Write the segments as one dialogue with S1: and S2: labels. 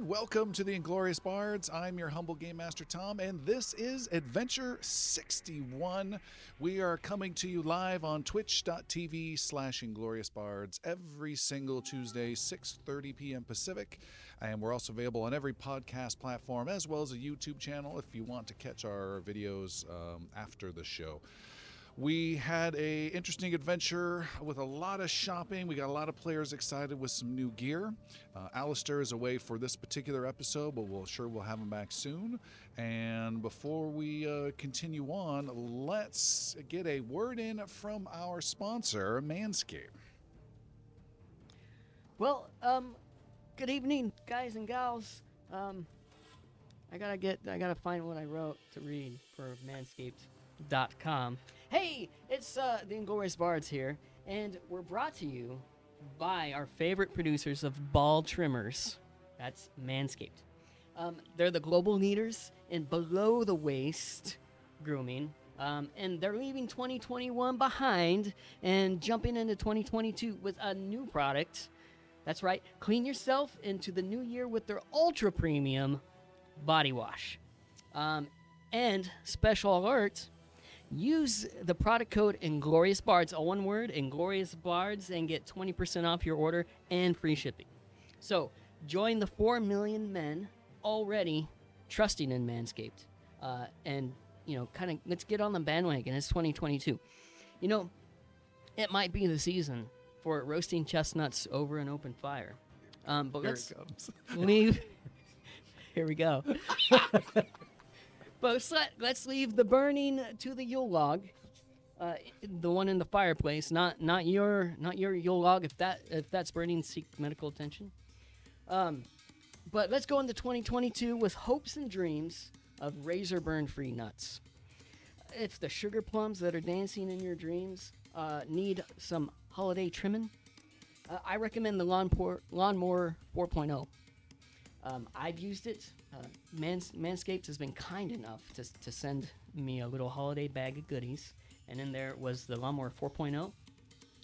S1: Welcome to the Inglorious Bards. I'm your humble game master Tom, and this is Adventure 61. We are coming to you live on twitch.tv slash Inglorious Bards every single Tuesday, 6.30 p.m. Pacific. And we're also available on every podcast platform as well as a YouTube channel if you want to catch our videos um, after the show. We had a interesting adventure with a lot of shopping. We got a lot of players excited with some new gear. Uh, Alistair is away for this particular episode, but we'll sure we'll have him back soon. And before we uh, continue on, let's get a word in from our sponsor, Manscaped.
S2: Well, um, good evening, guys and gals. Um, I gotta get, I gotta find what I wrote to read for Manscaped.com. Hey, it's uh, the Inglorious Bards here, and we're brought to you by our favorite producers of ball trimmers. That's Manscaped. Um, they're the global leaders in below the waist grooming. Um, and they're leaving 2021 behind and jumping into 2022 with a new product. That's right. Clean yourself into the new year with their ultra premium body wash. Um, and special alert use the product code Inglorious Bards, all one word, Inglorious Bards, and get 20% off your order and free shipping. So join the 4 million men already trusting in Manscaped. Uh, and, you know, kind of let's get on the bandwagon. It's 2022. You know, it might be the season for roasting chestnuts over an open fire. Um, but
S1: Here
S2: let's
S1: it comes.
S2: leave. Here we go. but let's, let, us leave the burning to the Yule log, uh, the one in the fireplace. Not not your not your Yule log. If that if that's burning, seek medical attention. Um, but let's go into 2022 with hopes and dreams of razor burn free nuts. If the sugar plums that are dancing in your dreams uh, need some holiday trimming, uh, I recommend the lawn pour, lawnmower oh. 4.0. Um, I've used it. Uh, Mans- Manscaped has been kind enough to, to send me a little holiday bag of goodies, and in there was the Lawnmower 4.0,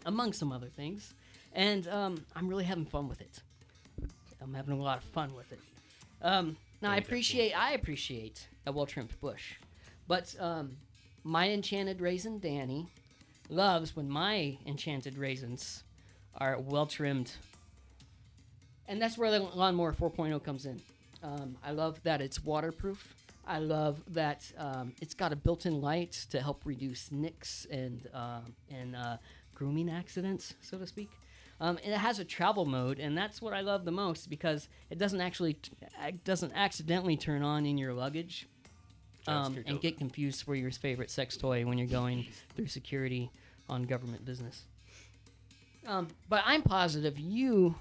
S2: among some other things. And um, I'm really having fun with it. I'm having a lot of fun with it. Um, now I appreciate I appreciate a well trimmed bush, but um, my enchanted raisin Danny loves when my enchanted raisins are well trimmed and that's where the lawnmower 4.0 comes in. Um, I love that it's waterproof. I love that um, it's got a built-in light to help reduce nicks and uh, and uh, grooming accidents, so to speak. Um, and it has a travel mode, and that's what I love the most because it doesn't actually t- ac- doesn't accidentally turn on in your luggage um, and get confused for your favorite sex toy when you're going through security on government business. Um, but I'm positive you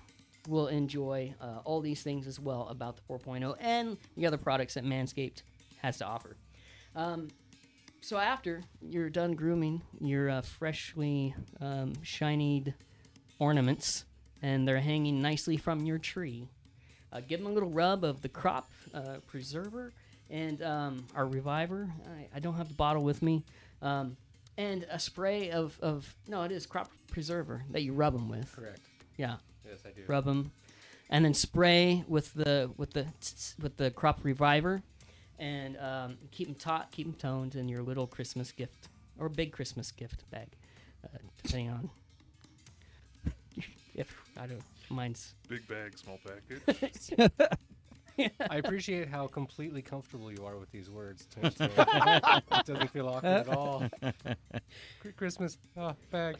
S2: will enjoy uh, all these things as well about the 4.0 and the other products that Manscaped has to offer. Um, so after you're done grooming your uh, freshly um, shinied ornaments, and they're hanging nicely from your tree, uh, give them a little rub of the crop uh, preserver and um, our reviver. I, I don't have the bottle with me. Um, and a spray of, of, no, it is crop preserver that you rub them with.
S3: Correct.
S2: Yeah
S3: Yes, I do.
S2: rub them, and then spray with the with the tss- with the crop reviver, and um, keep them taut, keep them toned in your little Christmas gift or big Christmas gift bag, uh, depending on if I don't mine's
S4: Big bag, small package.
S3: I appreciate how completely comfortable you are with these words. Tim, so it doesn't feel awkward at all. Cr- Christmas oh, bag.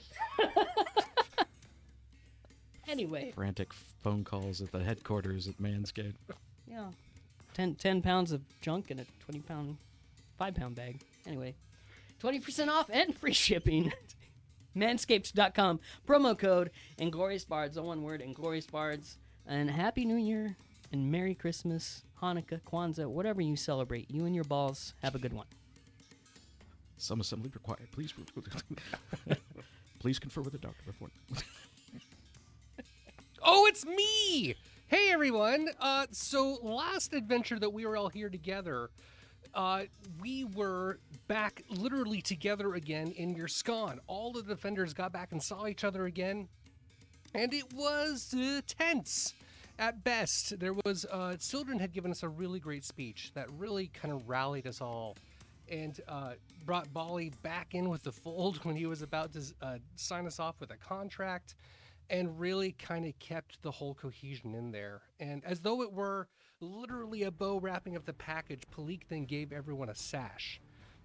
S2: anyway.
S5: frantic phone calls at the headquarters at Manscaped.
S2: Yeah, 10, 10 pounds of junk in a twenty pound, five pound bag. Anyway, twenty percent off and free shipping. Manscaped.com promo code and glorious bards all one word and glorious bards and happy new year and merry christmas hanukkah kwanzaa whatever you celebrate you and your balls have a good one
S5: Some assembly required. Please, please confer with the doctor before.
S3: Oh, it's me! Hey, everyone. Uh, so last adventure that we were all here together, uh, we were back literally together again in your scon. All of the defenders got back and saw each other again, and it was uh, tense. at best, there was uh, Sildren had given us a really great speech that really kind of rallied us all, and uh, brought Bali back in with the fold when he was about to uh, sign us off with a contract, and really kind of kept the whole cohesion in there. And as though it were literally a bow wrapping up the package, Palik then gave everyone a sash.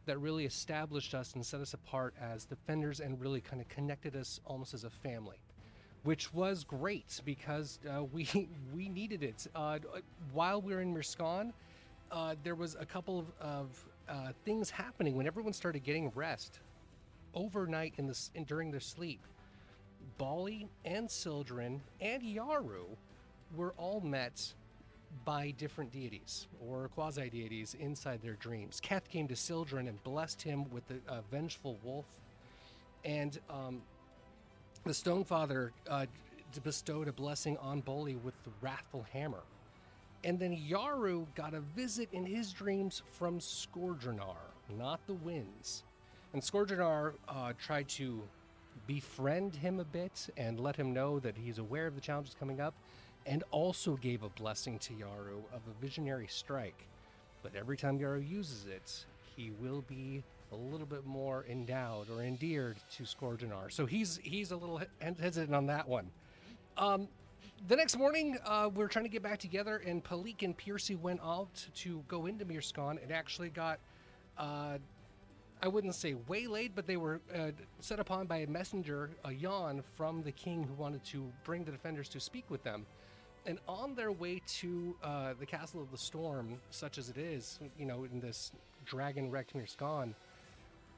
S3: That really established us and set us apart as defenders and really kind of connected us almost as a family which was great because uh, we we needed it. Uh, while we were in Mirskan, uh, there was a couple of, of uh, things happening when everyone started getting rest overnight in this in, during their sleep. Bali and Sildren and Yaru were all met by different deities or quasi deities inside their dreams. Keth came to Sildren and blessed him with the uh, vengeful wolf, and um, the Stone Father uh, d- bestowed a blessing on Bully with the wrathful hammer. And then Yaru got a visit in his dreams from Scourgenar, not the winds. And Scourgenar uh, tried to befriend him a bit and let him know that he's aware of the challenges coming up, and also gave a blessing to Yaru of a visionary strike. But every time Yaru uses it, he will be a little bit more endowed or endeared to Scorgenar. So he's he's a little he- hesitant on that one. Um, the next morning, uh, we are trying to get back together, and Palik and Piercy went out to go into Mirskan and actually got, uh, I wouldn't say waylaid, but they were uh, set upon by a messenger, a yawn from the king who wanted to bring the defenders to speak with them. And on their way to uh, the Castle of the Storm, such as it is, you know, in this dragon wrecked Mirskan,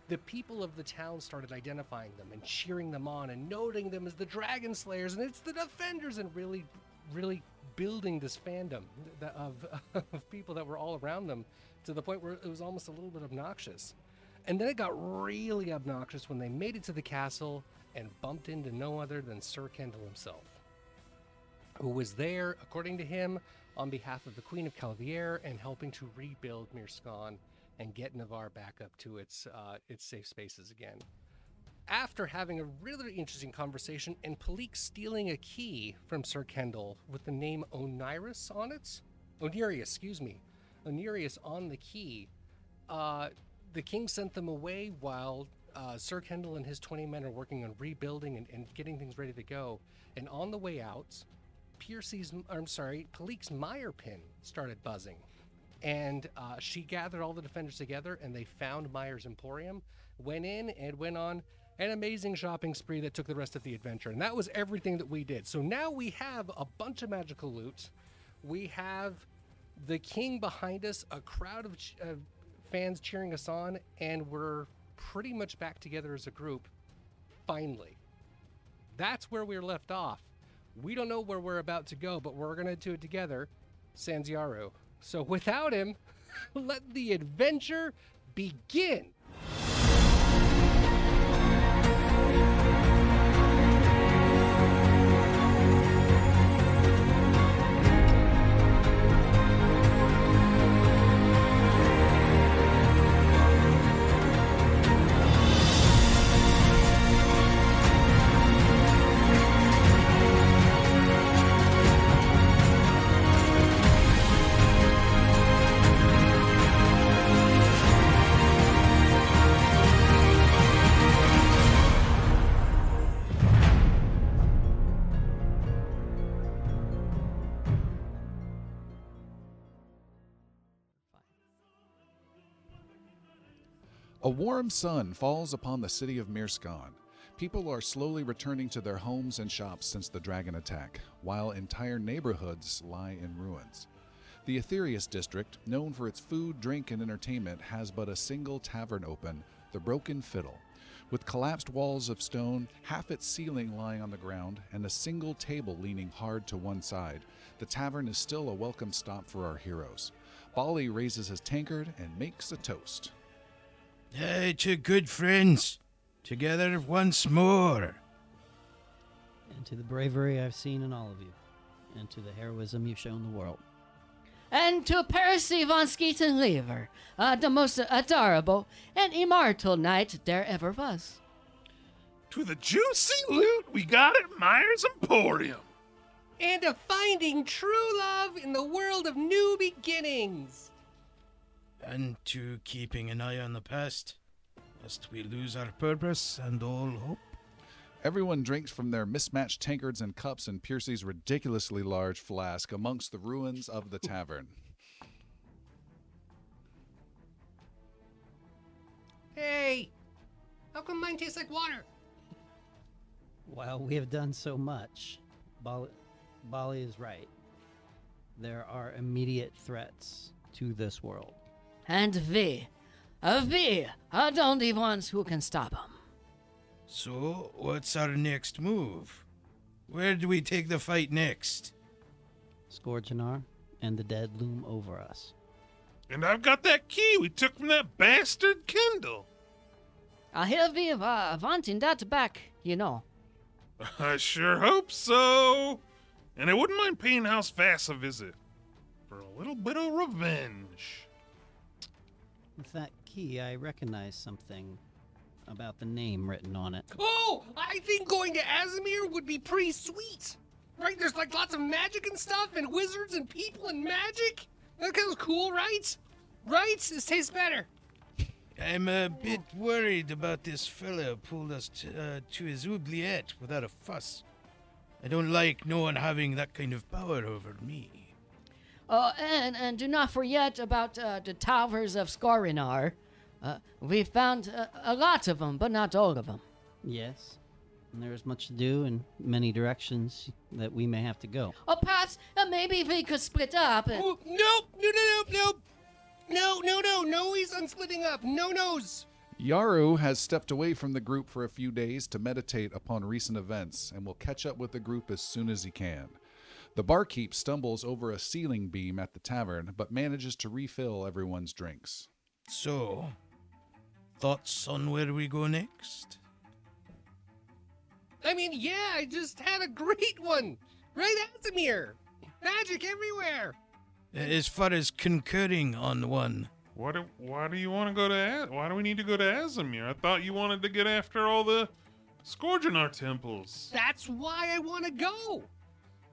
S3: the people of the town started identifying them and cheering them on and noting them as the Dragon Slayers and it's the Defenders and really, really building this fandom th- of, of people that were all around them to the point where it was almost a little bit obnoxious. And then it got really obnoxious when they made it to the castle and bumped into no other than Sir Kendall himself, who was there, according to him, on behalf of the Queen of Calvier and helping to rebuild Mirskan and get Navarre back up to its uh, its safe spaces again. After having a really interesting conversation and Palik stealing a key from Sir Kendall with the name Onirus on it, Onirius, excuse me, Onirius on the key, uh, the king sent them away while uh, Sir Kendall and his 20 men are working on rebuilding and, and getting things ready to go. And on the way out, Piercy's, I'm sorry, Palik's Meyer pin started buzzing and uh, she gathered all the defenders together and they found Myers Emporium, went in and went on an amazing shopping spree that took the rest of the adventure. And that was everything that we did. So now we have a bunch of magical loot. We have the king behind us, a crowd of ch- uh, fans cheering us on, and we're pretty much back together as a group, finally. That's where we're left off. We don't know where we're about to go, but we're going to do it together. Sans Yaru. So without him, let the adventure begin.
S1: A warm sun falls upon the city of Mirskan. People are slowly returning to their homes and shops since the dragon attack, while entire neighborhoods lie in ruins. The Aetherius district, known for its food, drink, and entertainment, has but a single tavern open, the Broken Fiddle. With collapsed walls of stone, half its ceiling lying on the ground, and a single table leaning hard to one side, the tavern is still a welcome stop for our heroes. Bali raises his tankard and makes a toast.
S6: Hey, two good friends, together once more.
S7: and to the bravery I've seen in all of you, and to the heroism you've shown the world.
S2: And to Percy von Skeetenlever, uh, the most adorable and immortal knight there ever was.
S4: To the juicy loot we got at Myers Emporium.
S3: and of finding true love in the world of new beginnings.
S6: and to keeping an eye on the past, lest we lose our purpose and all hope.
S1: Everyone drinks from their mismatched tankards and cups and Piercy's ridiculously large flask amongst the ruins of the tavern.
S3: Hey, how come mine tastes like water?
S7: While we have done so much, Bali, Bali is right. There are immediate threats to this world.
S2: And we, uh, we are the only ones who can stop them.
S6: So, what's our next move? Where do we take the fight next?
S7: Scorgenar and the dead loom over us.
S4: And I've got that key we took from that bastard Kendall.
S2: I hear we are wanting uh, that back, you know.
S4: I sure hope so. And I wouldn't mind paying House Vass a visit for a little bit of revenge.
S7: With that key, I recognize something about the name written on it.
S3: Oh, I think going to Azimir would be pretty sweet. Right? There's like lots of magic and stuff, and wizards and people and magic. That sounds cool, right? Right? This tastes better.
S6: I'm a bit worried about this fella pulled us t- uh, to his oubliette without a fuss. I don't like no one having that kind of power over me.
S2: Oh, and, and do not forget about uh, the towers of Skorinar. Uh, we found uh, a lot of them, but not all of them.
S7: Yes. And there is much to do in many directions that we may have to go.
S2: Or perhaps uh, maybe we could split up. Uh, and-
S3: Oh, nope, no, no, no, no. No, no, no, no, he's unsplitting up. No, no's.
S1: Yaru has stepped away from the group for a few days to meditate upon recent events and will catch up with the group as soon as he can. The barkeep stumbles over a ceiling beam at the tavern but manages to refill everyone's drinks.
S6: So, thoughts on where we go next?
S3: I mean, yeah, I just had a great one. Right, Azimir. Magic everywhere.
S6: Uh, As far as concurring on one,
S4: What do, why do you want to go to Az- Why do we need to go to Azamir? I thought you wanted to get after all the Scorgenar temples.
S3: That's why I want to go.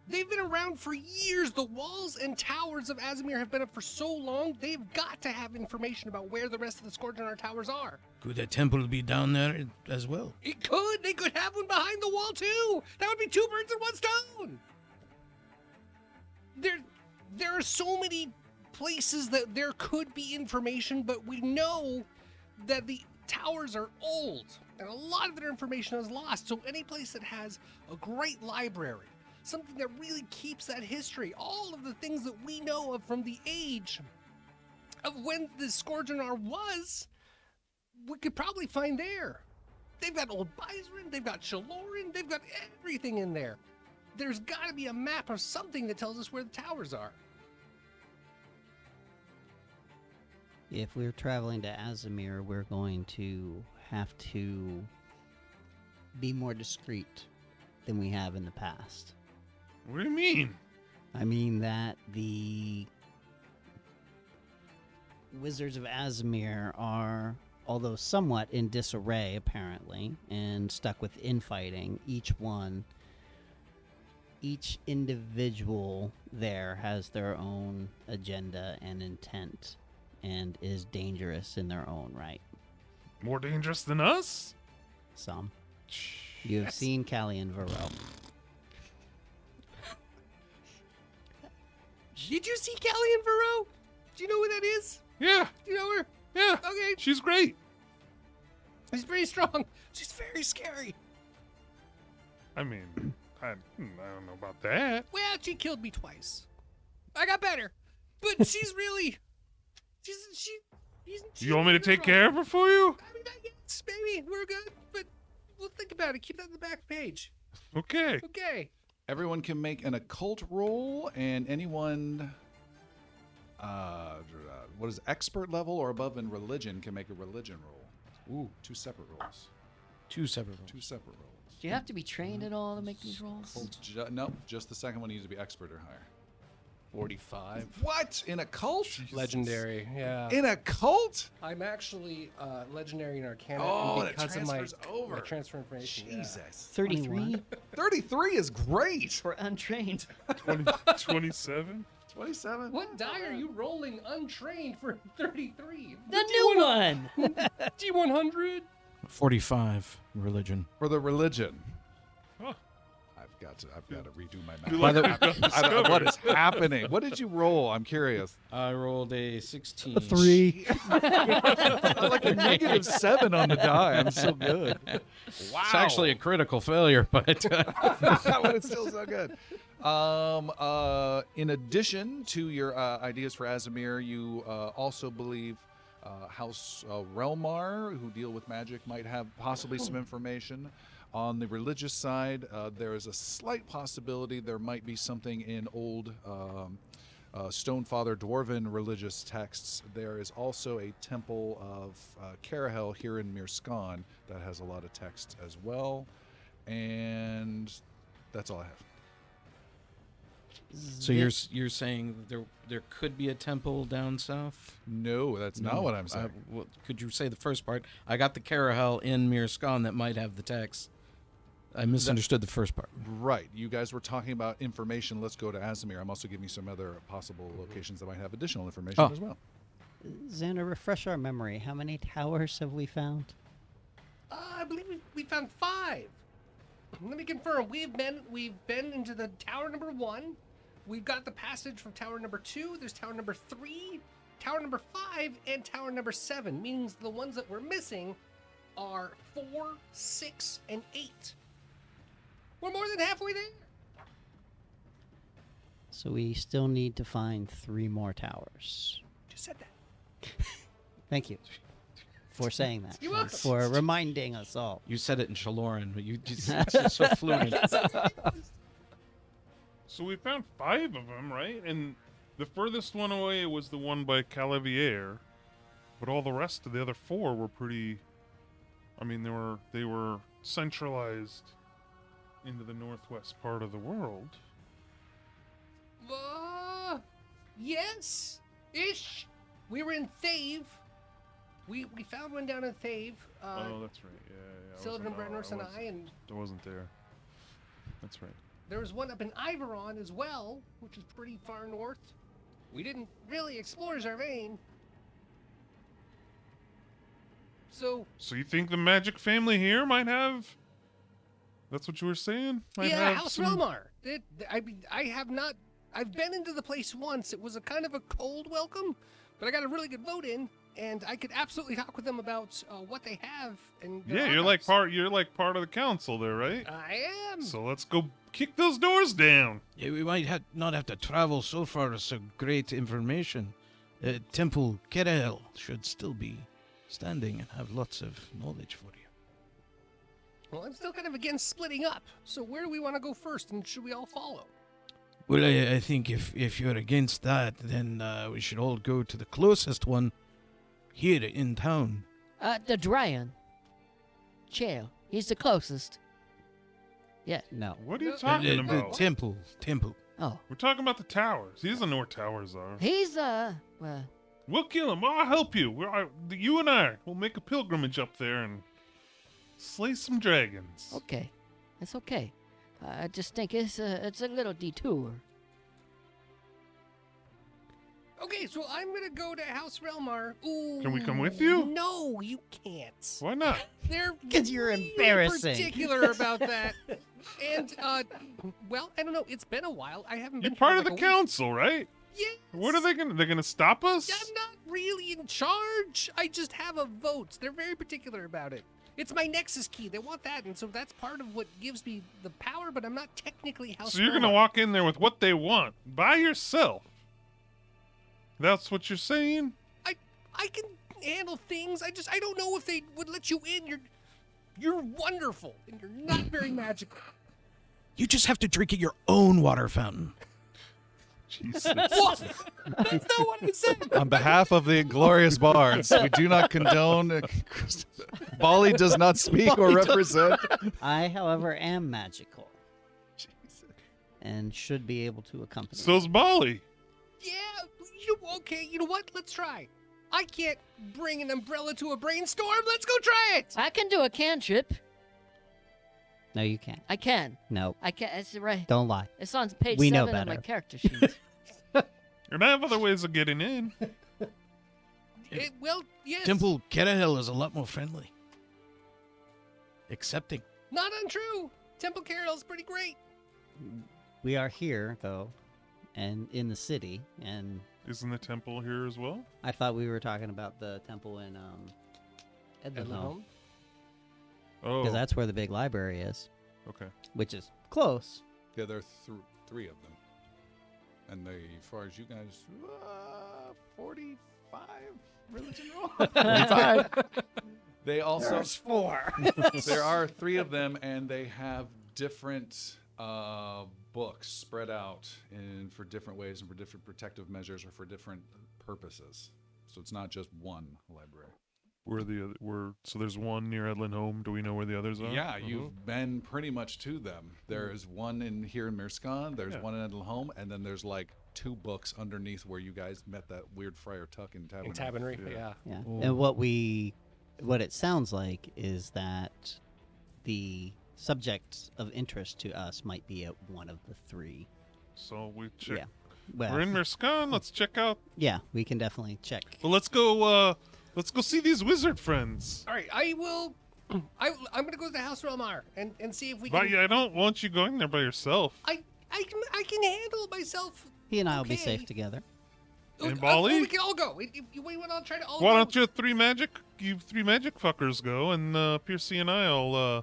S3: They've been around for years. The walls and towers of Azimir have been up for so long, they've got to have information about where the rest of the Scorgenar towers are.
S6: could a temple be down there as well?
S3: It could. They could have one behind the wall, too. That would be two birds in one stone. There, there are so many places that there could be information, but we know that the towers are old and a lot of their information is lost. So, any place that has a great library, something that really keeps that history, all of the things that we know of from the age of when the Scorgenar was, we could probably find there. They've got Old Byron, they've got Shaloran, they've got everything in there. There's got to be a map of something that tells us where the towers are.
S7: If we're traveling to Azamir, we're going to have to be more discreet than we have in the past.
S4: What do you mean?
S7: I mean that the Wizards of Azmir are, although somewhat in disarray apparently, and stuck with infighting, each one, each individual there has their own agenda and intent and is dangerous in their own right.
S4: More dangerous than us?
S7: Some. You have seen Callie and Varel.
S3: Did you see Callie and Varro? Do you know who that is?
S4: Yeah,
S3: Do you know her?
S4: yeah.
S3: Okay.
S4: She's great.
S3: She's pretty strong. She's very scary.
S4: I mean, I, hmm, I don't know about that.
S3: Well, she killed me twice. I got better, but she's really, she's she. She's, she's
S4: You want me to
S3: really
S4: take
S3: strong.
S4: care of her for you?
S3: I mean, I guess maybe we're good, but we'll think about it. Keep that in the back page.
S4: Okay.
S3: Okay.
S1: Everyone can make an occult roll, and anyone, uh, what is it, expert level or above in religion can make a religion roll. Ooh, two separate rolls.
S5: Two separate
S1: Two separate rolls.
S2: Do you have to be trained at all to make these rolls?
S1: Occult ju- nope, just the second one needs to be expert or higher.
S3: 45.
S1: What? In a cult?
S3: Legendary, yeah.
S1: In a cult?
S3: I'm actually uh, legendary in Arcana
S1: Oh,
S3: and
S1: that
S3: because of my,
S1: transfers over.
S3: my transfer information. yeah.
S1: Jesus.
S2: 33
S1: 33 is great.
S2: for untrained.
S4: 27?
S1: 27.
S3: What die are you rolling untrained for 33?
S2: The new one.
S3: D100?
S5: 45 religion.
S1: For the religion.
S4: Huh.
S1: I've got to I've got to redo my
S4: You
S1: math.
S4: like
S1: I don't- I don't know what is happening. What did you roll? I'm curious.
S5: I rolled a 16.
S1: like a negative seven on the die. I'm so good. Wow.
S5: It's actually a critical failure, but uh,
S1: but it's still so good. Um, uh, in addition to your uh, ideas for Azamir, you uh, also believe uh, House uh, Relmar, who deal with magic, might have possibly some information. On the religious side, uh, there is a slight possibility there might be something in old um, uh, Stonefather Dwarven religious texts. There is also a temple of uh, Karahel here in Mirskan that has a lot of texts as well. And that's all I have.
S5: so you're s- you're saying that there there could be a temple down south? Uh,
S1: No, that's not what I'm saying.
S5: well, could you say the first part? I got the Karahel in Mirskan that might have the text. I misunderstood the first part.
S1: right. You guys were talking about information. Let's go to Azamir. I'm also giving you some other possible locations that might have additional information
S5: Oh.
S1: as well.
S7: Xander, refresh our memory. How many towers have we found?
S3: Uh, I believe we, we found five. Let me confirm. We've been we've been into the tower number one. We've got the passage from tower number two. There's tower number three, tower number five, and tower number seven. Means the ones that we're missing are four, six, and eight. We're more than halfway there.
S7: So we still need to find three more towers.
S3: Just said that.
S7: Thank you for saying that.
S3: You're
S7: and
S3: welcome.
S7: For reminding us all.
S5: You said it in Shaloran, but you just, it's just so fluent.
S4: So we found five of them, right? And the furthest one away was the one by Calavier, but all the rest of the other four were pretty. I mean, they were they were centralized into the northwest part of the world.
S3: Uh, yes, ish. We were in Thave. We we found one down in Thave. Uh,
S4: oh, that's right. Yeah, yeah. I
S3: Sylvan
S4: wasn't- no,
S3: Brenners and I,
S4: wasn't-
S3: and
S4: I wasn't there. That's right.
S3: there was one up in Iveron as well, which is pretty far north. We didn't really explore Zarvain. So,
S4: So you think the magic family here might have? That's what you were saying. Might
S3: yeah,
S4: have
S3: House
S4: some-
S3: Relmar. It, I, mean, I have not. I've been into the place once. It was a kind of a cold welcome, but I got a really good vote in, and I could absolutely talk with them about uh, what they have. And their
S4: Yeah, you're like
S3: archives.
S4: part. You're like part of the council there, right?
S3: I am.
S4: So let's go kick those doors down.
S6: Yeah, we might ha- not have to travel so far to so great information. Uh, Temple Kerel should still be standing and have lots of knowledge for you.
S3: Well, I'm still kind of against splitting up. So where do we want to go first, and should we all follow?
S6: Well, I, I think if, if you're against that, then uh, we should all go to the closest one here in town.
S2: Uh, the Dryan. Chair. He's the closest. Yeah.
S7: No.
S4: What are you
S3: No.
S4: talking
S6: Uh, the
S4: about?
S6: temple, temple.
S2: Oh.
S4: We're talking about the towers. He doesn't know where towers are.
S2: He's, uh, well,
S4: We'll kill him. I'll help you. We're, I, you and I will make a pilgrimage up there and slay some dragons.
S2: okay. It's okay. I just think it's a, it's a little detour.
S3: Okay, so I'm gonna go to House Relmar. Ooh.
S4: Can we come with you?
S3: No, you can't.
S4: Why not?
S3: They're
S7: 'Cause you're
S3: really
S7: embarrassing.
S3: Particular about that. and uh, well, I don't know. It's been a while. I haven't
S4: You're
S3: been.
S4: part
S3: here
S4: of the
S3: like a week.
S4: council, right?
S3: Yes.
S4: What are they gonna? They're gonna stop us?
S3: I'm not really in charge. I just have a vote. They're very particular about it. It's my Nexus key. They want that, and so that's part of what gives me the power. But I'm not technically House.
S4: So you're gonna
S3: Relmar.
S4: walk in there with what they want by yourself. That's what you're saying.
S3: I I can handle things. I just I don't know if they would let you in. You're you're wonderful and you're not very magical.
S6: You just have to drink at your own water fountain.
S1: Jesus.
S3: What? That's not what I said.
S1: On behalf of the inglorious bards, we do not condone. Bali does not speak or represent.
S7: I, however, am magical and should be able to accompany.
S4: So's Bali.
S3: Yeah, you okay? You know what? Let's try. I can't bring an umbrella to a brainstorm. Let's go try it.
S2: I can do a cantrip.
S7: No, you can't.
S2: I can.
S7: No,
S2: I can. It's right.
S7: don't lie.
S2: It's on page
S7: We know
S2: seven of my
S7: better.
S2: character sheet.
S4: And I have other ways of getting in.
S3: Eh, well, yes.
S6: Temple Kerahil is a lot more friendly. Accepting.
S3: Not untrue. Temple Carol's pretty great.
S7: We are here though, and in the city, and
S4: Isn't the temple here as well?
S7: I thought we were talking about the temple in um
S2: Edlin
S7: no.
S2: home.
S4: Oh,
S7: because that's where the big library is,
S4: okay.
S7: which is close.
S1: Yeah, there are th- three of them. And they, as far as you guys, uh, 45 religion roll? 45. they also.
S5: four.
S1: there are three of them, and they have different uh, books spread out in for different ways and for different protective measures or for different purposes. So it's not just one library.
S4: Where the other, where so there's one near Edlin Home. Do we know where the others are? Uh-huh.
S1: yeah, you've been pretty much to them. There is one in here in Mirskan, there's
S4: Yeah.
S1: one in Edelholm, and then there's like two books underneath where you guys met that weird Friar Tuck in Tavern.
S3: In Tabernary, yeah.
S7: Yeah. And what we what it sounds like is that the subjects of interest to us might be at one of the three.
S4: So we check.
S7: Yeah. Well,
S4: We're in Merskan. Let's check out.
S7: yeah, we can definitely check.
S4: Well, let's go. uh Let's go see these wizard friends.
S3: All right, I will. I, I'm gonna go to the House Realmar and and see if we
S4: But
S3: can.
S4: I don't want you going there by yourself.
S3: I I can I can handle myself.
S7: He and I will be
S3: Okay.
S7: safe together.
S4: And
S3: Uh,
S4: Bali?
S3: we can all go. If, if you want, I'll try to all.
S4: Why
S3: go.
S4: don't you three magic, you three magic fuckers go, and uh, Piercy and I'll uh,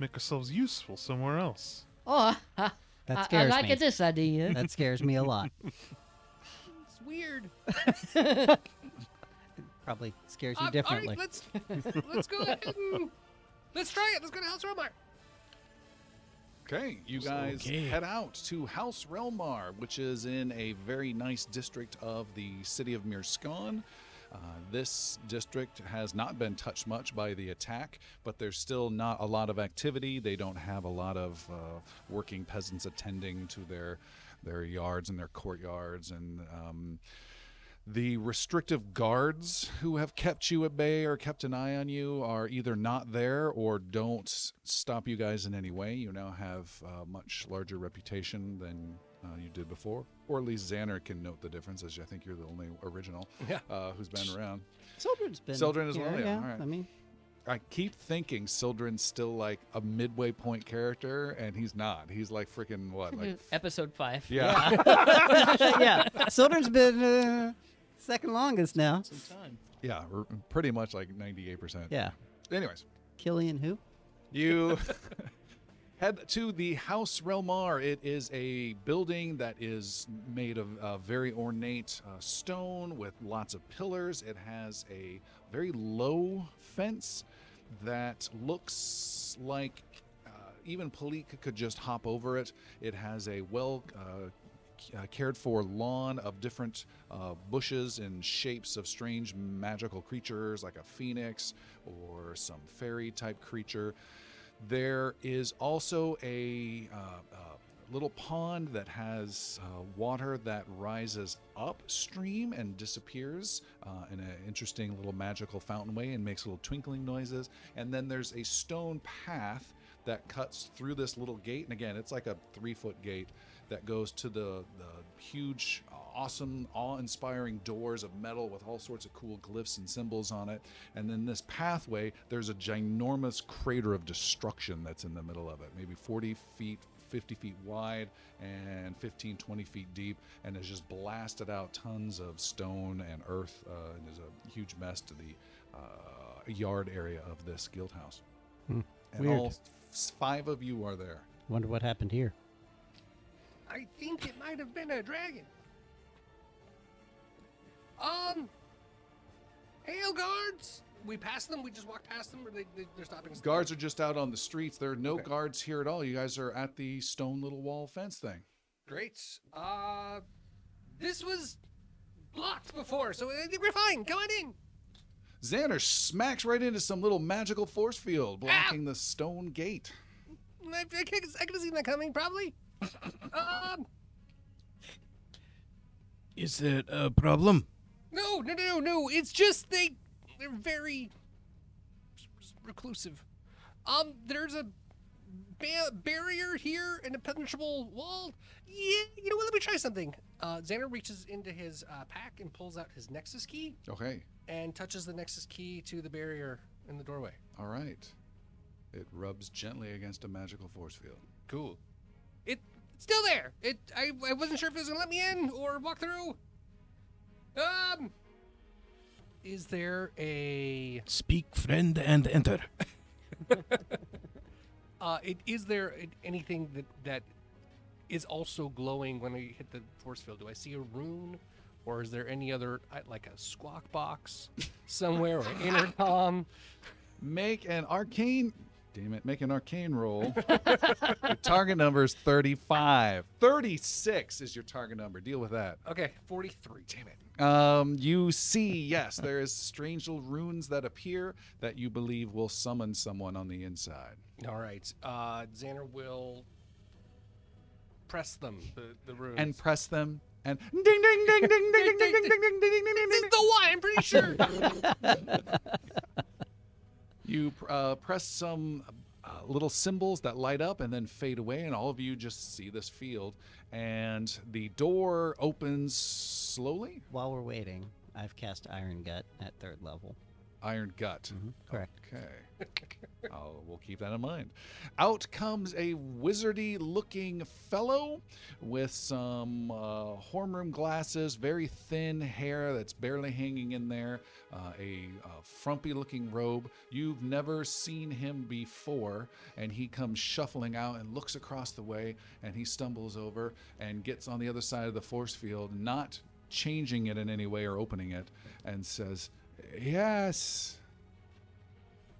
S4: make ourselves useful somewhere else.
S2: Oh, I,
S7: That
S2: I- I
S7: scares
S2: like
S7: me.
S2: this idea.
S7: That scares me a lot.
S3: It's weird.
S7: Probably scares
S3: Uh,
S7: you differently.
S3: All right, let's let's go ahead and let's try it. Let's go to House Romar.
S1: Okay, you guys
S6: Okay.
S1: head out to House Relmar, which is in a very nice district of the city of Mirskan. Uh, this district has not been touched much by the attack, but there's still not a lot of activity. They don't have a lot of uh, working peasants attending to their their yards and their courtyards and um, the restrictive guards who have kept you at bay or kept an eye on you are either not there or don't s- stop you guys in any way. You now have a much larger reputation than uh, you did before. Or at least Xander can note the difference, as I think you're the only original
S3: Yeah.
S1: uh, who's been around.
S7: Sildren's been
S1: Sildren as
S7: here,
S1: well, yeah,
S7: Yeah,
S1: all right.
S7: I mean,
S1: I keep thinking Sildren's still like a midway point character, and he's not. He's like freaking what? Like,
S2: Episode five.
S1: yeah.
S7: yeah, Sildren's been uh, second longest now.
S1: Yeah, we're pretty much like 98%.
S7: Yeah,
S1: Anyways.
S7: Killian who?
S1: You head to the House Relmar. It is a building that is made of uh, very ornate uh, stone with lots of pillars. It has a very low fence that looks like uh, even Palika could just hop over it. It has a well uh, c- uh, cared for lawn of different uh, bushes and shapes of strange magical creatures like a phoenix or some fairy type creature. There is also a uh, uh, little pond that has uh, water that rises upstream and disappears uh, in an interesting little magical fountain way and makes little twinkling noises. And then there's a stone path that cuts through this little gate. And again, it's like a three foot gate that goes to the, the huge, awesome, awe inspiring doors of metal with all sorts of cool glyphs and symbols on it. And then this pathway, there's a ginormous crater of destruction that's in the middle of it, maybe 40 feet 50 feet wide and 15, 20 feet deep, and has just blasted out tons of stone and earth. Uh, and there's a huge mess to the uh, yard area of this guild house. And
S7: Weird.
S1: all f- five of you are there.
S7: Wonder what happened here.
S3: I think it might have been a dragon. Um. Hail guards! We passed them. We just walked past them, or they, they they're stopping us.
S1: Guards are just out on the streets. There are no
S3: Okay.
S1: guards here at all. You guys are at the stone little wall fence thing.
S3: Great. Uh, this was blocked before, so I think we're fine. Come on in.
S1: Xander smacks right into some little magical force field blocking the stone gate.
S3: I, I, could- I could have seen that coming, probably. um,
S6: Is it a problem?
S3: No, no, no, no, no. It's just they they're very s- reclusive. Um, there's a ba- barrier here, an impenetrable wall. Yeah, you know what? Let me try something. Uh, Xander reaches into his uh, pack and pulls out his Nexus key
S1: Okay.
S3: and touches the Nexus key to the barrier in the doorway.
S1: All right. It rubs gently against a magical force field.
S3: Cool. It it's still there. It I, I wasn't sure if it was gonna let me in or walk through. Um, is there a
S6: Speak, friend, and enter.
S3: Uh, it, is there a- anything that that is also glowing when I hit the force field? Do I see a rune, or is there any other I- like a squawk box somewhere or intercom?
S1: Make an arcane. Damn it. Make an arcane roll. your target number is 35. 36 is your target number. Deal with that.
S3: Okay, forty-three. Damn it.
S1: Um, you see, yes, there is strange little runes that appear that you believe will summon someone on the inside.
S3: All right. Uh, Xander will press them the the runes.
S1: And press them and ding ding ding ding ding ding ding ding ding ding ding ding ding
S3: this
S1: ding.
S3: is the one. I'm pretty sure.
S1: You uh, press some uh, little symbols that light up and then fade away, and all of you just see this field. And the door opens slowly.
S7: While we're waiting, I've cast Iron Gut at third level.
S1: Iron gut.
S7: Correct.
S1: Okay. I'll, Oh, we'll keep that in mind. Out comes a wizardy looking fellow with some uh, hornroom glasses, very thin hair that's barely hanging in there, uh, a, uh frumpy looking robe. You've never seen him before, and he comes shuffling out and looks across the way, and he stumbles over and gets on the other side of the force field, not changing it in any way or opening it, and says, Yes.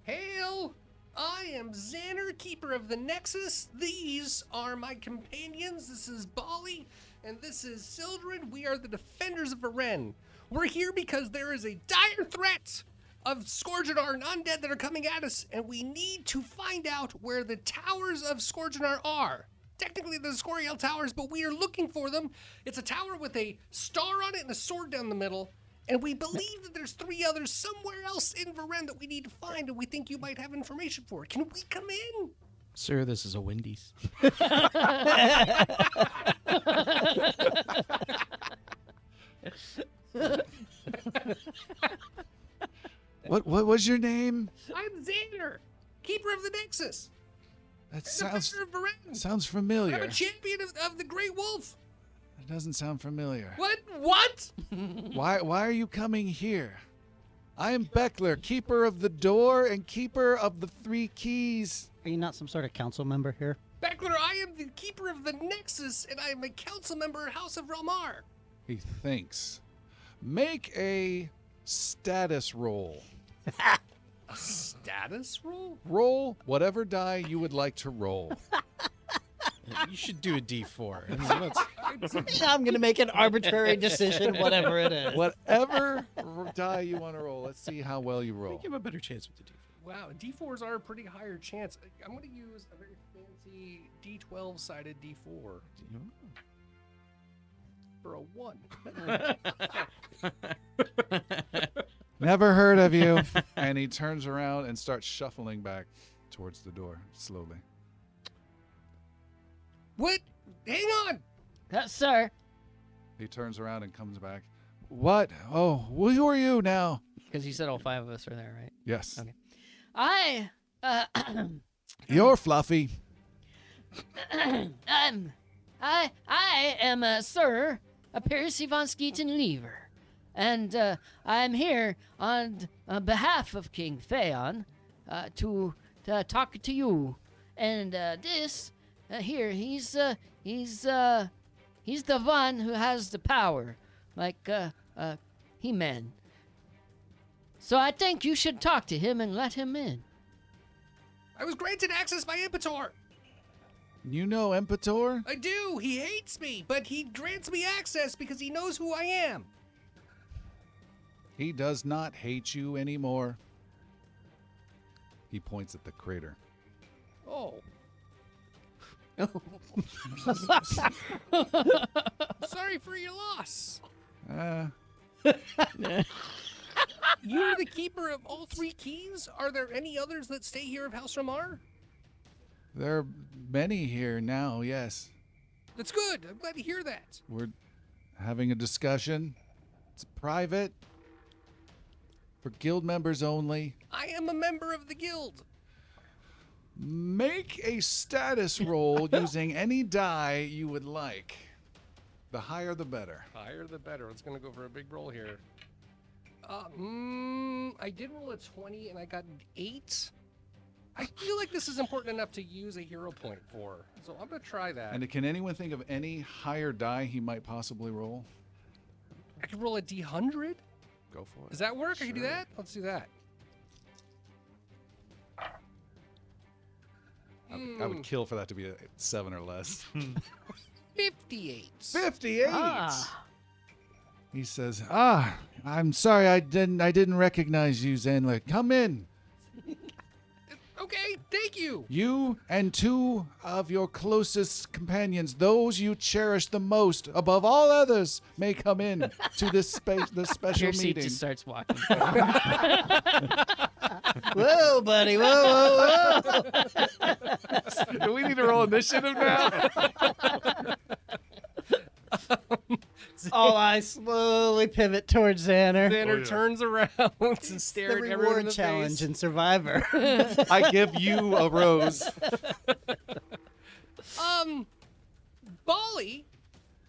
S3: Hail! I am Xander, keeper of the Nexus. These are my companions. This is Bali, and this is Sildren. We are the defenders of Aren. We're here because there is a dire threat of Scourgeonar and undead that are coming at us, and we need to find out where the towers of Scourgeonar are. Technically, the Scoriel towers, but we are looking for them. It's a tower with a star on it and a sword down the middle. And we believe that there's three others somewhere else in Varen that we need to find, and we think you might have information for. Can we come in?
S5: Sir, this is a Wendy's.
S1: What, what was your name?
S3: I'm Xander, keeper of the Nexus,
S1: That sounds
S3: defender of Varen.
S1: sounds
S3: I'm
S1: familiar.
S3: a champion of, of the Great Wolf.
S1: It doesn't sound familiar.
S3: What? What?
S1: Why why are you coming here? I am Beckler, keeper of the door and keeper of the three keys.
S7: Are you not some sort of council member here?
S3: Beckler, I am the keeper of the Nexus, and I am a council member, House of Relmar.
S1: He thinks. Make a status roll.
S3: Status roll?
S1: Roll whatever die you would like to roll.
S5: you should do a D4. It's- that's-
S7: I'm going to make an arbitrary decision, whatever it is.
S1: Whatever r- die you want to roll. Let's see how well you
S5: I
S1: roll.
S5: think you have a better chance with the D4.
S3: Wow, D4s are a pretty higher chance. I'm going to use a very fancy D12 sided D4 for a one.
S1: Never heard of you. and he turns around and starts shuffling back towards the door slowly.
S3: What? Hang on.
S2: Yes, sir.
S1: He turns around and comes back. What? Oh, who are you now?
S2: Because you said all five of us are there, right?
S1: Yes.
S2: Okay. I, uh,
S1: You're fluffy.
S2: um, I, I am uh, Sir Paris Ivan Skeeton Lever, and uh, I'm here on uh, behalf of King Theon uh, to, to talk to you. And uh, this uh, here, he's uh, he's uh, he's the one who has the power, like uh, uh, He-Man. So I think you should talk to him and let him in.
S3: I was granted access by Impator.
S1: You know Empator?
S3: I do. He hates me, but he grants me access because he knows who I am.
S1: He does not hate you anymore. He points at the crater.
S3: Oh. Sorry for your loss.
S1: Uh,
S3: You're the keeper of all three keys. Are there any others that stay here of House Ramar?
S1: there are many here now, yes.
S3: That's good. I'm glad to hear that.
S1: We're having a discussion. It's private, for guild members only.
S3: I am a member of the guild.
S1: Make a status roll using any die you would like. The higher, the better.
S3: Higher the better. It's going to go for a big roll here. Uh, mm, I did roll a 20 and I got an 8. I feel like this is important enough to use a hero point for. So I'm going to try that.
S1: And can anyone think of any higher die he might possibly roll?
S3: I could roll a D100.
S1: Go for it.
S3: Does that work? I can do
S1: Sure.
S3: that? Let's do that.
S1: I would,
S3: Hmm,
S1: I would kill for that to be a seven or less.
S3: 58.
S1: 58.
S2: Ah.
S1: He says, "Ah, I'm sorry I didn't I didn't recognize you, Zandler. Come in.
S3: Okay, thank you.
S1: You and two of your closest companions, those you cherish the most above all others, may come in to this space this special
S2: Piercy
S1: meeting."
S2: just starts walking.
S7: whoa, buddy! Whoa, whoa, whoa!
S1: Do we need to roll initiative now?
S7: All eyes Oh, slowly pivot towards Xander.
S3: Xander
S4: yeah.
S3: turns around and
S7: The
S3: stares at everyone in
S7: reward
S3: the
S7: challenge
S3: face.
S7: in Survivor.
S1: I give you a rose.
S3: Um, Bali,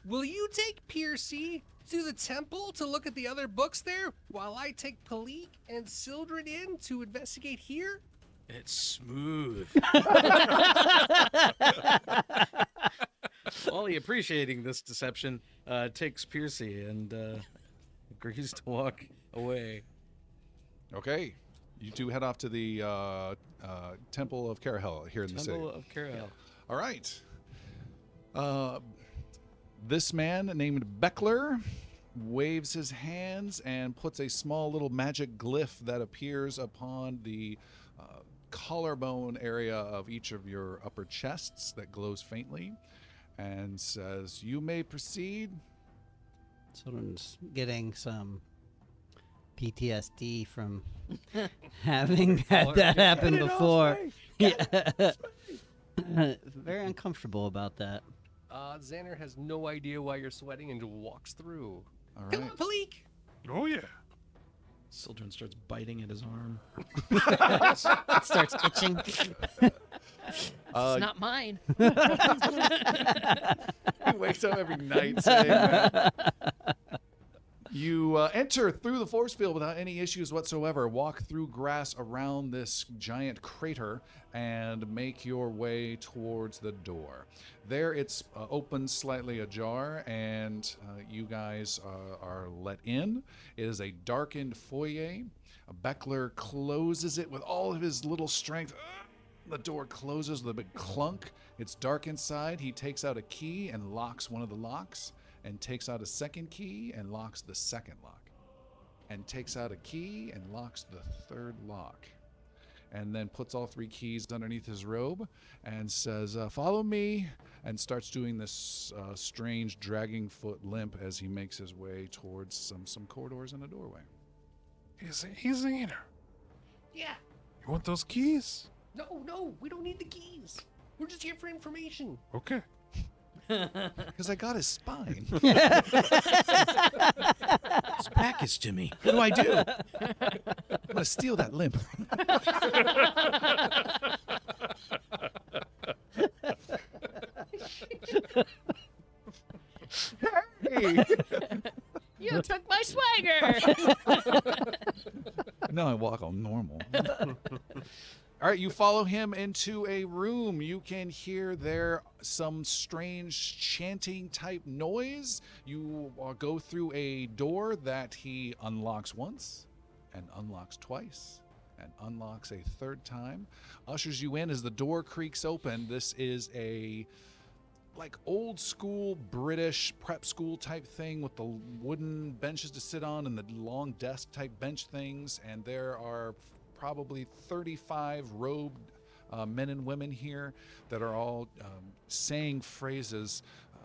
S3: will you take Piercy to the temple to look at the other books there while I take Palik and Sildred in to investigate here?
S6: It's smooth.
S5: Wally, appreciating this deception, uh, takes Piercy and uh, agrees to walk away.
S1: Okay. You two head off to the uh, uh, Temple of Karahel here in the city.
S5: Temple of Carol.
S1: All right. Uh, this man named Beckler waves his hands and puts a small little magic glyph that appears upon the uh, collarbone area of each of your upper chests that glows faintly and says, You may proceed.
S7: Children's getting some PTSD from having had that happen before. Yeah. Very uncomfortable about that.
S3: Uh, Xander has no idea why you're sweating and walks through.
S1: All
S3: Come
S1: right.
S3: on, Palik!
S4: Oh yeah.
S5: Sildren starts biting at his arm.
S7: It starts itching.
S2: it's not mine.
S1: he wakes up every night saying that. You uh, enter through the force field without any issues whatsoever. Walk through grass around this giant crater and make your way towards the door. There, it's uh, open slightly ajar, and uh, you guys uh, are let in. It is a darkened foyer. Beckler closes it with all of his little strength. The door closes with a big clunk. It's dark inside. He takes out a key and locks one of the locks, and takes out a second key and locks the second lock, and takes out a key and locks the third lock, and then puts all three keys underneath his robe and says, uh, Follow me, and starts doing this uh, strange dragging foot limp as he makes his way towards some, some corridors and a doorway.
S4: He's he's the inner.
S3: Yeah.
S4: You want those keys?
S3: No, no, we don't need the keys. We're just here for information.
S4: Okay.
S1: Because I got his spine.
S6: It's Bacchus to me. What do I do?
S1: I'm going to steal that limp.
S2: you took my swagger.
S1: No, I walk on normal. All right, you follow him into a room. You can hear there some strange chanting type noise. You uh, go through a door that he unlocks once and unlocks twice and unlocks a third time. Ushers you in as the door creaks open. This is a like old school British prep school type thing with the wooden benches to sit on and the long desk type bench things. And there are probably 35 robed uh, men and women here that are all um, saying phrases. Uh,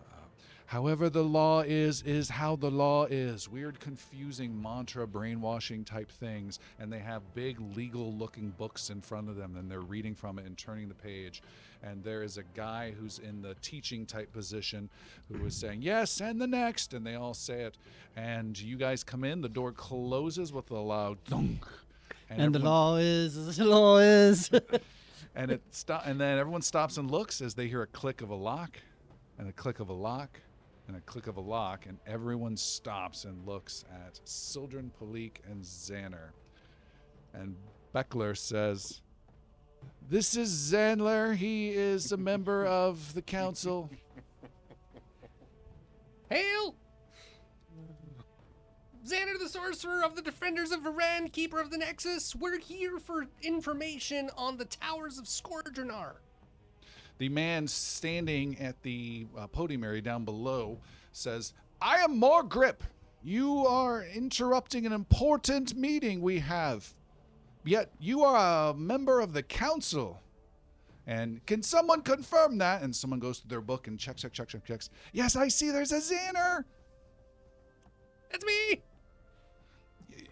S1: However, the law is, is how the law is. Weird, confusing mantra brainwashing type things. And they have big legal looking books in front of them, and they're reading from it and turning the page. And there is a guy who's in the teaching type position who is saying, Yes, and the next. And they all say it. And you guys come in, the door closes with a loud thunk.
S7: And the
S1: everyone-
S7: law is, the law is.
S1: and it stop and then everyone stops and looks as they hear a click of a lock and a click of a lock and a click of a lock and everyone stops and looks at Sildren Palik and Xander. And Beckler says This is Xandler. He is a member of the council.
S3: Hail! Xander the Sorcerer of the Defenders of Varan, Keeper of the Nexus, we're here for information on the Towers of Scourgenar.
S1: The man standing at the uh, podium area down below says, I am more grip. You are interrupting an important meeting we have. Yet you are a member of the council. And can someone confirm that? And someone goes to their book and checks, checks, checks, checks, checks. Yes, I see there's a Xander.
S3: That's me!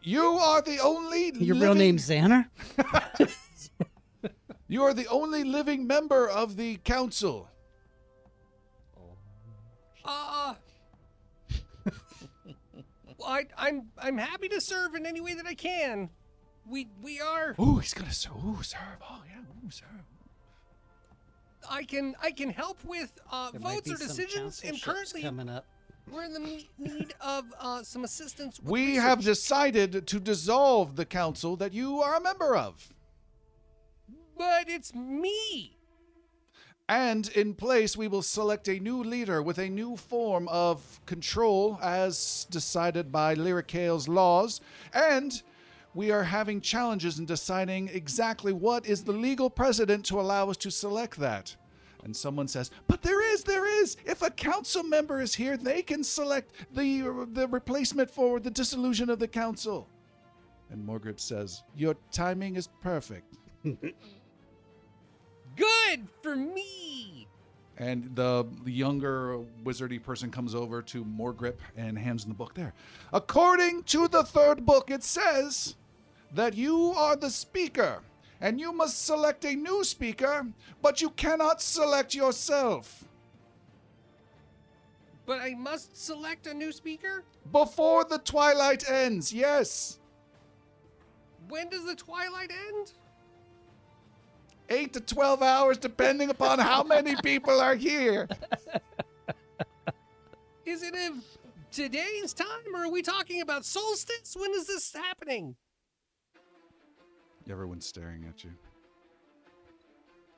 S1: You are the only
S7: Your
S1: living,
S7: real name's Xander?
S1: You are the only living member of the council.
S3: Uh. well, I, I'm I'm happy to serve in any way that I can. We we are.
S1: Ooh, he's gonna serve. Ooh, serve. Oh yeah, ooh, serve.
S3: I can I can help with uh,
S7: There might
S3: votes
S7: be
S3: or
S7: some
S3: decisions, and
S7: councilships
S3: currently
S7: coming up.
S3: we're in the me- need of uh, some assistance. With
S1: We
S3: research.
S1: have decided to dissolve the council that you are a member of.
S3: but it's me.
S1: And in place, we will select a new leader with a new form of control as decided by Lyricale's laws. And we are having challenges in deciding exactly what is the legal precedent to allow us to select that. And someone says, "But there is, there is. If a council member is here, they can select the the replacement for the dissolution of the council." And Morgrip says, "Your timing is perfect."
S3: Good for me.
S1: And the younger wizardy person comes over to Morgrip and hands him the book there. According to the third book, it says that you are the speaker and you must select a new speaker, but you cannot select yourself.
S3: But I must select a new speaker.
S1: Before the twilight ends, yes.
S3: When does the twilight end?
S1: Eight to 12 hours, depending upon how many people are here.
S3: Is it of today's time, or are we talking about solstice? When is this happening?
S1: Everyone's staring at you.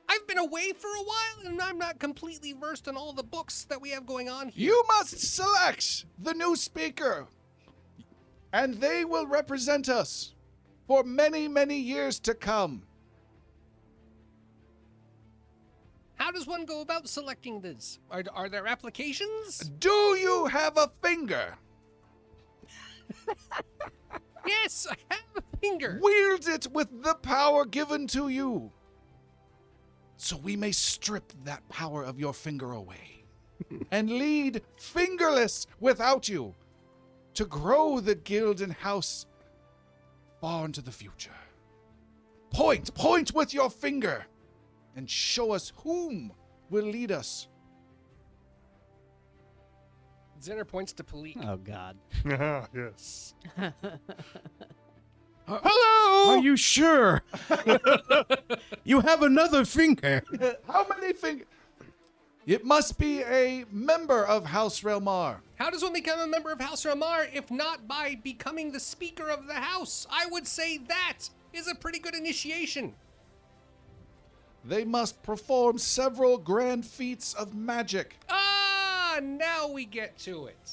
S3: I've been away for a while, and I'm not completely versed on all the books that we have going on here.
S1: You must select the new speaker, and they will represent us for many, many years to come.
S3: How does one go about selecting this? Are, are there applications?
S1: Do you have a finger?
S3: yes, I have a finger.
S1: Wield it with the power given to you, so we may strip that power of your finger away and lead fingerless without you to grow the guild and house far into the future. Point, point with your finger and show us whom will lead us.
S3: Zinner points to Palik.
S7: Oh, God.
S4: Ah, yes.
S5: Hello. Are you sure? you have another finger.
S1: How many fingers? It must be a member of House Relmar.
S3: How does one become a member of House Ramar if not by becoming the Speaker of the House? I would say that is a pretty good initiation.
S1: They must perform several grand feats of magic.
S3: Ah, now we get to it.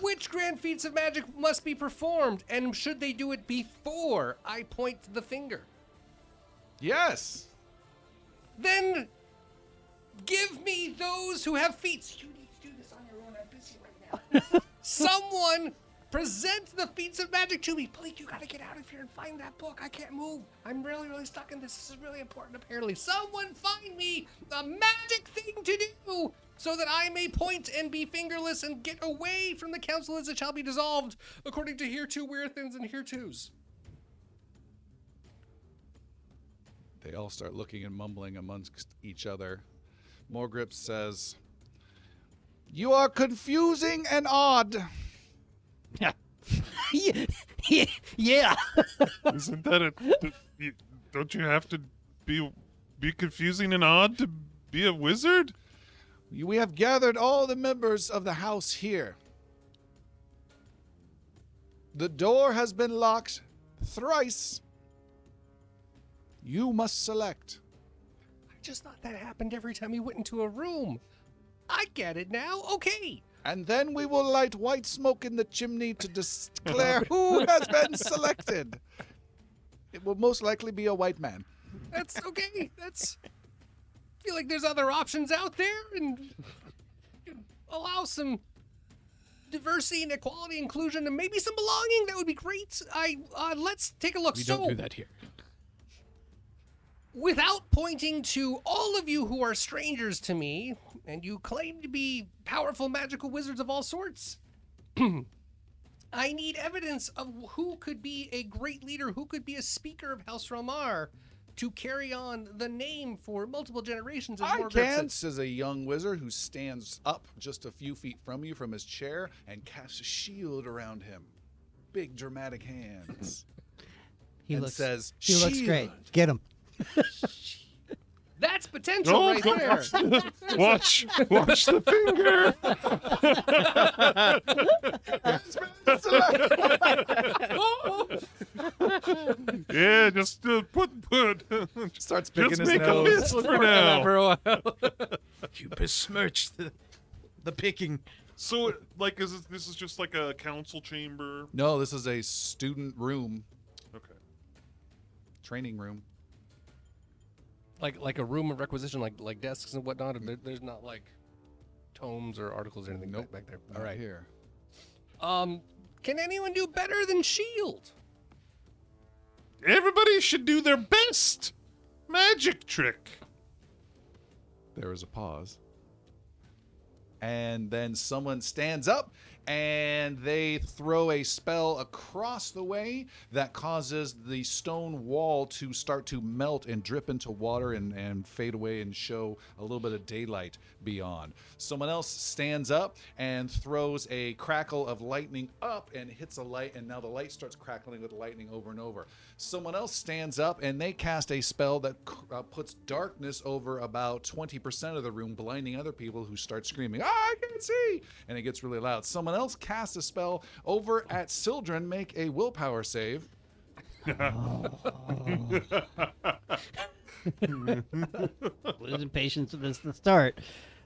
S3: Which grand feats of magic must be performed, and should they do it before I point the finger?
S1: Yes.
S3: Then give me those who have feats. You need to do this on your own. I'm busy right now. Someone Present the feats of magic to me. Blake, you gotta get out of here and find that book. I can't move. I'm really, really stuck in this. This is really important, apparently. Someone find me the magic thing to do so that I may point and be fingerless and get away from the council as it shall be dissolved, according to hereto where thins and heretos.
S1: They all start looking and mumbling amongst each other. Morgrip says, You are confusing and odd.
S2: yeah, yeah.
S4: Isn't that a? th- you- Don't you have to be be confusing and odd to be a wizard?
S1: We have gathered all the members of the house here. The door has been locked thrice. You must select.
S3: I just thought that happened every time he went into a room. I get it now. Okay.
S1: And then we will light white smoke in the chimney to dis- declare who has been selected. It will most likely be a white man.
S3: That's okay. That's. I feel like there's other options out there and allow some diversity and equality, inclusion, and maybe some belonging. That would be great. I uh, let's take a look.
S5: We
S3: so,
S5: don't do that here.
S3: without pointing to all of you who are strangers to me, and you claim to be powerful magical wizards of all sorts, I need evidence of who could be a great leader, who could be a speaker of House Ramar to carry on the name for multiple generations. as
S1: I
S3: Morgrith
S1: can,
S3: said.
S1: says a young wizard who stands up just a few feet from you from his chair and casts a shield around him. Big dramatic hands.
S7: He
S1: and
S7: looks.
S1: says,
S7: he looks great.
S1: "Shield."
S7: Get him.
S3: That's potential right
S4: go-
S3: there.
S4: watch, the, Oh, watch, watch the finger. yeah, just uh, put put.
S1: Starts picking
S4: just
S1: his
S4: make a
S1: nose.
S4: fist for now.
S3: a while.
S6: You besmirched the, the picking.
S4: So, it- like, is this, this is just like a council chamber?
S1: No, this is a student room,
S4: Okay.
S1: training room.
S3: like like a room of requisition, like like desks and whatnot. and there- there's not like tomes or articles or anything
S1: Nope.
S3: back, back there.
S1: All right, here.
S3: Um, can anyone do better than Shield?
S4: Everybody should do their best magic trick.
S1: There is a pause. And then someone stands up and they throw a spell across the way that causes the stone wall to start to melt and drip into water and, and fade away and show a little bit of daylight beyond. Someone else stands up and throws a crackle of lightning up and hits a light, and now the light starts crackling with lightning over and over. Someone else stands up and they cast a spell that c- uh, puts darkness over about 20% of the room, blinding other people who start screaming, ah, I can't see! And it gets really loud. Someone else casts a spell over at Sildren, make a willpower save.
S7: Losing patience with this to start.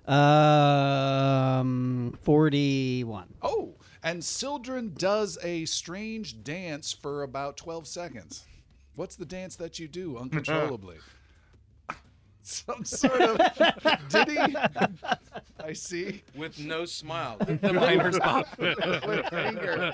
S7: Um, forty-one.
S1: Oh, and Sildren does a strange dance for about 12 seconds. What's the dance that you do uncontrollably? Some sort of diddy. I see.
S5: With no smile.
S1: With anger.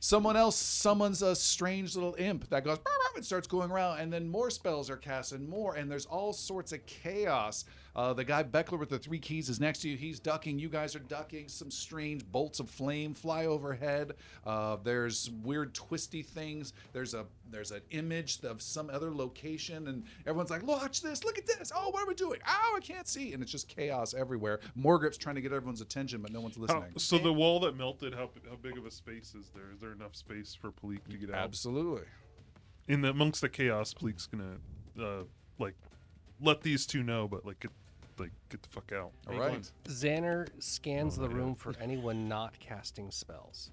S1: Someone else summons a strange little imp that goes "Bow, bow," and starts going around, and then more spells are cast and more, and there's all sorts of chaos. Uh, the guy Beckler with the three keys is next to you. He's ducking. You guys are ducking. Some strange bolts of flame fly overhead. Uh, there's weird twisty things. There's a there's an image of some other location, and everyone's like, "Watch this! Look at this! Oh, what are we doing? Oh, I can't see!" And it's just chaos everywhere. Morgrip's trying to get everyone's attention, but no one's
S4: How-
S1: listening.
S4: so the wall that melted, how, how big of a space is there? Is there enough space for Palik to get out?
S1: Absolutely.
S4: in the amongst the chaos, Pleek's gonna uh like let these two know, but like get like get the fuck out.
S1: All right.
S3: Xander scans the room for anyone not casting spells.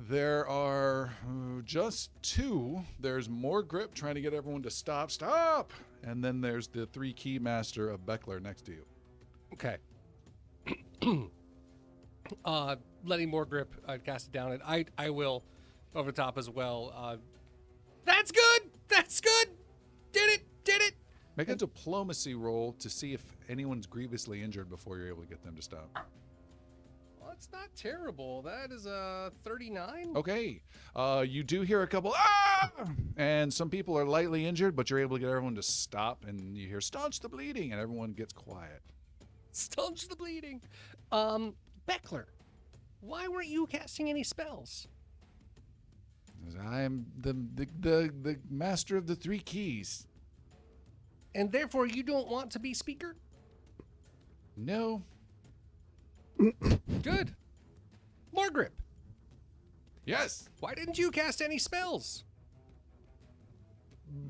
S1: There are uh, just two. There's more grip trying to get everyone to stop, stop, and then there's the three key master of Beckler next to you.
S3: Okay. uh, letting more grip, I've cast it down, and I I will over the top as well. Uh, that's good. That's good. Did it. Did it.
S1: Make a diplomacy roll to see if anyone's grievously injured before you're able to get them to stop.
S3: What? that's not terrible. That is a 39.
S1: Okay. Uh, you do hear a couple, ah! And some people are lightly injured, but you're able to get everyone to stop and you hear, staunch the bleeding, and everyone gets quiet.
S3: Staunch the bleeding. Um, Beckler, why weren't you casting any spells?
S1: I am the, the, the, the master of the three keys.
S3: And therefore, you don't want to be speaker?
S1: No,
S3: Good. Margaret,
S1: yes,
S3: why didn't you cast any spells?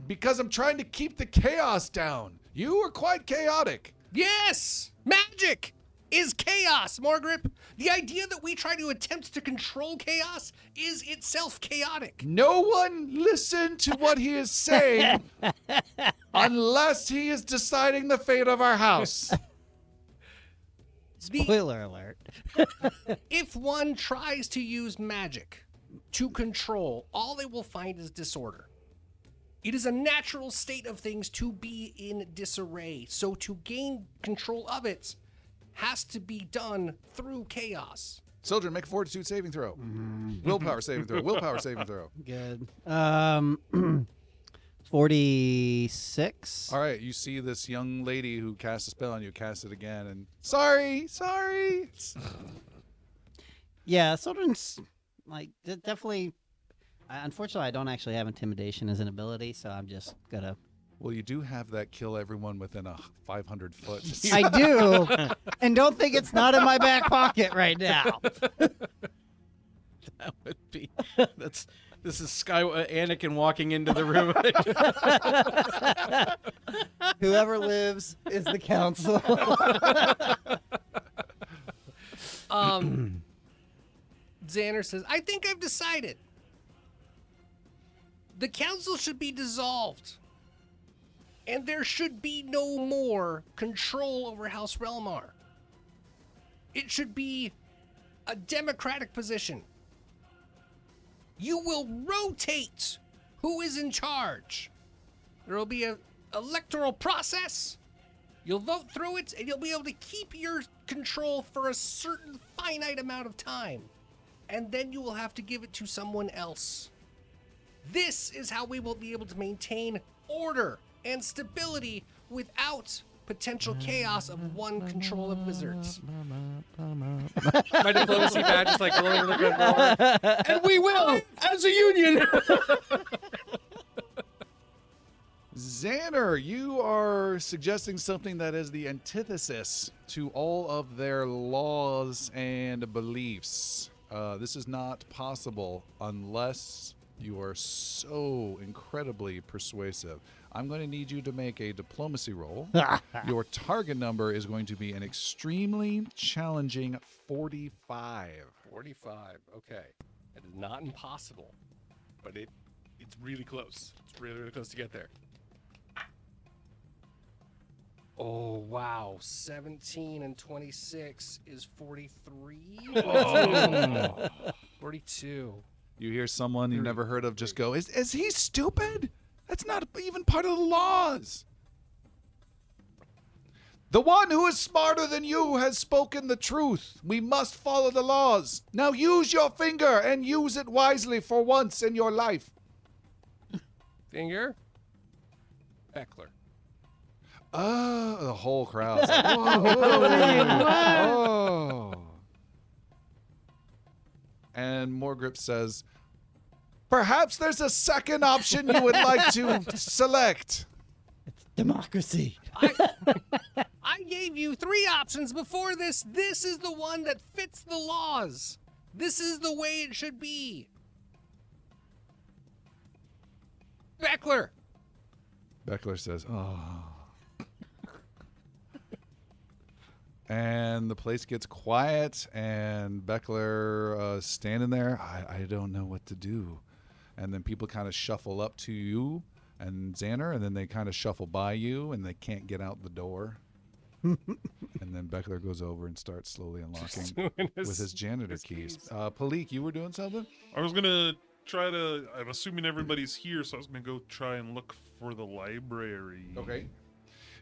S1: because I'm trying to keep the chaos down. You were quite chaotic.
S3: Yes! Magic is chaos, Margaret. The idea that we try to attempt to control chaos is itself chaotic.
S1: No one listen to what he is saying unless he is deciding the fate of our house.
S3: The-
S7: Spoiler alert.
S3: if one tries to use magic to control, all they will find is disorder. It is a natural state of things to be in disarray, so to gain control of it has to be done through chaos.
S1: Children, make a fortitude saving throw. Willpower saving throw. Willpower saving throw.
S7: Good. Um, 46.
S1: All right, you see this young lady who cast a spell on you, cast it again, and sorry, sorry.
S7: Yeah, Sildren's like de- definitely. I- Unfortunately, I don't actually have intimidation as an ability, so I'm just gonna.
S1: Well, you do have that kill everyone within a 500 foot.
S7: I do, and don't think it's not in my back pocket right now.
S5: That would be. That's. This is Sky uh, Anakin walking into the room.
S7: Whoever lives is the council.
S3: Um, Xander says, I think I've decided. The council should be dissolved. And there should be no more control over House Relmar. It should be a democratic position. You will rotate who is in charge. There will be an electoral process. You'll vote through it, and you'll be able to keep your control for a certain finite amount of time. And then you will have to give it to someone else. This is how we will be able to maintain order and stability without potential chaos of one control of wizards.
S8: My diplomacy badge is like rolling the red roller.
S5: and we will, as a union.
S1: Xander, you are suggesting something that is the antithesis to all of their laws and beliefs. Uh, this is not possible unless you are so incredibly persuasive. I'm going to need you to make a diplomacy roll. Your target number is going to be an extremely challenging 45.
S3: 45. Okay. That is not impossible.
S8: But it, it's really close. It's really, really close to get there.
S3: Oh, wow. 17 and 26 is 43. 42.
S1: You hear someone you never heard of just go, "Is is he stupid? That's not even part of the laws." The one who is smarter than you has spoken the truth. We must follow the laws. Now use your finger and use it wisely for once in your life.
S3: Finger. Beckler.
S1: Oh, the whole crowd's like, whoa, whoa, oh. And Morgrip says, Perhaps there's a second option you would like to select.
S7: Democracy.
S3: I gave you three options before this. This is the one that fits the laws. This is the way it should be. Beckler.
S1: Beckler says, "Oh." and the place gets quiet, and Beckler uh, standing there. I, I don't know what to do. And then people kind of shuffle up to you and Xander, and then they kind of shuffle by you, and they can't get out the door. and then Beckler goes over and starts slowly unlocking with his janitor keys. Uh, Palik, you were doing something.
S4: I was gonna try to. I'm assuming everybody's here, so I was gonna go try and look for the library.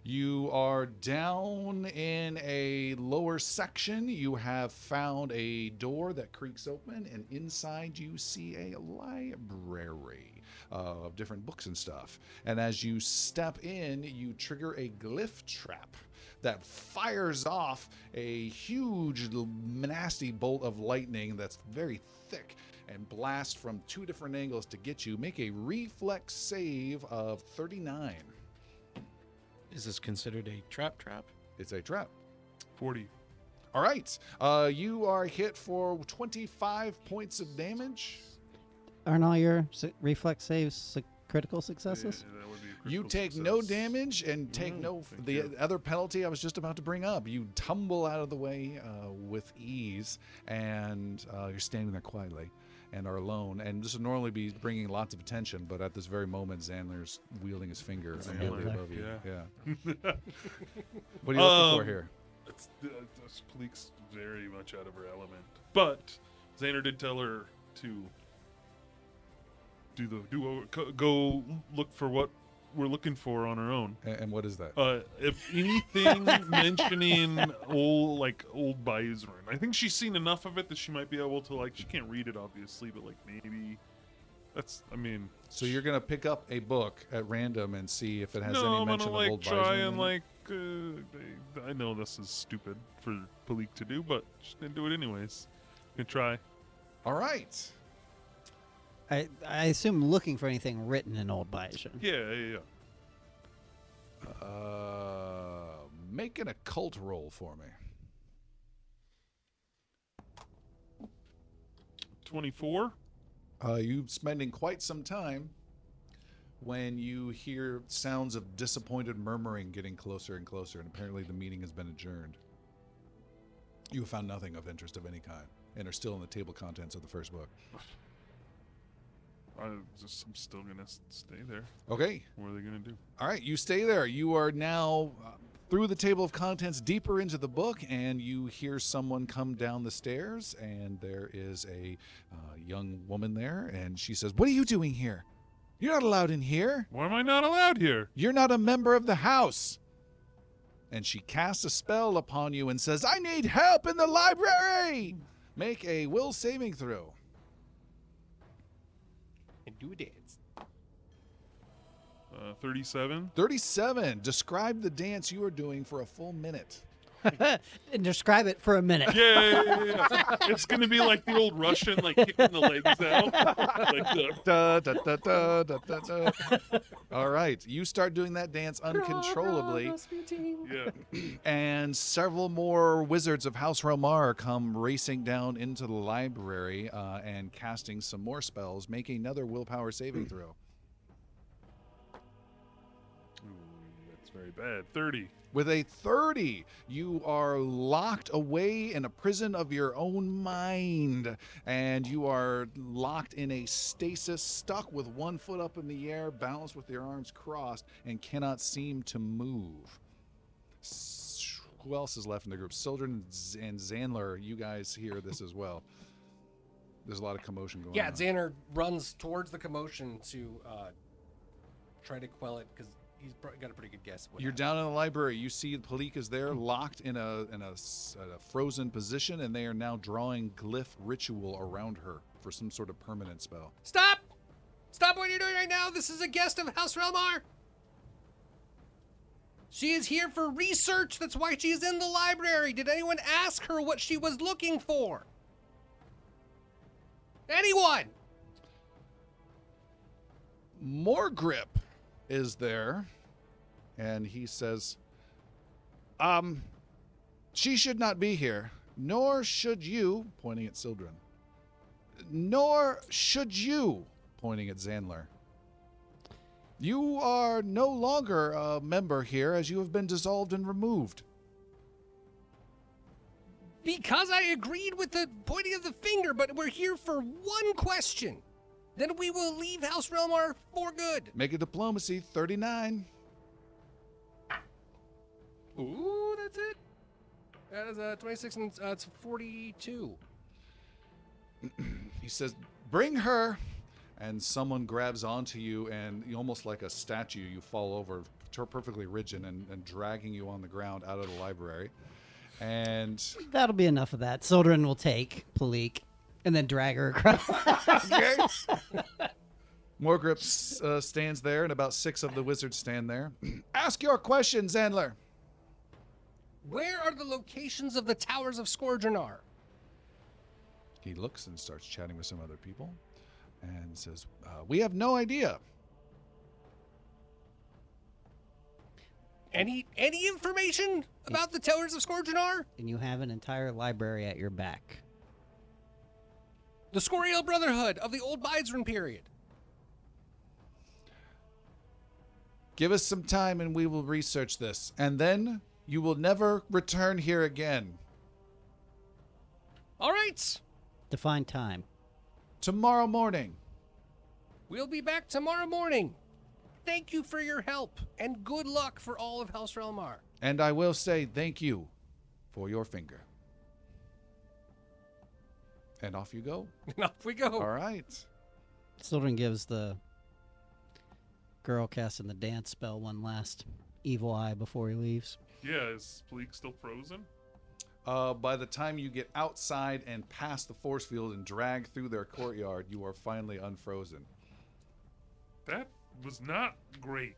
S1: You are down in a lower section. You have found a door that creaks open, and inside you see a library of different books and stuff. And as you step in, you trigger a glyph trap that fires off a huge, l- nasty bolt of lightning that's very thick and blasts from two different angles to get you. Make a reflex save of 39.
S5: Is this considered a trap trap?
S1: It's a trap.
S4: 40.
S1: All right. Uh, you are hit for 25 points of damage.
S7: Aren't all your su- reflex saves su- critical successes?
S4: Yeah, that would be a
S1: You
S4: critical
S1: take no
S4: success. Mm,
S1: damage and take no f- the other penalty I was just about to bring up. You tumble out of the way uh, with ease, and uh, you're standing there quietly and are alone. And this would normally be bringing lots of attention, but at this very moment, Xandler's wielding his finger immediately
S4: Xandler,
S1: above you. Yeah.
S4: yeah.
S1: What are you looking for
S4: Um,
S1: here?
S4: It's, uh, this Pleek's very much out of her element. But Xander did tell her to do the do a- co- go look for what we're looking for on our own.
S1: A- And what is that?
S4: Uh, if anything mentioning old like old Bison, I think she's seen enough of it that she might be able to like she can't read it obviously, but like maybe that's I mean
S1: So you're gonna pick up a book at random and see if it has
S4: no,
S1: any
S4: I'm
S1: mention
S4: gonna like
S1: of old
S4: try
S1: Bison in
S4: and
S1: it?
S4: like uh, I I know this is stupid for Palik to do, but she's gonna do it anyways. Gonna try.
S1: All right.
S7: I, I assume looking for anything written in Old Bison.
S4: Yeah, yeah, yeah.
S1: Uh, make an occult roll for me.
S4: Twenty-four.
S1: Uh, you spending quite some time when you hear sounds of disappointed murmuring getting closer and closer, and apparently the meeting has been adjourned. You have found nothing of interest of any kind, and are still in the table contents of the first book.
S4: I just I'm still gonna s- stay there.
S1: Okay,
S4: What are they gonna do?
S1: All right, you stay there. You are now uh, through the table of contents, deeper into the book, and you hear someone come down the stairs, and there is a uh, young woman there, and she says, "What are you doing here? You're not allowed in here.
S4: Why am I not allowed here?
S1: You're not a member of the house." And she casts a spell upon you and says, "I need help in the library. Make a will saving throw."
S3: and do a dance.
S4: Uh, Thirty-seven.
S1: 37. Describe the dance you are doing for a full minute.
S7: and describe it for a minute.
S4: Yeah, yeah, yeah, yeah, yeah. it's gonna be like the old Russian, like kicking the legs out. Like the,
S1: da, da, da, da, da, da, da. All right, you start doing that dance uncontrollably,
S4: yeah.
S1: and several more wizards of House Realmar come racing down into the library uh, and casting some more spells. Make another willpower saving throw.
S4: Ooh, that's very bad. Thirty.
S1: With a 30, you are locked away in a prison of your own mind, and you are locked in a stasis, stuck with one foot up in the air, balanced with your arms crossed, and cannot seem to move. S- Who else is left in the group? Sildren Z- and Zandler, you guys hear this as well. There's a lot of commotion going
S3: Yeah,
S1: on.
S3: Xander runs towards the commotion to uh, try to quell it because he's pr- got a pretty good guess. What
S1: You're
S3: happened.
S1: down in the library. You see Palik is there, locked in a in a, s- a frozen position, and they are now drawing glyph ritual around her for some sort of permanent spell.
S3: Stop! Stop what you're doing right now! This is a guest of House Relmar! She is here for research. That's why she is in the library. Did anyone ask her what she was looking for? Anyone?
S1: More grip is there, and he says, "Um, she should not be here, nor should you." Pointing at Sildren. Nor should you, pointing at Zandler. You are no longer a member here as you have been dissolved and removed.
S3: Because I agreed with the pointing of the finger, but we're here for one question. Then we will leave House Relmar for good.
S1: Make a diplomacy 39.
S3: Ooh, that's it. That is uh, 26 and uh, it's 42.
S1: He says, Bring her and someone grabs onto you, and you almost like a statue, you fall over, ter- perfectly rigid, and, and dragging you on the ground out of the library. And
S7: That'll be enough of that. Sildren will take Palik and then drag her across.
S1: Morgrip s- uh, stands there, and about six of the wizards stand there. Ask your questions, Zandler.
S3: Where are the locations of the towers of Scourgenar?
S1: He looks and starts chatting with some other people and says, uh, We have no idea.
S3: Any any information about the towers of Scourgenar?
S7: and you have an entire library at your back.
S3: The Scorial Brotherhood of the Old Bydron period.
S1: Give us some time and we will research this. And then you will never return here again.
S3: All right,
S7: Define time.
S1: Tomorrow morning.
S3: we'll be back tomorrow morning. Thank you for your help and good luck for all of House Relmar.
S1: And I will say thank you for your finger. And off you go.
S3: And off we go.
S1: All right.
S7: Sildren gives the girl casting the dance spell one last evil eye before he leaves.
S4: Yeah, is Pleek still frozen?
S1: Uh, by the time you get outside and past the force field and drag through their courtyard, you are finally unfrozen.
S4: That was not great.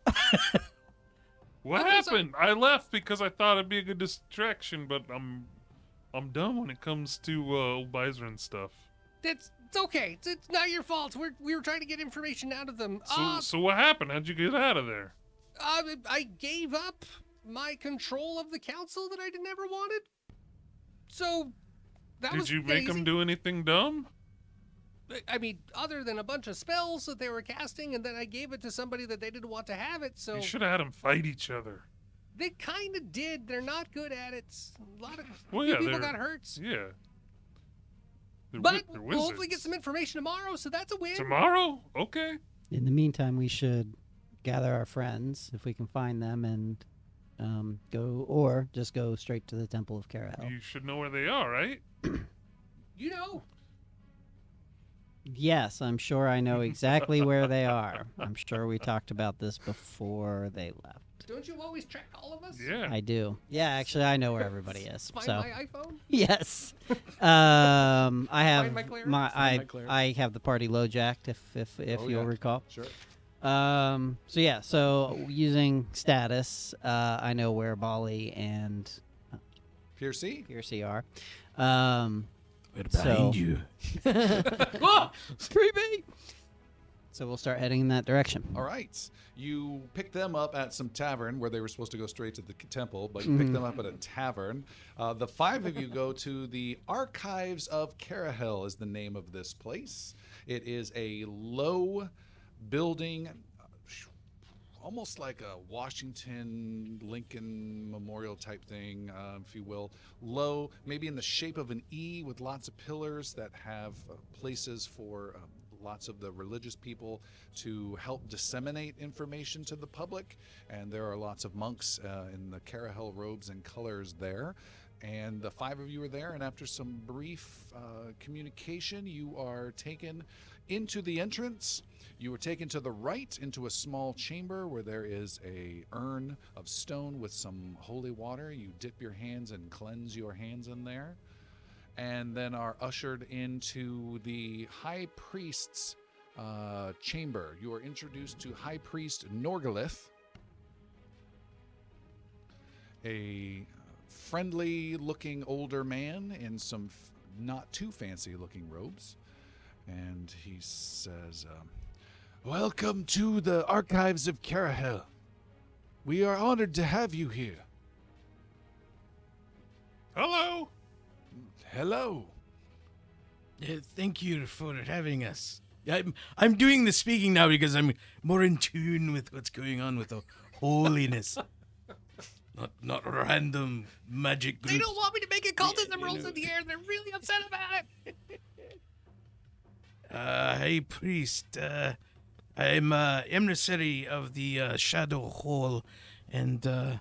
S4: what
S3: I guess I-
S4: happened? I left because I thought it'd be a good distraction, but I'm I'm done when it comes to uh, old Bison stuff.
S3: That's it's okay. It's, it's not your fault. We're, we were trying to get information out of them.
S4: So
S3: Ah,
S4: so what happened? How'd you get out of there?
S3: uh, I gave up my control of the council that I didn't ever wanted. So that
S4: Did
S3: was
S4: you make
S3: lazy.
S4: them do anything dumb?
S3: I mean, other than a bunch of spells that they were casting, and then I gave it to somebody that they didn't want to have it. So
S4: You should have had them fight each other.
S3: they kind of did. They're not good at it. S- A lot of
S4: Well,
S3: few
S4: yeah,
S3: people
S4: they're-
S3: got hurt.
S4: Yeah. They're wi-
S3: But
S4: they're
S3: we'll hopefully get
S4: wizards.
S3: some information tomorrow, so that's a win.
S4: Tomorrow? Okay.
S7: In the meantime, we should gather our friends if we can find them and um, go, or just go straight to the Temple of Karahel.
S4: You should know where they are, right?
S3: You know,
S7: Yes, I'm sure I know exactly where they are. I'm sure we talked about this before they left.
S3: don't you always track all of us?
S4: Yeah.
S7: I do. Yeah, actually, I know where everybody is.
S3: Find
S7: so
S3: my iPhone.
S7: yes, um, I have
S3: my
S7: my,
S3: cleric?
S7: I
S5: my cleric.
S7: I have the party low jacked if if if
S1: Oh,
S7: you'll
S1: yeah.
S7: recall.
S1: Sure.
S7: Um, so yeah, so using status, uh, I know where Bali and
S1: Piercy?
S7: Piercy are. Um, so,
S6: you.
S4: Oh!
S7: so we'll start heading in that direction.
S1: All right. You pick them up at some tavern where they were supposed to go straight to the k- temple, but you pick them up at a tavern. Uh, the five of you go to the Archives of Carahel is the name of this place. It is a low building, uh, almost like a Washington Lincoln Memorial type thing, uh, if you will. Low, maybe in the shape of an E with lots of pillars that have uh, places for um, lots of the religious people to help disseminate information to the public. And there are lots of monks uh, in the Carahel robes and colors there. And the five of you are there, and after some brief uh, communication, you are taken into the entrance. You are taken to the right into a small chamber where there is a urn of stone with some holy water. You dip your hands and cleanse your hands in there, and then are ushered into the high priest's uh, chamber. You are introduced to High Priest Norgalith, a friendly-looking older man in some f- not too fancy-looking robes, and he says. Um, Welcome to the Archives of Carahel. We are honored to have you here.
S4: Hello.
S1: Hello.
S6: Uh, thank you for having us. I'm I'm doing the speaking now because I'm more in tune with what's going on with the holiness. not not random magic
S3: They
S6: groups.
S3: don't want me to make occultism
S6: you
S3: rolls
S6: know.
S3: in the air. They're really upset about it.
S6: Uh, hey priest, uh, I'm uh, emissary of the uh, Shadow Hall, and uh,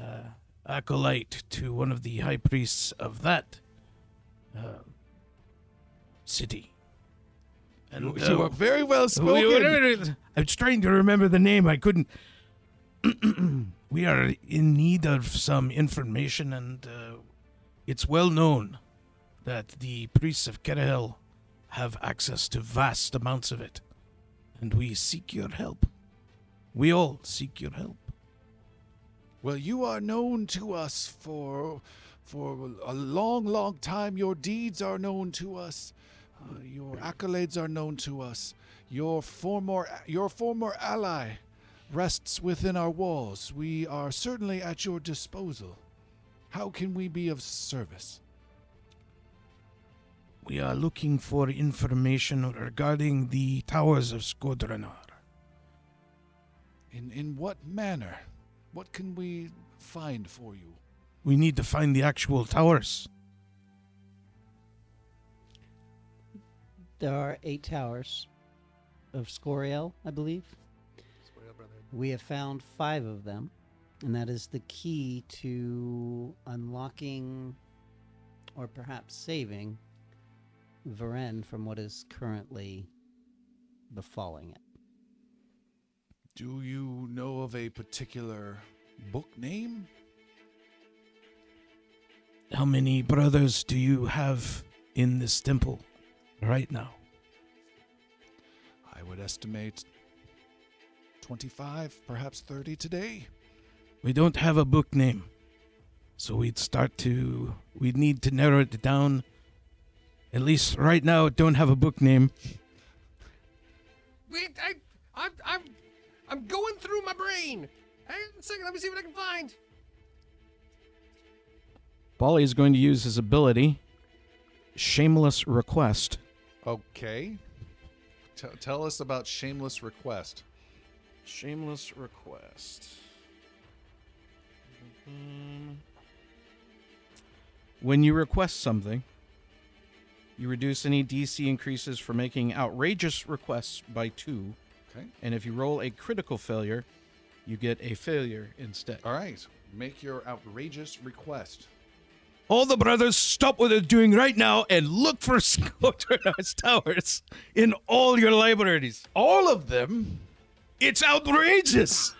S6: uh, acolyte to one of the high priests of that uh, city. And,
S1: You
S6: uh,
S1: are very well
S6: we- we-
S1: spoken.
S6: I was trying to remember the name. I couldn't. we are in need of some information, and uh, it's well known that the priests of Kerahel have access to vast amounts of it, and we seek your help. We all seek your help.
S1: Well, you are known to us for for a long, long time. Your deeds are known to us. Uh, your accolades are known to us. Your former your former ally rests within our walls. We are certainly at your disposal. How can we be of service?
S6: We are looking for information regarding the towers of Skodrenar.
S1: In in what manner? What can we find for you?
S6: We need to find the actual towers.
S7: There are eight towers of Scoriel, I believe. We have found five of them, and that is the key to unlocking or perhaps saving Varen from what is currently befalling it.
S1: Do you know of a particular book name?
S6: How many brothers do you have in this temple right now?
S1: I would estimate 25, perhaps 30 today.
S6: We don't have a book name. So we'd start to we need to narrow it down. At least right now it don't have a book name.
S3: Wait, I, I'm, I'm, I'm going through my brain. Hang on a second, let me see what I can find.
S5: Bali is going to use his ability, Shameless Request.
S1: Okay. T- tell us about Shameless Request.
S5: Shameless Request. When you request something, you reduce any DC increases for making outrageous requests by two,
S1: Okay.
S5: and if you roll a critical failure, you get a failure instead.
S1: All right. Make your outrageous request.
S6: All the brothers stop what they're doing right now and look for Scoturna's towers in all your libraries.
S1: All of them?
S6: It's outrageous.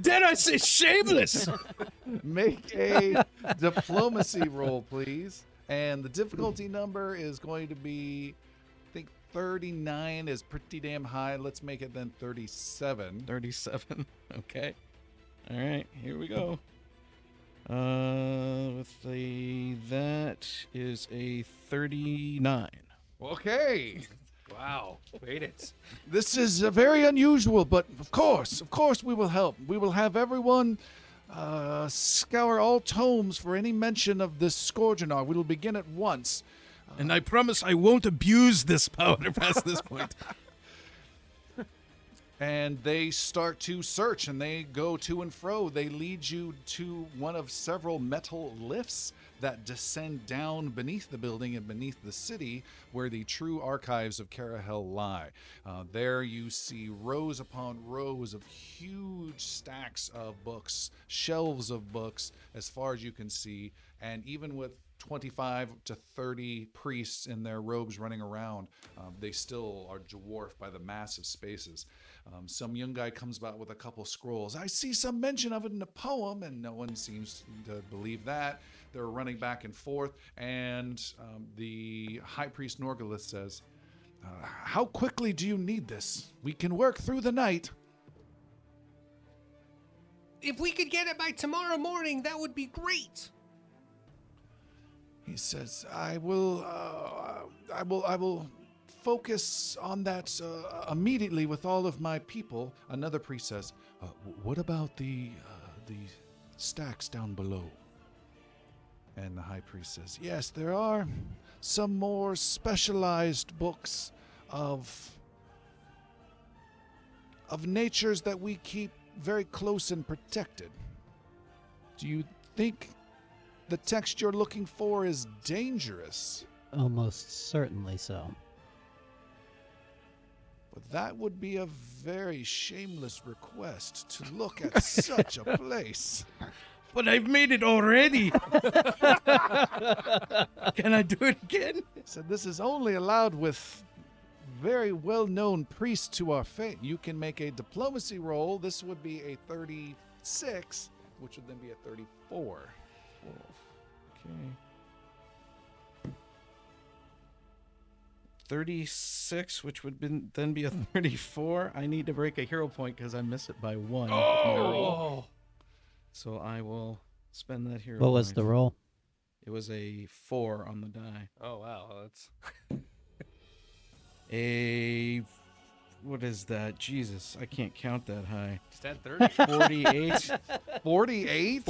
S6: Dare I say shameless?
S1: Make a diplomacy roll, please. And the difficulty number is going to be, I think 39 is pretty damn high. Let's make it then 37.
S5: 37. Okay. All right, here we go. Uh with the that is a 39.
S1: Okay.
S3: Wow, wait it.
S1: This is uh, very unusual, but of course, of course, we will help. We will have everyone uh, scour all tomes for any mention of this Scourgenar. We will begin at once.
S6: and I promise I won't abuse this power past this point.
S1: And they start to search and they go to and fro. They lead you to one of several metal lifts that descend down beneath the building and beneath the city where the true archives of Carahel lie. Uh, there you see rows upon rows of huge stacks of books, shelves of books, as far as you can see. And even with 25 to 30 priests in their robes running around. Um, they still are dwarfed by the massive spaces. Um, some young guy comes about with a couple scrolls. I see some mention of it in a poem, and no one seems to believe that. They're running back and forth, and um, the high priest Norgalith says, uh, How quickly do you need this? We can work through the night.
S3: If we could get it by tomorrow morning, that would be great.
S1: He says, "I will, uh, I will, I will focus on that uh, immediately with all of my people." Another priest says, uh, "What about the uh, the stacks down below?" And the high priest says, "Yes, there are some more specialized books of of natures that we keep very close and protected. Do you think the text you're looking for is dangerous.
S7: Almost certainly so.
S1: But that would be a very shameless request to look at such a place.
S6: But I've made it already. Can I do it again?
S1: So this is only allowed with very well known priest to our faith. You can make a diplomacy roll. This would be a 36, which would then be a 34.
S5: Okay. 36, which would been, then be a
S7: Hmm.
S5: 34. I need to break a hero point because I miss it by one. with my
S3: Oh,
S5: roll. So I will spend that hero
S7: What was
S5: point.
S7: the roll?
S5: It was a 4 on the die.
S3: oh wow, that's
S5: A. What is that? Jesus, I can't count that high.
S3: just at thirty.
S5: 48.
S1: 48?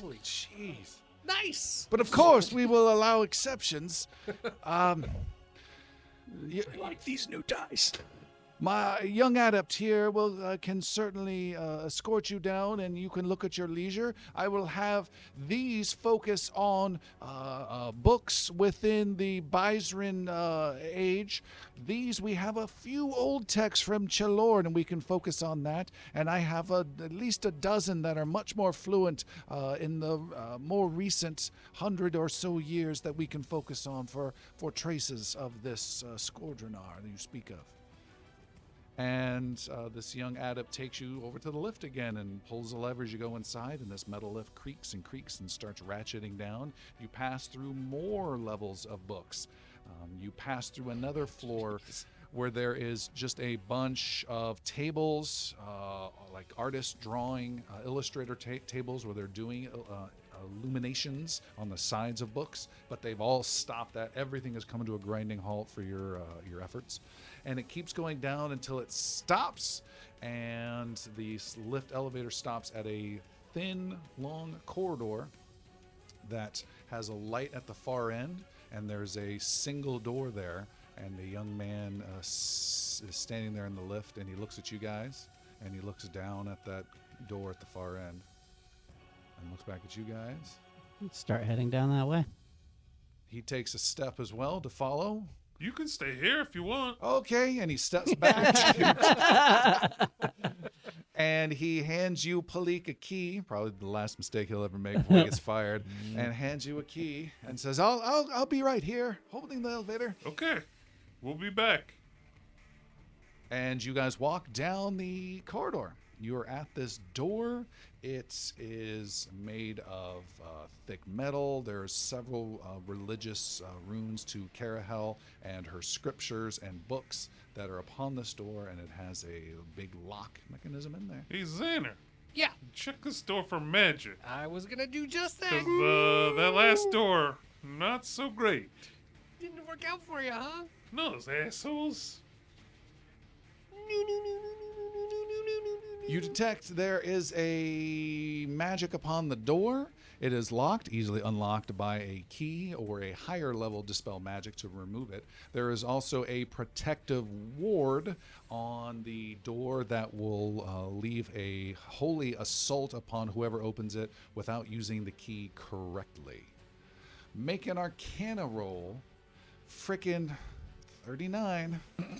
S3: Holy jeez. Nice.
S1: But of course, we will allow exceptions. Um, y-
S6: Like these new dice.
S1: my young adept here will uh, can certainly uh, escort you down, and you can look at your leisure. I will have these focus on uh, uh, books within the Byzrin uh, age. These we have a few old texts from Chelorn, and we can focus on that. And I have a, at least a dozen that are much more fluent uh, in the uh, more recent hundred or so years that we can focus on for for traces of this uh, Skordronar that you speak of. And uh, this young adept takes you over to the lift again and pulls the lever as you go inside, and this metal lift creaks and creaks and starts ratcheting down. You pass through more levels of books. Um, you pass through another floor where there is just a bunch of tables, uh, like artist drawing, uh, illustrator ta- tables where they're doing uh, illuminations on the sides of books, but they've all stopped that. Everything has come to a grinding halt for your uh, your efforts, and it keeps going down until it stops, and the s- lift elevator stops at a thin, long corridor that has a light at the far end, and there's a single door there. And the young man uh, s- is standing there in the lift, and he looks at you guys, and he looks down at that door at the far end, and looks back at you guys.
S7: Start heading down that way.
S1: He takes a step as well to follow.
S4: You can stay here if you want.
S1: Okay, and he steps back. and he hands you Palik a key, probably the last mistake he'll ever make before he gets fired, and hands you a key and says, "I'll I'll, I'll be right here, holding the elevator."
S4: Okay, we'll be back.
S1: and you guys walk down the corridor. You are at this door. It is made of uh, thick metal. There's several uh, religious uh, runes to Carahel and her scriptures and books that are upon this door, and it has a big lock mechanism in there.
S4: Hey, Xander,
S3: Yeah,
S4: check this door for magic.
S3: I was gonna do just that.
S4: 'Cause, uh, that last door, not so great.
S3: Didn't work out for you, huh?
S4: No, those assholes.
S1: You detect there is a magic upon the door. It is locked, easily unlocked by a key or a higher level dispel magic to remove it. There is also a protective ward on the door that will uh, leave a holy assault upon whoever opens it without using the key correctly. Make an arcana roll. Frickin' 39.
S3: Couple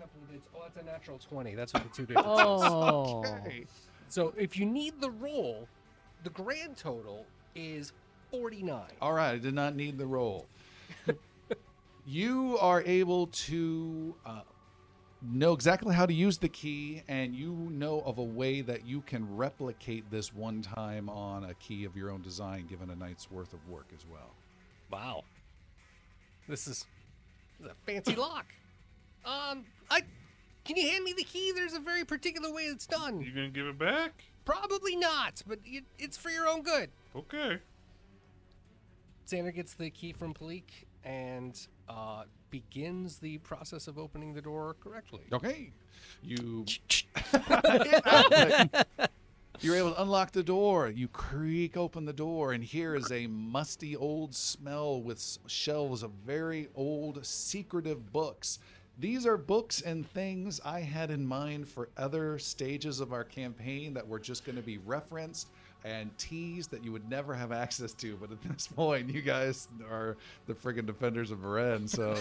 S3: of digits. Oh, that's a natural twenty. That's what the two digits. is.
S2: Oh.
S3: So if you need the roll, the grand total is forty-nine.
S1: All right, I did not need the roll. you are able to uh, know exactly how to use the key, and you know of a way that you can replicate this one time on a key of your own design, given a night's worth of work as well.
S3: Wow. This is, this is a fancy lock. Um, I can you hand me the key? There's a very particular way it's done.
S4: You gonna give it back?
S3: Probably not, but it, it's for your own good.
S4: Okay.
S3: Xander gets the key from Palik and uh, begins the process of opening the door correctly.
S1: Okay. You Get out of it. You're able to unlock the door. You creak open the door, and here is a musty old smell with s- shelves of very old, secretive books. These are books and things I had in mind for other stages of our campaign that were just going to be referenced and teased that you would never have access to. But at this point, you guys are the friggin' defenders of Varen, so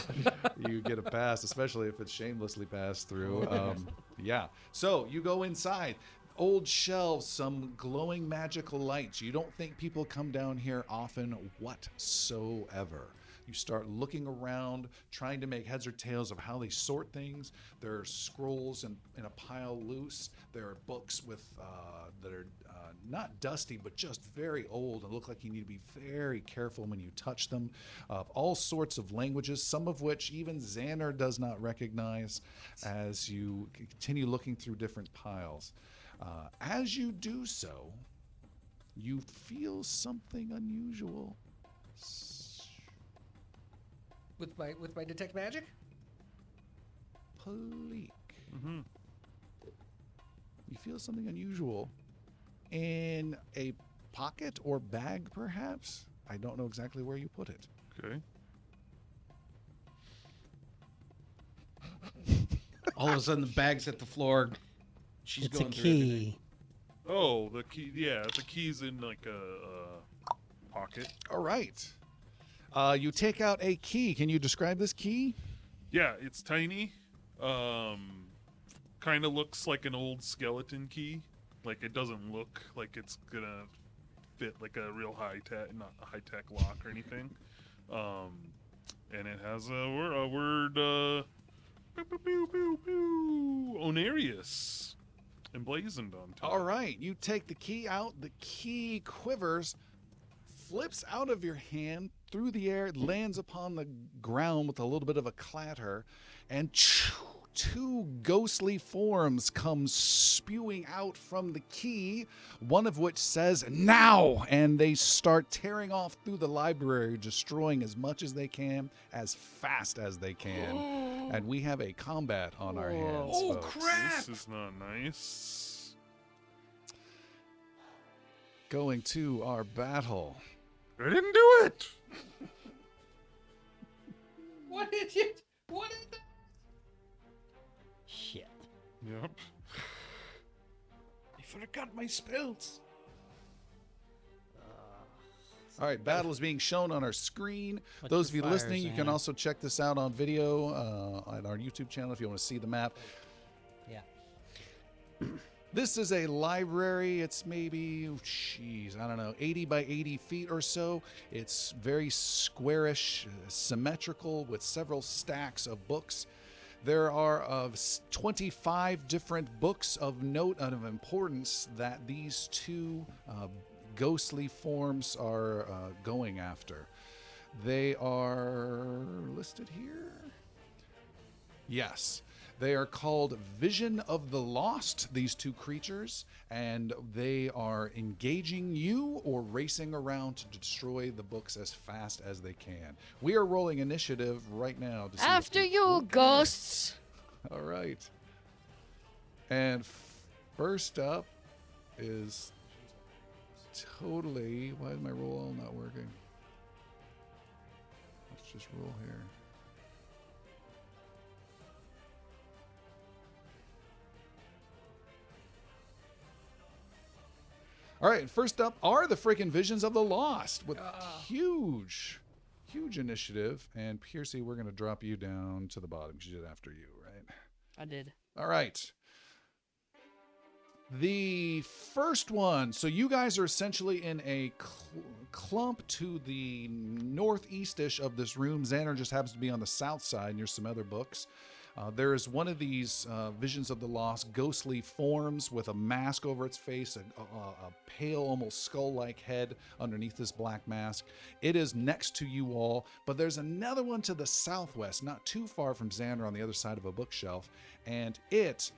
S1: you get a pass, especially if it's shamelessly passed through. Um, yeah. So you go inside. Old shelves, some glowing magical lights. You don't think people come down here often whatsoever. You start looking around, trying to make heads or tails of how they sort things. There are scrolls in, in a pile loose. There are books with uh, that are uh, not dusty, but just very old and look like you need to be very careful when you touch them. Of all sorts of languages, some of which even Xander does not recognize as you c- continue looking through different piles. Uh, as you do so, you feel something unusual.
S3: With my with my detect magic?
S1: Pleek. Mm-hmm. You feel something unusual in a pocket or bag, perhaps. I don't know exactly where you put it.
S4: Okay.
S5: All of a sudden, the bag's at the floor. She's
S7: it's a
S5: going through everything.
S7: key.
S4: Oh, the key. Yeah, the key's in like a, uh pocket.
S1: All right. Uh, you take out a key. Can you describe this key?
S4: Yeah, it's tiny. Um, kind of looks like an old skeleton key. Like it doesn't look like it's gonna fit like a real high tech, not high tech lock or anything. Um, and it has a, wor- a word, uh, pew, pew, pew, pew, pew, Onarius emblazoned on top.
S1: All right. You take the key out. The key quivers, flips out of your hand through the air, it lands upon the ground with a little bit of a clatter, and two ghostly forms come spewing out from the key, one of which says, Now! And they start tearing off through the library, destroying as much as they can, as fast as they can. And we have a combat on our hands.
S3: Oh,
S1: folks.
S4: This is not nice.
S1: Going to our battle.
S4: I didn't do it.
S3: What did you what is that?
S7: Shit.
S4: Yep.
S5: I forgot my spells.
S1: All right, battle is being shown on our screen.
S7: What's
S1: Those of you
S7: your fire,
S1: listening, you can
S7: Xana?
S1: also check this out on video uh, on our YouTube channel if you want to see the map.
S7: Yeah.
S1: This is a library. It's maybe, oh, jeez, I don't know, 80 by 80 feet or so. It's very squarish, uh, symmetrical, with several stacks of books. There are of s- 25 different books of note and of importance that these two uh, ghostly forms are uh, going after. They are listed here. Yes. They are called Vision of the Lost, these two creatures, and they are engaging you or racing around to destroy the books as fast as they can. We are rolling initiative right now. To see if
S9: After
S1: we-
S9: you, ghosts.
S1: All right. And f- first up is totally. Why is my roll all not working? Let's just roll here. All right, first up are the freaking Visions of the Lost with huge, huge initiative. And Piercy, we're going to drop you down to the bottom because you did after you, right?
S2: I did.
S1: All right. The first one. So you guys are essentially in a cl- clump to the northeastish of this room. Xander just happens to be on the south side near some other books. Uh, there is one of these uh, visions of the lost ghostly forms with a mask over its face, a, a, a pale, almost skull like head underneath this black mask. It is next to you all, but there's another one to the southwest, not too far from Xander on the other side of a bookshelf, and it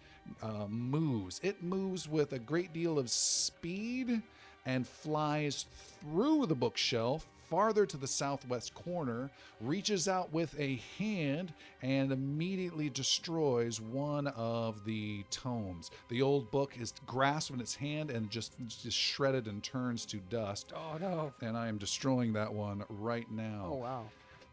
S1: uh, moves. It moves with a great deal of speed and flies through the bookshelf farther to the southwest corner, reaches out with a hand, and immediately destroys one of the tomes. The old book is grasped in its hand and just, just shredded and turns to dust.
S3: Oh no.
S1: And I am destroying that one right now.
S2: Oh wow.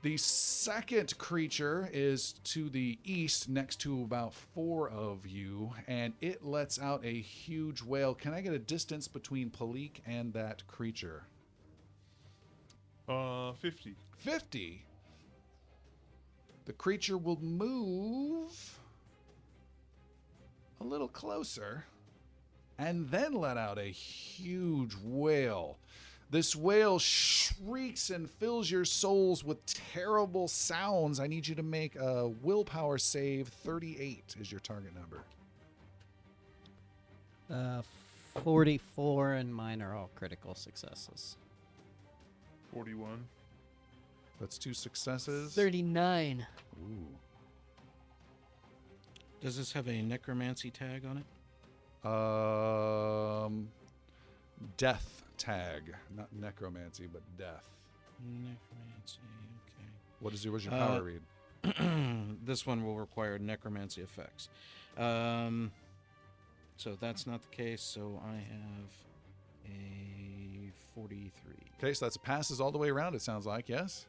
S1: The second creature is to the east, next to about four of you, and it lets out a huge wail. Can I get a distance between Palik and that creature?
S4: Uh, fifty.
S1: 50. The creature will move a little closer and then let out a huge wail. This wail shrieks and fills your souls with terrible sounds. I need you to make a willpower save. 38 is your target number.
S7: Uh, 44 and mine are all critical successes.
S4: 41.
S1: That's two successes.
S2: 39.
S5: Does this have a necromancy tag on it?
S1: Um, death tag, not necromancy, but death.
S5: Necromancy.
S1: What is your, what's your
S5: Uh,
S1: power read?
S5: Okay. this one will require necromancy effects. Um, so that's not the case. So I have a 43.
S1: Okay, so that's passes all the way around, it sounds like, yes?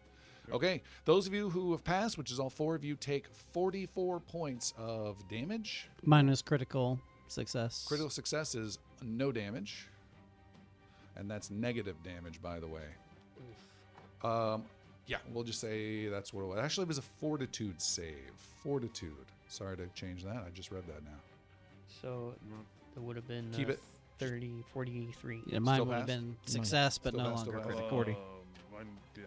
S1: Okay, those of you who have passed, which is all four of you, take 44 points of damage.
S7: Mine was critical success.
S1: Critical success is no damage, and that's negative damage, by the way. Um, yeah, we'll just say that's what it was. Actually, it was a fortitude save. Fortitude. Sorry to change that. I just read that now.
S2: So that would have been
S1: Keep
S2: uh,
S1: it.
S2: 30, 43.
S7: Yeah, mine
S1: Still
S7: would have
S1: passed?
S7: been success, but
S1: Still
S7: no
S1: passed, still
S7: longer
S1: passed.
S7: critical.
S5: 40.
S4: Um, I'm- yeah.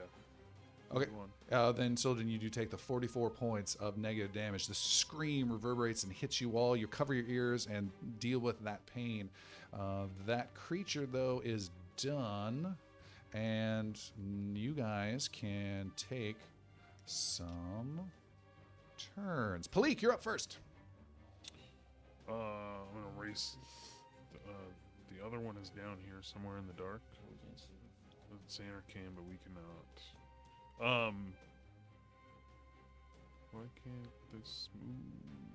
S1: Okay.
S4: 41.
S1: Uh, then, Sildren, you do take the 44 points of negative damage. The scream reverberates and hits you all. You cover your ears and deal with that pain. Uh, that creature, though, is done. And you guys can take some turns. Palik, you're up first.
S4: Uh, I'm gonna race. Uh, the other one is down here somewhere in the dark. Xander can, but we cannot. Um. Why can't this move?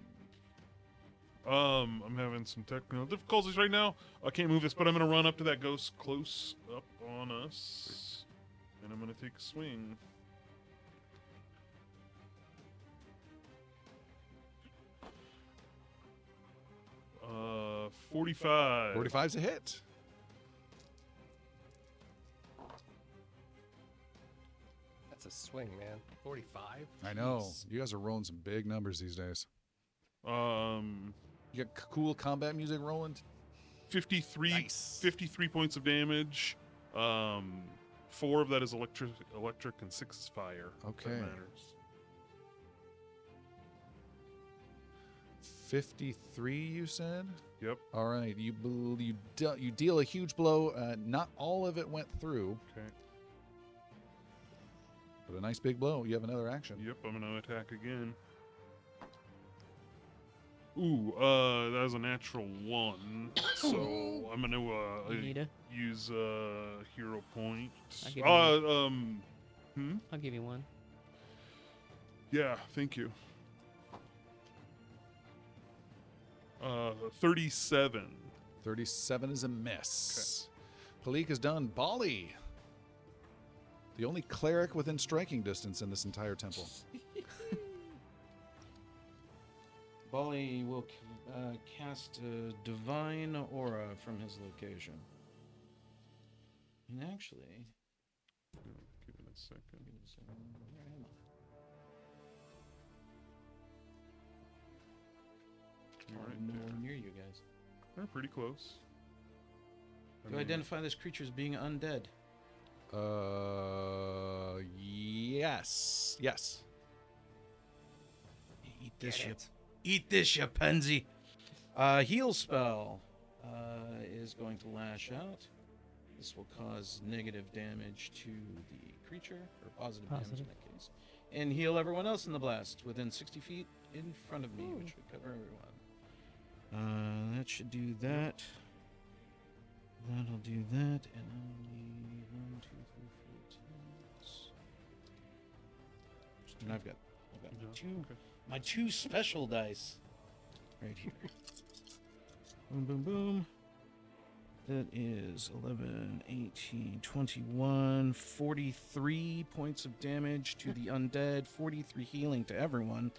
S4: Um, I'm having some technical difficulties right now. I can't move this, but I'm gonna run up to that ghost close up on us, and I'm gonna take a swing. Uh, 45.
S1: 45's a hit.
S3: That's a swing, man. 45?
S1: I know. You guys are rolling some big numbers these days.
S4: Um,
S1: You got c- cool combat music rolling.
S4: 53, 53 points of damage. Um, four of that is electric, electric, and six is fire. if that
S1: Okay.
S4: matters.
S1: 53, you said?
S4: Yep.
S1: All right, you bl- you de- you deal a huge blow. Uh, not all of it went through,
S4: Okay.
S1: but a nice big blow. You have another action.
S4: Yep. I'm gonna attack again. Ooh, uh, that was a natural one. So I'm gonna uh,
S2: You need a?
S4: use uh hero point.
S2: I give you
S4: Uh, um, hmm.
S2: I'll give you one.
S4: Yeah. Thank you. Uh, thirty-seven.
S1: Thirty-seven is a miss. Palik is done. Bali, the only cleric within striking distance in this entire temple.
S5: Bali will ca- uh, cast a divine aura from his location. And actually,
S4: Give it a second.
S5: wait a second, where am I?
S4: You're
S5: I'm
S4: right
S5: nowhere
S4: there.
S5: near you guys.
S4: They're pretty close. I
S5: Do I
S4: mean,
S5: identify this creature as being undead?
S1: Uh, yes, yes.
S5: Eat this, you. Eat this, you pansy. Uh, heal spell uh, is going to lash out. This will cause negative damage to the creature, or positive, damage in
S7: Positive.
S5: that case, and heal everyone else in the blast within 60 feet in front of me, which would cover everyone. Uh, that should do that. That'll do that, and I'll need one, two, three, four, two, six. And I've got, I've got
S4: Yeah,
S5: two my two special dice right here. boom, boom, boom. That is 11, 18, 21, 43 points of damage to the undead, 43 healing to everyone.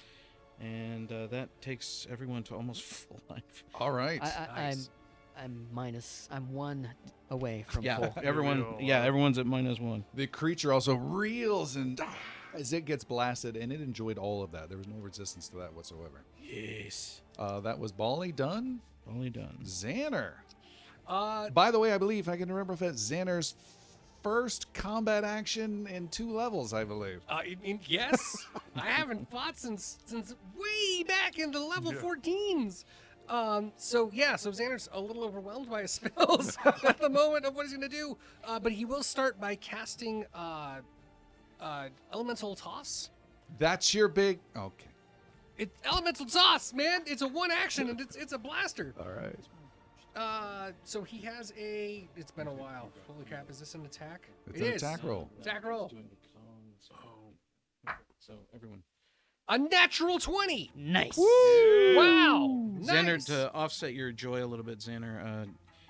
S5: And uh, that takes everyone to almost full life.
S1: All right.
S2: I, I,
S3: Nice.
S2: I'm, I'm minus. I'm one away from
S5: Yeah,
S2: full.
S5: everyone.
S4: Real,
S5: Yeah,
S4: uh,
S5: everyone's at minus one.
S1: the creature also reels and ah, as it gets blasted, and it enjoyed all of that. There was no resistance to that whatsoever.
S5: Yes.
S1: Uh, that was Bali done.
S5: Only done.
S1: Xander.
S3: Uh,
S1: By the way, I believe I can remember if that's Xander's first combat action in two levels, I believe.
S3: Uh, I mean, yes, I haven't fought since since way back in the level 14s. Um, so yeah, so Xander's a little overwhelmed by his spells at the moment of what he's gonna do. Uh, but he will start by casting uh, uh, elemental toss.
S1: That's your big. Okay.
S3: It's elemental toss, man. It's a one action and it's it's a blaster.
S1: All right.
S3: Uh, so he has a. It's been a while. Holy crap! Is this an attack?
S1: It's
S3: It
S1: an
S3: is.
S1: attack roll.
S3: Attack roll.
S5: Oh. So everyone.
S3: A natural twenty.
S7: Nice.
S3: Wow.
S5: Xander,
S3: Nice.
S5: to offset your joy a little bit, Xander, uh,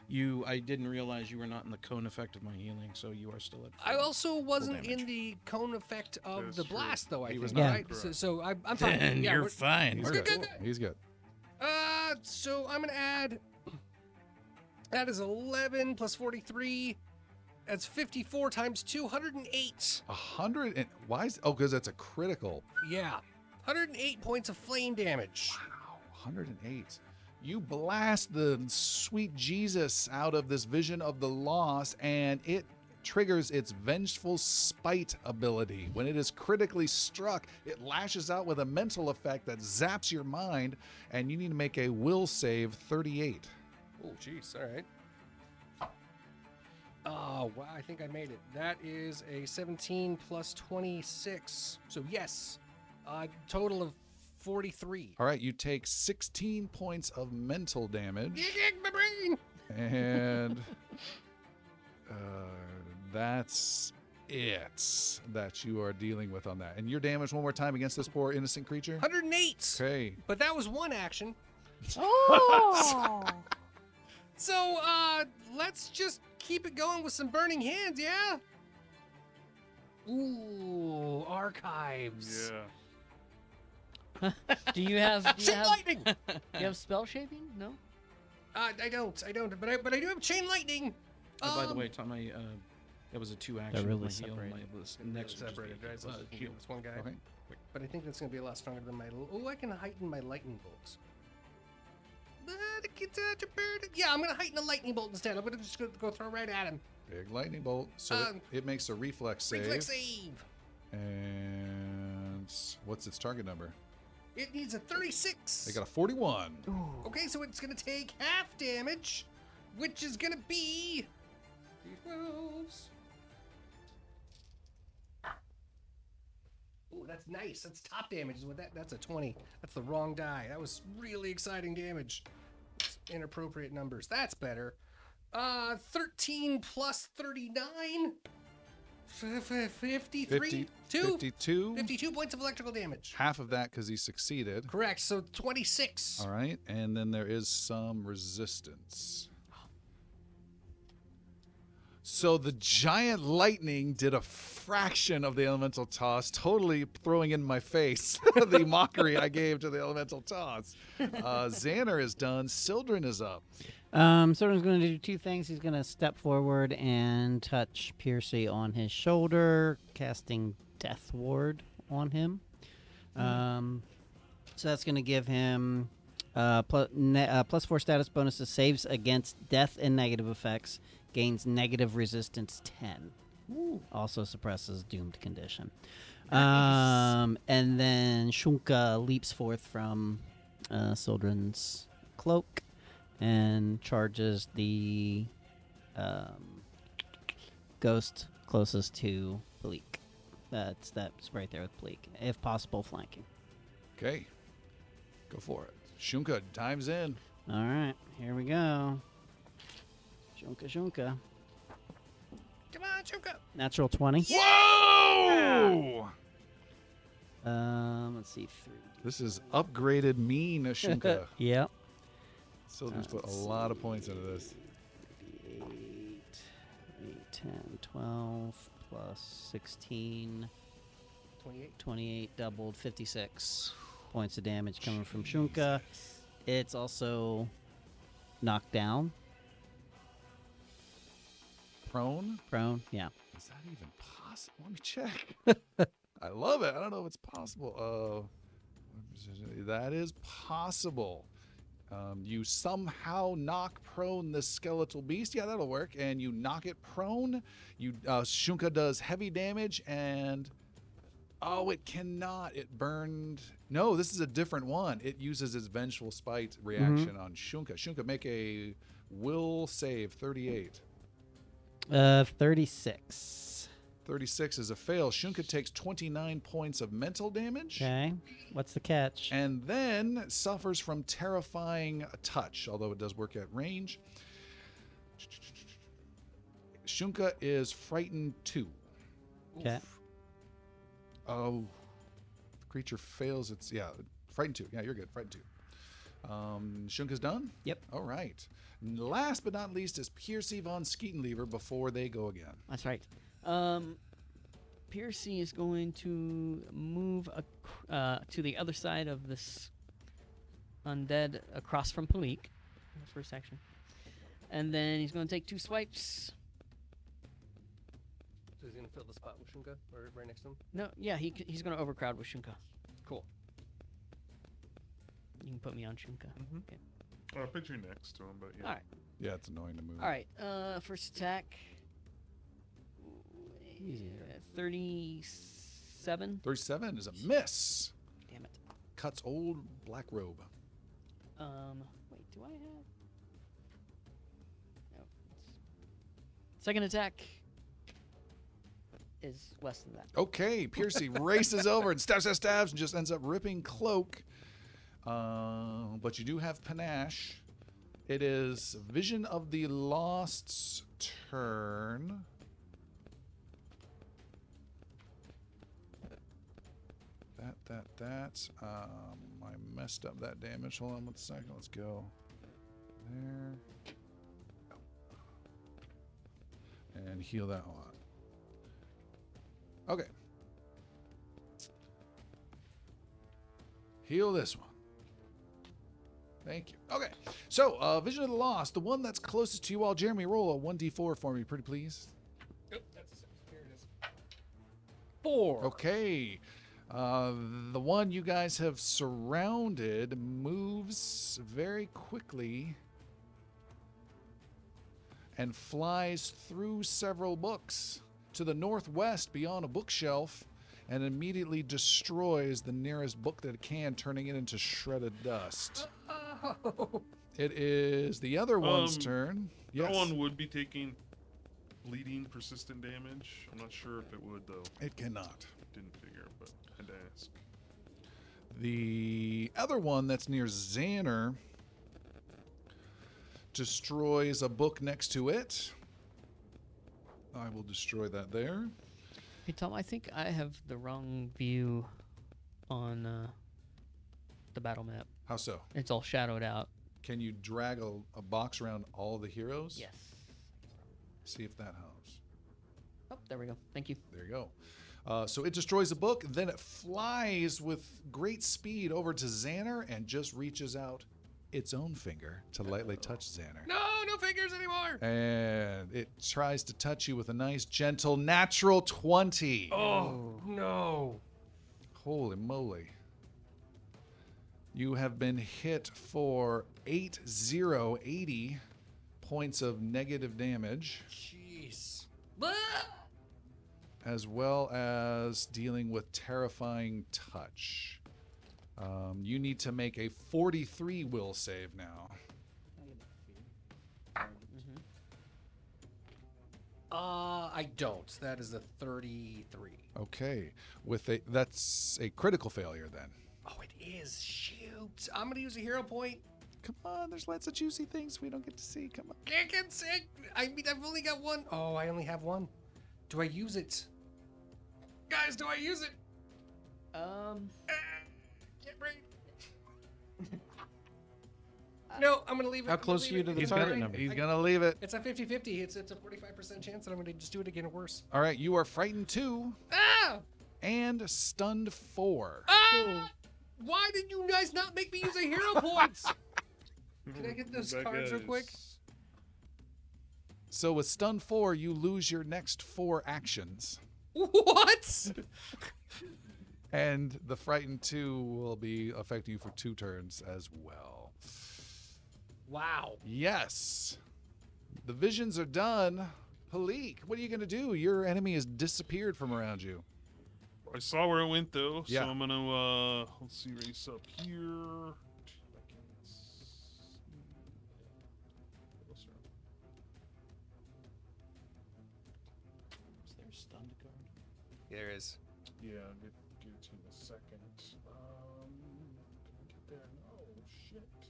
S5: you I didn't realize you were not in the cone effect of my healing, so you are still at.
S3: I also wasn't
S5: damage.
S3: in the cone effect of
S4: That's
S3: the
S4: true.
S3: blast, though. I
S1: He
S3: think,
S1: was
S7: not.
S3: right? So, so I, I'm fine.
S6: Then
S3: yeah,
S6: you're
S3: we're-
S6: fine.
S1: He's
S3: Good,
S1: good.
S3: good,
S1: He's good.
S3: Uh, so I'm gonna add. That is 11 plus 43. That's 54 times 208.
S1: A hundred and why is oh because that's a critical.
S3: Yeah, 108 points of flame damage.
S1: Wow, 108. You blast the sweet Jesus out of this vision of the lost, and it triggers its vengeful spite ability. When it is critically struck, it lashes out with a mental effect that zaps your mind, and you need to make a will save 38.
S3: Oh, jeez. All right. Oh, wow. I think I made it. That is a 17 plus 26. So, yes, uh, total of 43.
S1: All right, you take 16 points of mental damage,
S3: My brain!
S1: and uh, that's it that you are dealing with on that. And your damage one more time against this poor innocent creature.
S3: 108.
S1: Okay.
S3: But that was one action.
S9: Oh.
S3: So, uh, let's just keep it going with some burning hands, yeah? Ooh, archives.
S4: Yeah.
S2: Do you have do you
S3: Chain
S2: have,
S3: lightning.
S2: you have spell shaping? No.
S3: uh, I don't, I don't, but I, but I do have chain lightning.
S5: Oh, by the
S3: Um,
S5: way, Tom, I uh, that was a two action.
S7: really
S5: my heal,
S7: separated.
S5: my- this
S3: It really
S5: next one should
S3: separated,
S5: be,
S3: guys. Let's
S5: uh,
S3: just
S5: heal.
S3: do this one guy.
S1: Okay.
S3: But I think that's gonna be a lot stronger than my. l- Oh, I can heighten my lightning bolts. But I can touch a bird- Yeah, I'm gonna heighten the lightning bolt instead. I'm gonna just go, go throw right at him.
S1: Big lightning bolt. So
S3: Um,
S1: it, it makes a reflex save.
S3: Reflex save.
S1: And what's its target number?
S3: It needs a 36.
S1: They got a 41.
S3: Okay, so it's gonna take half damage, which is gonna be. D12s. Ooh, that's nice. That's top damage. Is what that? That's a twenty. That's the wrong die. That was really exciting damage. It's inappropriate numbers. That's better. Uh, thirteen plus thirty-nine. F- f- 53
S1: 50,
S3: Two?
S1: 52.
S3: 52 points of electrical damage.
S1: Half of that because he succeeded.
S3: Correct. So 26.
S1: All right. And then there is some resistance. So the giant lightning did a fraction of the elemental toss, totally throwing in my face the mockery I gave to the elemental toss. Uh, Xaner is done. Sildren is up.
S7: Um, Soren's going to do two things. He's going to step forward and touch Piercy on his shoulder, casting Death Ward on him. Um, so that's going to give him uh, plus, ne- uh, plus four status bonuses, saves against death and negative effects, gains negative resistance 10. Also suppresses doomed condition. Um, and then Shunka leaps forth from uh, Sildren's cloak and charges the um, ghost closest to Bleak. That's that's right there with Bleak. If possible, flanking.
S1: Okay. Go for it. Shunka dives in.
S7: All right, here we go. Junka, Junka.
S3: Come on, Choco.
S7: Natural 20.
S4: Whoa!
S7: Um, let's see. Three.
S1: This is upgraded mean Ashunka.
S7: Yep.
S1: Sildren's put a lot of points into this.
S7: 8, 8, 10, 12, plus 16,
S3: 28.
S7: 28 doubled 56 points of damage coming from Shunka. It's also knocked down,
S1: Prone?
S7: prone. Yeah.
S1: Is that even possible? Let me check. I love it. I don't know if it's Oh. possible. Uh, that is possible. Um, you somehow knock prone the skeletal beast. Yeah, that'll work. And you knock it prone. You uh, Shunka does heavy damage, and oh, it cannot. It burned. No, this is a different one. It uses its vengeful spite reaction on Shunka. Shunka, make a will save 38.
S7: Uh, 36.
S1: 36 is a fail. Shunka takes 29 points of mental damage.
S7: Okay. What's the catch?
S1: And then suffers from terrifying touch, although it does work at range. Shunka is frightened too.
S7: Okay.
S1: Oh, the creature fails its. Yeah, frightened two. Yeah, you're good. Frightened two. Um, Shunka's done?
S7: Yep.
S1: All right. And Last but not least is Piercy von Skeetenlever before they go again.
S2: That's right. Um, Piercy is going to move ac- uh, to the other side of this undead across from Palik. That's first action. And then he's going to take two swipes.
S3: So he's gonna fill the spot with Shunka, or right next to him.
S2: No, yeah, he, c- he's going to overcrowd with Shunka.
S3: Cool.
S2: You can put me on Shunka.
S3: Mm-hmm.
S4: Uh, picture next to him, but yeah.
S2: All right.
S1: Yeah, it's annoying to move.
S2: All right. Uh, first attack. Uh, Thirty-seven.
S1: 37 is a miss.
S2: Damn it.
S1: Cuts old black robe.
S2: Um. Wait. Do I have? No. it's- Second attack is less than that.
S1: Okay, Piercy races over and stabs, stabs, stabs, and just ends up ripping cloak. Uh, but you do have panache. It is Vision of the Lost's turn. That, that, that. Um, I messed up that damage. Hold on one second. Let's go. There. And heal that one. Okay. Heal this one. Thank you. Okay. So, uh, Vision of the Lost, the one that's closest to you all. Jeremy, roll a 1d4 for me, pretty please.
S3: Nope, that's a six. Here it is. Four.
S1: Okay. Uh, the one you guys have surrounded moves very quickly and flies through several books to the northwest beyond a bookshelf and immediately destroys the nearest book that it can, turning it into shredded
S4: Uh,
S1: dust.
S3: Oh,
S1: It is the other one's
S4: Um,
S1: turn.
S4: That
S1: Yes.
S4: one would be taking bleeding persistent damage. I'm not sure if it would though.
S1: It cannot.
S4: Didn't figure, but had to ask.
S1: The other one that's near Xaner destroys a book next to it. I will destroy that there.
S2: Hey Tom, I think I have the wrong view on uh, the battle map.
S1: How so?
S2: It's all shadowed out.
S1: Can you drag a, a box around all the heroes?
S2: Yes.
S1: See if that helps.
S2: Oh, there we go. Thank you.
S1: There you go. Uh, so it destroys the book, then it flies with great speed over to Xaner and just reaches out its own finger to lightly touch Xaner.
S3: No, no fingers anymore.
S1: And it tries to touch you with a nice, gentle, natural 20.
S3: Oh no.
S1: Holy moly. You have been hit for 8080 points of negative damage,
S3: Jeez.
S1: as well as dealing with terrifying touch. Um, you need to make a 43 will save now.
S3: Uh, I don't. That is a thirty-three.
S1: Okay, with a that's a critical failure then.
S3: Oh, it is. Shoot. I'm gonna use a hero point.
S1: Come on, there's lots of juicy things we don't get to see. Come on.
S3: I can't say. I mean, I've only got one. Oh, I only have one. Do I use it? Guys, do I use it?
S2: Um.
S3: Ah, Get ready. no, I'm gonna leave it.
S5: How
S3: I'm gonna
S5: close
S3: leave
S5: are you
S3: it.
S5: to the
S3: It's
S5: target
S3: fine.
S5: number?
S1: He's gonna leave it.
S3: It's a 50 50. It's, it's a 45% chance that I'm gonna just do it again or worse.
S1: All right, you are frightened too
S3: Ah!
S1: and stunned four.
S3: Ah! Why did you guys not make me use a hero points? Can I get those
S4: That
S3: cards real quick?
S4: guy's-
S1: So with stun four, you lose your next four actions,
S3: What?
S1: and the frightened two will be affecting you for two turns as well.
S3: Wow.
S1: Yes. The visions are done. Palik, what are you going to do? Your enemy has disappeared from around you.
S4: I saw where it went though,
S1: Yeah.
S4: so I'm gonna uh let's see race up here.
S5: Is there a stunned guard?
S8: There is.
S4: Yeah, I'll get, get it to you in a second. Um, can I get there? Oh shit.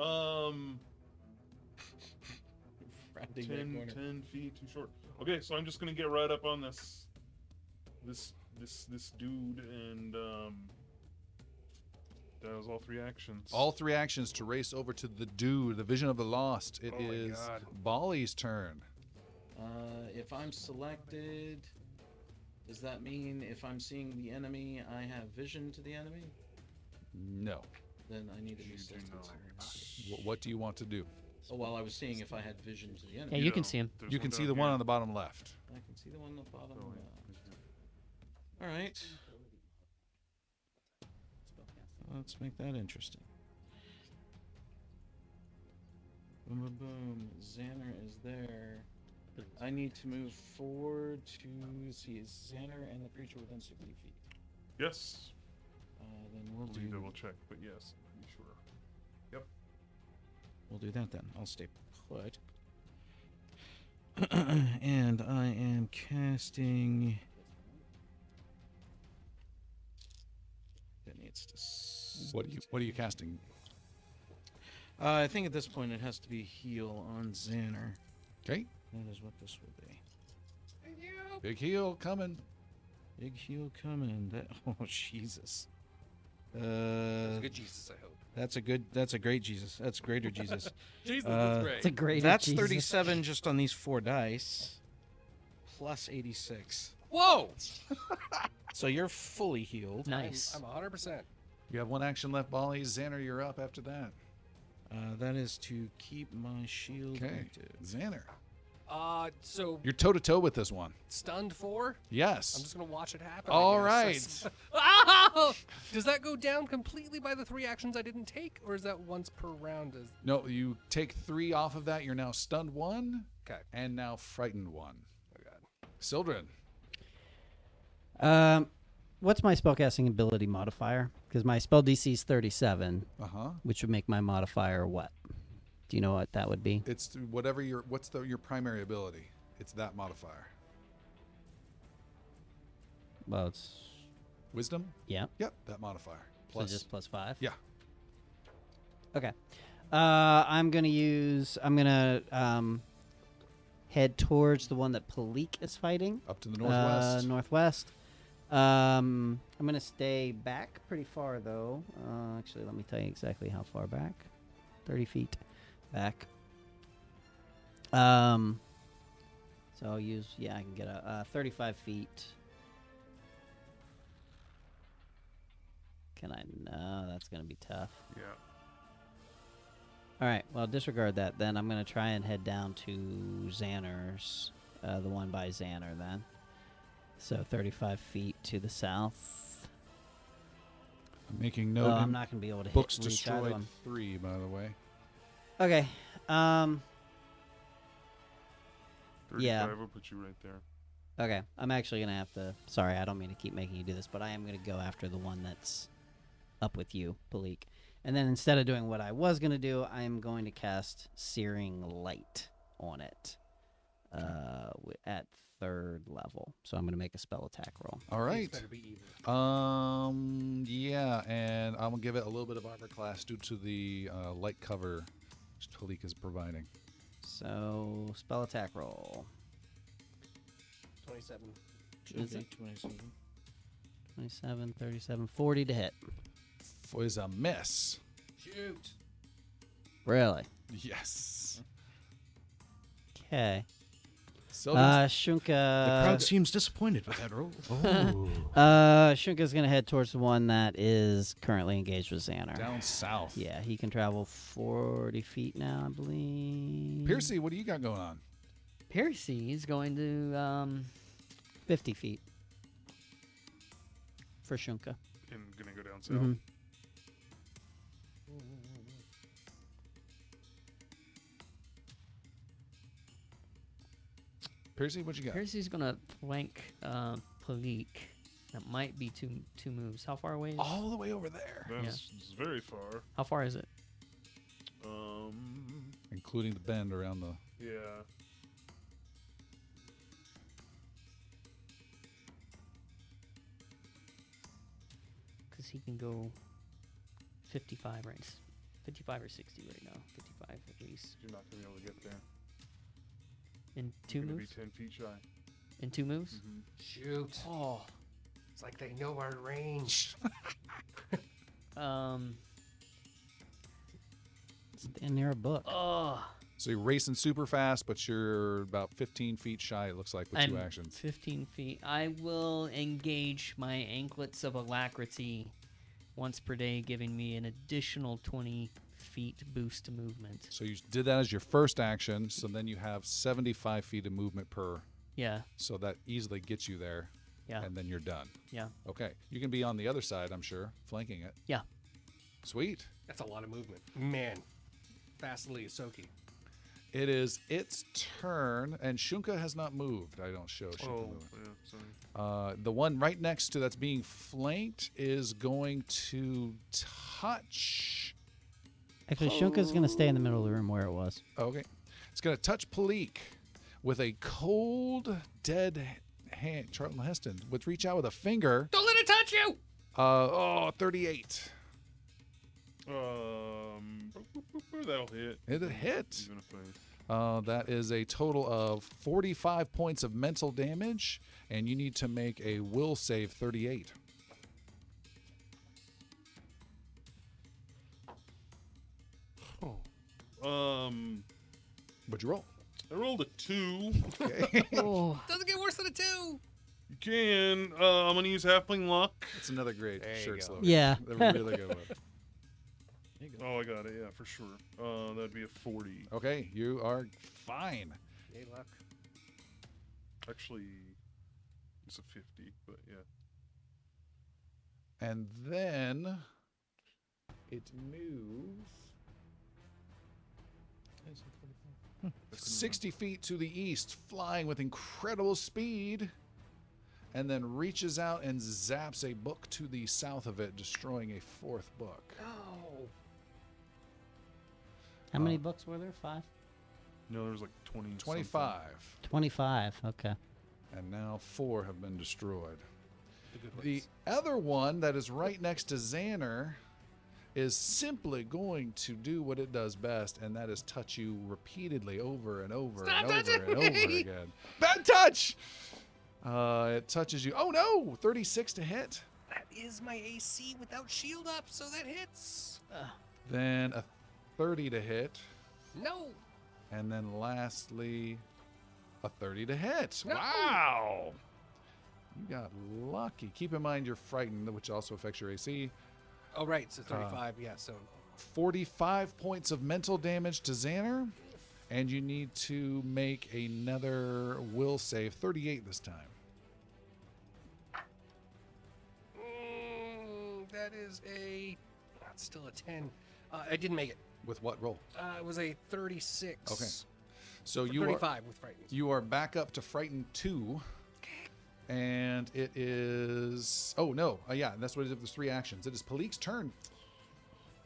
S4: Um,
S5: Rounding that
S4: 10,
S5: corner.
S4: 10 feet too short. Okay, so I'm just gonna get right up on this, this, this, this dude, and um, that was all three actions.
S1: All three actions to race over to the dude, the vision of the lost. It
S4: Oh my
S1: is
S4: God.
S1: Bali's turn.
S5: Uh, if I'm selected, does that mean if I'm seeing the enemy, I have vision to the enemy?
S1: No.
S5: Then I need to be
S4: You do
S5: selected.
S4: not.
S1: Wh- what do you want to do?
S5: Oh, well, I was seeing if I had vision to the
S2: Yeah,
S5: enemy.
S2: you can
S4: know,
S2: see him.
S4: there's
S1: you can see
S4: down
S1: the one
S4: here.
S1: on the bottom left.
S5: I can see the one on the bottom.
S4: Oh, wait,
S5: left.
S4: there's no-
S5: All right. Let's make that interesting. Boom, boom, boom. Xander is there. I need to move forward to see is Xander and the creature within 60 feet.
S4: Yes,
S5: Uh, then we'll
S4: let me double
S5: do,
S4: check, but yes, pretty sure.
S5: we'll do that then. I'll stay put. and I am casting. That needs to. s-
S1: What are you What are you casting?
S5: Uh, I think at this point it has to be heal on Xander.
S1: Okay,
S5: That is what this will be.
S1: big heel coming.
S5: Big heel coming. That oh Jesus. Uh,
S8: Good Jesus, I hope.
S5: that's a good. That's a great Jesus. That's greater Jesus.
S8: Jesus,
S5: Uh,
S8: that's
S7: It's a
S8: great.
S7: great.
S5: that's 37 just on these four dice, plus 86.
S3: Whoa.
S5: So you're fully healed.
S2: Nice.
S3: I'm 100. percent
S1: You have one action left, Bali. Xander, you're up after that.
S5: Uh, that is to keep my shield
S1: Okay,
S5: active.
S1: Xander,
S3: Uh, so
S1: you're toe to toe with this one.
S3: stunned four. I'm
S1: Yes.
S3: just gonna watch it happen.
S1: All
S3: All
S1: right.
S3: right. Ow! Does that go down completely by the three actions I didn't take, or is that once per round? Is
S1: No, you take three off of that. You're now stunned one
S3: okay.
S1: and now frightened one.
S3: Oh god.
S1: Sildren,
S7: Um, what's my spellcasting ability modifier? Because my spell DC is 37,
S1: uh huh.
S7: which would make my modifier what? Do you know what that would be?
S1: It's th- whatever your what's the your primary ability. It's that modifier.
S7: Well, it's
S1: Wisdom.
S7: yeah.
S1: Yep, that modifier.
S7: So
S1: Plus.
S7: just plus five.
S1: yeah.
S7: Okay. Uh, I'm gonna use. I'm gonna um, head towards the one that Palik is fighting.
S1: Up to the northwest.
S7: Uh, northwest. Um, I'm gonna stay back pretty far though. Uh, actually, let me tell you exactly how far back. Thirty feet back. Um, so I'll use yeah, I can get a uh, thirty-five feet. Can I? No, that's gonna be tough.
S4: Yeah.
S7: All right. Well, disregard that. Then I'm gonna try and head down to Xanner's, uh, the one by Xanner. Then, so 35 feet to the south.
S1: Making
S7: No, uh,
S1: note.
S7: I'm
S1: in
S7: not gonna be able to
S1: Books
S7: hit reach either
S1: destroyed
S7: one.
S1: three, by the way.
S7: Okay. Um.
S4: 35
S7: Yeah.
S4: will put you right there.
S7: Okay. I'm actually gonna have to. Sorry, I don't mean to keep making you do this, but I am gonna go after the one that's up with you, Palik. And then instead of doing what I was gonna do, I am going to cast Searing Light on it. Uh, wi- at third level. So I'm gonna make a spell attack roll.
S1: All right.
S3: Better be even.
S1: Um. Yeah, and I'm gonna give it a little bit of armor class due to the uh, light cover which Talik is providing.
S7: So spell attack roll.
S3: 27.
S7: Is
S5: Okay,
S7: it-
S5: 27.
S7: 27, 37, 40 to hit.
S1: F- Is a miss.
S3: Shoot.
S7: Really?
S1: Yes.
S7: Okay.
S1: Sylvan's
S7: Uh, Shunka.
S6: the crowd seems disappointed with that roll. Oh.
S7: Uh, Shunka's gonna head towards the one that is currently engaged with Xanar.
S1: down south.
S7: Yeah, he can travel 40 feet now, I believe.
S1: Piercy, what do you got going on?
S2: Piercy is going to um
S7: 50 feet. For Shunka.
S4: And
S1: Mm-hmm.
S4: gonna go down south.
S7: Mhm.
S1: Piercy, what you got?
S2: Percy's gonna flank uh, Palik. That might be two two moves. How far away? Is,
S1: All the way over there,
S4: That's it's very far.
S2: How far is it?
S4: Um,
S1: including the bend around the.
S4: yeah.
S2: Because he can go 55 right, 55 or 60 right now. 55 at least
S4: You're not gonna be able to get there.
S2: in
S4: You're
S2: two
S4: gonna
S2: moves.
S4: be ten feet shy.
S2: In two moves.
S3: Shoot. Oh, it's like they know our range.
S4: Mm-hmm.
S2: Um.
S7: Stand near a book.
S2: Oh.
S1: So you're racing super fast, but you're about 15 feet shy. It looks like with two
S2: I'm
S1: actions.
S2: 15 feet. I will engage my anklets of alacrity once per day, giving me an additional 20 feet boost to movement.
S1: So you did that as your first action. So then you have 75 feet of movement per.
S2: Yeah,
S1: So that easily gets you there.
S2: Yeah.
S1: And then you're done.
S2: yeah.
S1: Okay. You can be on the other side, I'm sure, flanking it.
S2: Yeah.
S1: Sweet.
S3: That's a lot of movement. Man. Fastly Isoki.
S1: It is its turn, and Shunka has not moved. I don't show Shunka
S4: Oh,
S1: moving.
S4: yeah. Sorry.
S1: Uh, the one right next to that's being flanked is going to touch.
S7: Actually, Shunka's gonna stay in the middle of the room where it was.
S1: Okay. It's going to touch Palik with a cold, dead hand. Charlton Heston with reach out with a finger.
S3: Don't let it touch you!
S1: Uh, oh, 38.
S4: Um, that'll hit.
S1: It'll hit.
S4: Even if I
S1: Uh, that is a total of 45 points of mental damage, and you need to make a will save 38.
S4: Um,
S1: What'd you roll?
S4: I rolled a two.
S2: Oh,
S3: Doesn't get worse than a two!
S4: You can. Uh, I'm gonna use halfling luck.
S1: That's another great shirt slogan.
S7: Yeah.
S1: They're really good one.
S4: Oh, I got it. Yeah, for sure. Uh, that'd be a forty.
S1: Okay, you are fine.
S3: Yay, luck.
S4: Actually, it's a fifty. But yeah.
S1: And then it moves 60 feet to the east, flying with incredible speed, and then reaches out and zaps a book to the south of it, destroying a fourth book.
S3: Oh.
S7: How many books were there? Five?
S4: No, there's like twenty. something.
S1: 25.
S7: Twenty-five. Okay.
S1: And now four have been destroyed. The other one that is right next to Xaner is simply going to do what it does best, and that is touch you repeatedly over and over and over and over again. Bad touch! Uh, it touches you. Oh no! 36 to hit.
S3: That is my AC without shield up, so that hits.
S1: Then a 30 to hit.
S3: No.
S1: And then lastly, a 30 to hit.
S3: No.
S4: Wow.
S1: You got lucky. Keep in mind you're frightened, which also affects your AC.
S3: Oh, right. So 35. yeah, so.
S1: 45 points of mental damage to Xaner, and you need to make another will save, 38 this time.
S3: Mm, that is a. That's still a 10. Uh, I didn't make it.
S1: With what roll?
S3: Uh, it was a 36.
S1: Okay. So you are
S3: 35 with frightened.
S1: you are back up to frightened two, and it is oh no uh, yeah that's what it is. There's three actions. It is Palik's turn.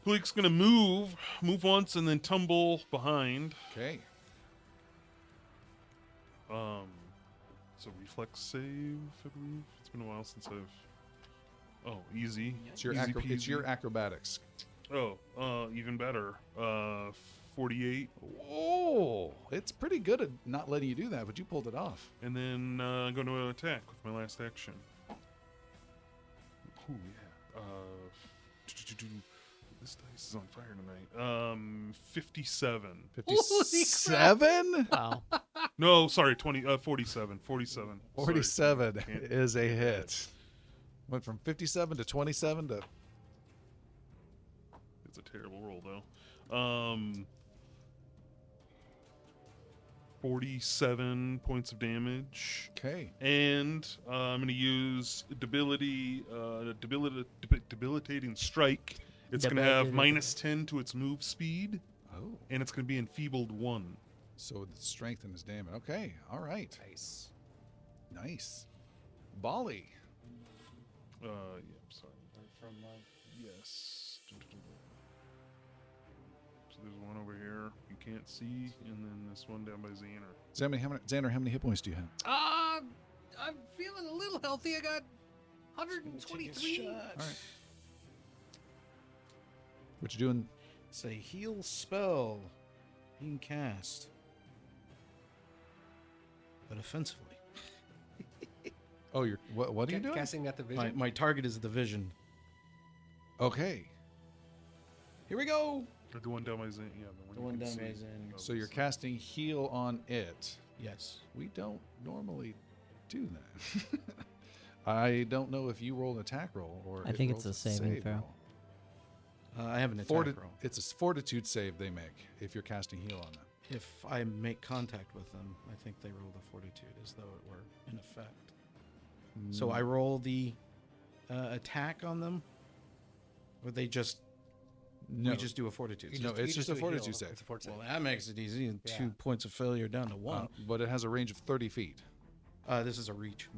S4: Bleak's gonna move, move once, and then tumble behind.
S1: Okay,
S4: Um, it's a reflex save, I believe. It's been a while since I've. Oh, easy.
S1: it's your
S4: Easy
S1: acro- it's
S4: peasy.
S1: your acrobatics.
S4: Oh, uh, even better. Uh, forty-eight,
S1: Oh, it's pretty good at not letting you do that, but you pulled it off.
S4: and then uh, I'm going to attack with my last action. Oh yeah. Uh, this dice is on fire tonight. Um, fifty-seven.
S1: Fifty-seven.
S2: wow.
S4: No, sorry, twenty. Uh, forty-seven. Forty-seven. Sorry.
S1: 47
S4: Can't-
S1: is a hit. Went from 57 to 27 to.
S4: It's a terrible roll though. Um, forty-seven points of damage,
S1: Okay.
S4: and uh, I'm going to use debility, uh, debilita- debi- debilitating strike. It's going to have
S2: Debilitating.
S4: minus ten to its move speed,
S1: Oh.
S4: and it's going to be enfeebled one.
S1: So the strength and his damage. Okay, all right.
S8: Nice.
S1: Nice. Bali.
S4: Uh, yeah, I'm sorry. from Yes. So there's one over here you can't see, and then this one down by Xander.
S1: Xander, how many, Xander, how many hit points do you have?
S3: Uh, I'm feeling a little healthy. I got 123.
S1: All right. What you doing?
S5: It's a heal spell being cast, but offensively.
S1: Oh, you're. What, what are you doing?
S3: Casting at the
S5: My,
S3: vision.
S5: my target is the vision.
S1: Okay.
S5: Here we go.
S4: Or the one down by Xander. Yeah, the one,
S5: The
S4: you
S5: one
S4: can
S5: down by
S4: see.
S5: Xander.
S4: Oh,
S1: So you're
S4: this-
S1: casting heal on it.
S5: Yes.
S1: We don't normally do that. I don't know if you roll an attack roll or.
S7: I
S1: it
S7: think it's
S1: rolls
S7: a saving throw.
S1: roll.
S5: Uh, I have an attack
S1: Forti-
S5: roll.
S1: it's a fortitude save they make if you're casting heal on them.
S5: If I make contact with them, I think they roll the fortitude as though it were in effect.
S1: Hmm.
S5: So I roll the uh, attack on them, or they just
S1: No, Uh,
S5: we just do a fortitude.
S1: no,
S5: save?
S1: it's just a fortitude
S8: say.
S1: save,
S5: well, that makes it easy. and Two points of failure down to
S1: uh,
S5: one.
S1: but it has a range of thirty feet.
S5: Uh, this is a reach.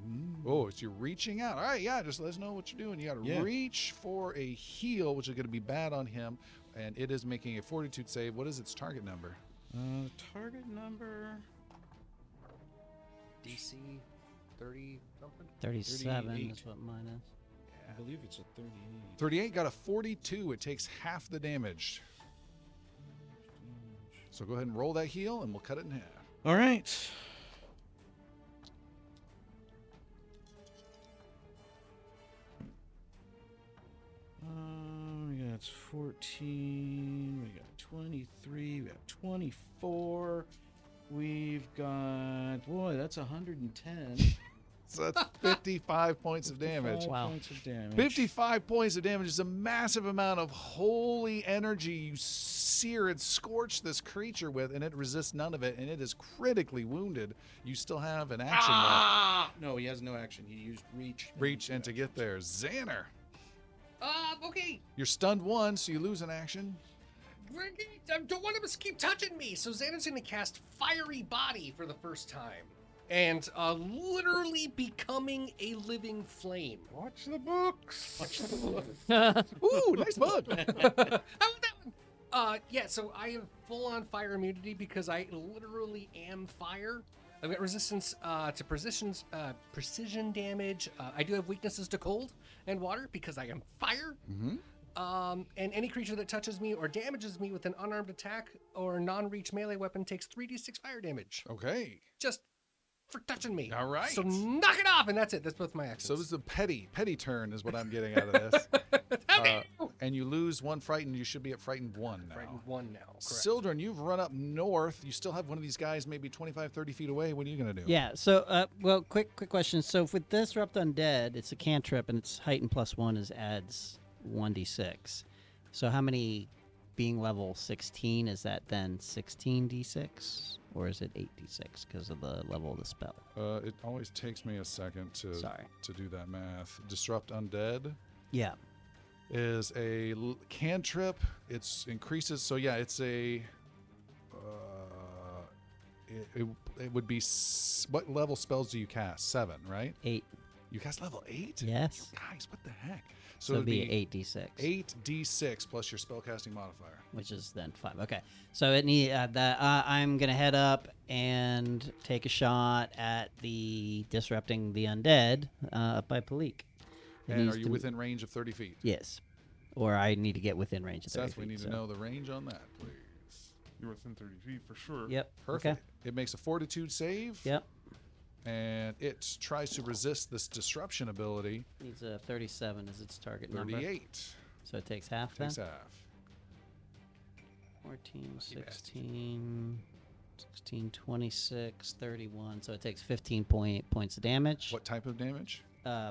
S1: Oh, it's you're reaching out. All right, yeah, just let us know what you're doing. You got to
S5: Yeah.
S1: reach for a heal, which is going to be bad on him, and it is making a fortitude save. What is its target number?
S5: Uh, target number
S8: DC 30 something?
S7: 37 is
S5: 38.
S7: what mine is.
S5: I believe it's a 38.
S1: 38 got a 42. It takes half the damage. So go ahead and roll that heal, and we'll cut it in half.
S5: All right. Um, we got 14, we got 23, we got 24. We've got, boy, that's 110.
S1: So that's 55 points of damage.
S5: Five
S7: Wow.
S5: Points of damage.
S1: 55 points of damage is a massive amount of holy energy you sear and scorch this creature with, and it resists none of it, and it is critically wounded. You still have an action left.
S3: Ah!
S5: No, he has no action. He used reach.
S1: Reach and to get there. Xander,
S3: Uh, okay.
S1: you're stunned one, so you lose an action.
S3: Ricky, I don't want him to keep touching me. So Xander's going to cast Fiery Body for the first time. And uh, literally becoming a living flame.
S4: Watch the books.
S1: Ooh, nice bug.
S3: I want that one. Uh, yeah, so I have full on fire immunity because I literally am fire. I've got resistance uh, to precisions, uh, precision damage. Uh, I do have weaknesses to cold and water because I am fire.
S1: Mm-hmm.
S3: Um, and any creature that touches me or damages me with an unarmed attack or non reach melee weapon takes 3d6 fire damage
S1: Okay.
S3: just for touching me.
S1: All right.
S3: So knock it off, and that's it. That's both my actions.
S1: So this is a petty, petty turn is what I'm getting out of this. Uh, and you lose one frightened. You should be at frightened one now.
S3: Right, one now. Correct.
S1: Sildren, you've run up north. You still have one of these guys maybe 25, 30 feet away. What are you going to do?
S7: Yeah. So, uh, well, quick, quick question. So, with this Rupt Undead, it's a cantrip, and its heightened plus one is adds one d six. So, how many being level sixteen is that then? Sixteen d six, or is it eight d six because of the level of the spell?
S1: Uh, it always takes me a second to
S7: Sorry.
S1: to do that math. Disrupt Undead
S7: Yeah.
S1: is a l- cantrip. It's increases. So yeah, it's a. Uh, it, it, it would be s- what level spells do you cast? Seven, right?
S7: Eight.
S1: You cast level eight.
S7: Yes.
S1: Guys, what the heck?
S7: So, it'd be eight d six,
S1: eight d six plus your spellcasting modifier.
S7: which is then five. Okay. So it need uh, that. Uh, I'm gonna head up and take a shot at the disrupting the undead uh, up by Palik. It
S1: And
S7: needs
S1: are you
S7: to-
S1: within range of thirty feet?
S7: Yes. Or I need to get within range of 30
S1: Seth, we
S7: feet,
S1: need
S7: so-
S1: to know the range on that, please.
S4: You're within 30 feet for sure.
S7: Yep.
S1: Perfect.
S7: Okay.
S1: It makes a fortitude save.
S7: Yep.
S1: and it tries to resist this disruption ability.
S7: Needs a 37 as its target number.
S1: 38
S7: So it takes half then.
S1: takes half.
S7: 14, 16, 16, 26, 31. So it takes 15.8 points of damage.
S1: What type of damage?
S7: Uh,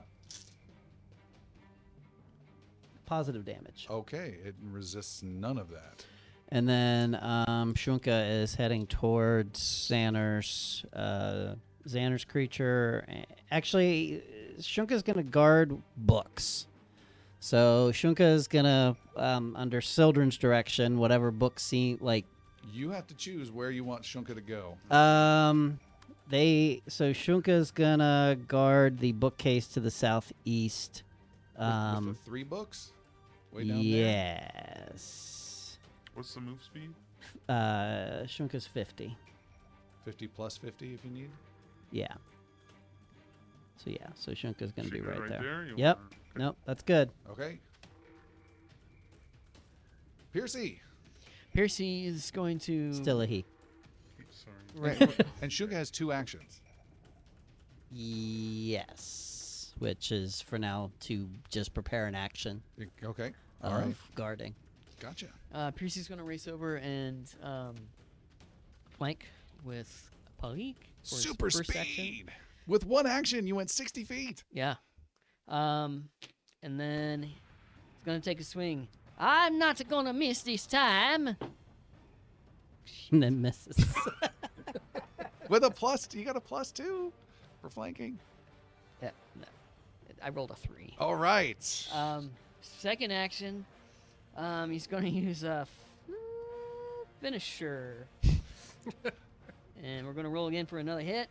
S7: positive damage.
S1: Okay, it resists none of that.
S7: And then um, Shunka is heading towards Xander's, uh, Xander's creature. A- Actually, Shunka's going to guard books. So Shunka is going to, um, under Sildren's direction, whatever book seem like
S1: You have to choose where you want Shunka to go.
S7: Um, they so Shunka's gonna guard the bookcase to the southeast.
S1: With- with the
S7: Um,
S1: three books? Way down there?
S7: yes.
S4: What's the move speed?
S7: Uh, Shunka's fifty.
S1: 50 plus 50 if you need.
S7: Yeah. So yeah, so Shunka's gonna
S4: Should
S7: be
S4: go
S7: right,
S4: right
S7: there.
S4: there, you
S7: Yep.
S4: wanna-
S7: Nope, that's good.
S1: Okay. Piercy.
S2: Piercy is going
S1: Hmm.
S2: to
S7: Still a he.
S4: Sorry.
S1: And Shunka has two actions.
S7: Yes, which is for now to just prepare an action
S1: Okay.
S7: of
S1: All
S2: Um,
S1: right.
S7: guarding.
S1: Gotcha.
S2: Uh, Piercy's going to race over and um, flank with Palik. for his
S1: Super
S2: first
S1: speed.
S2: action.
S1: With one action, you went 60 feet.
S2: Yeah. Um, and then he's going to take a swing. I'm not going to miss this time.
S7: And then misses.
S1: With a plus, you got a plus two for flanking.
S2: Yeah, no. I rolled a three.
S1: All right.
S2: Um, second action, um, he's going to use a f- finisher. and we're going to roll again for another hit.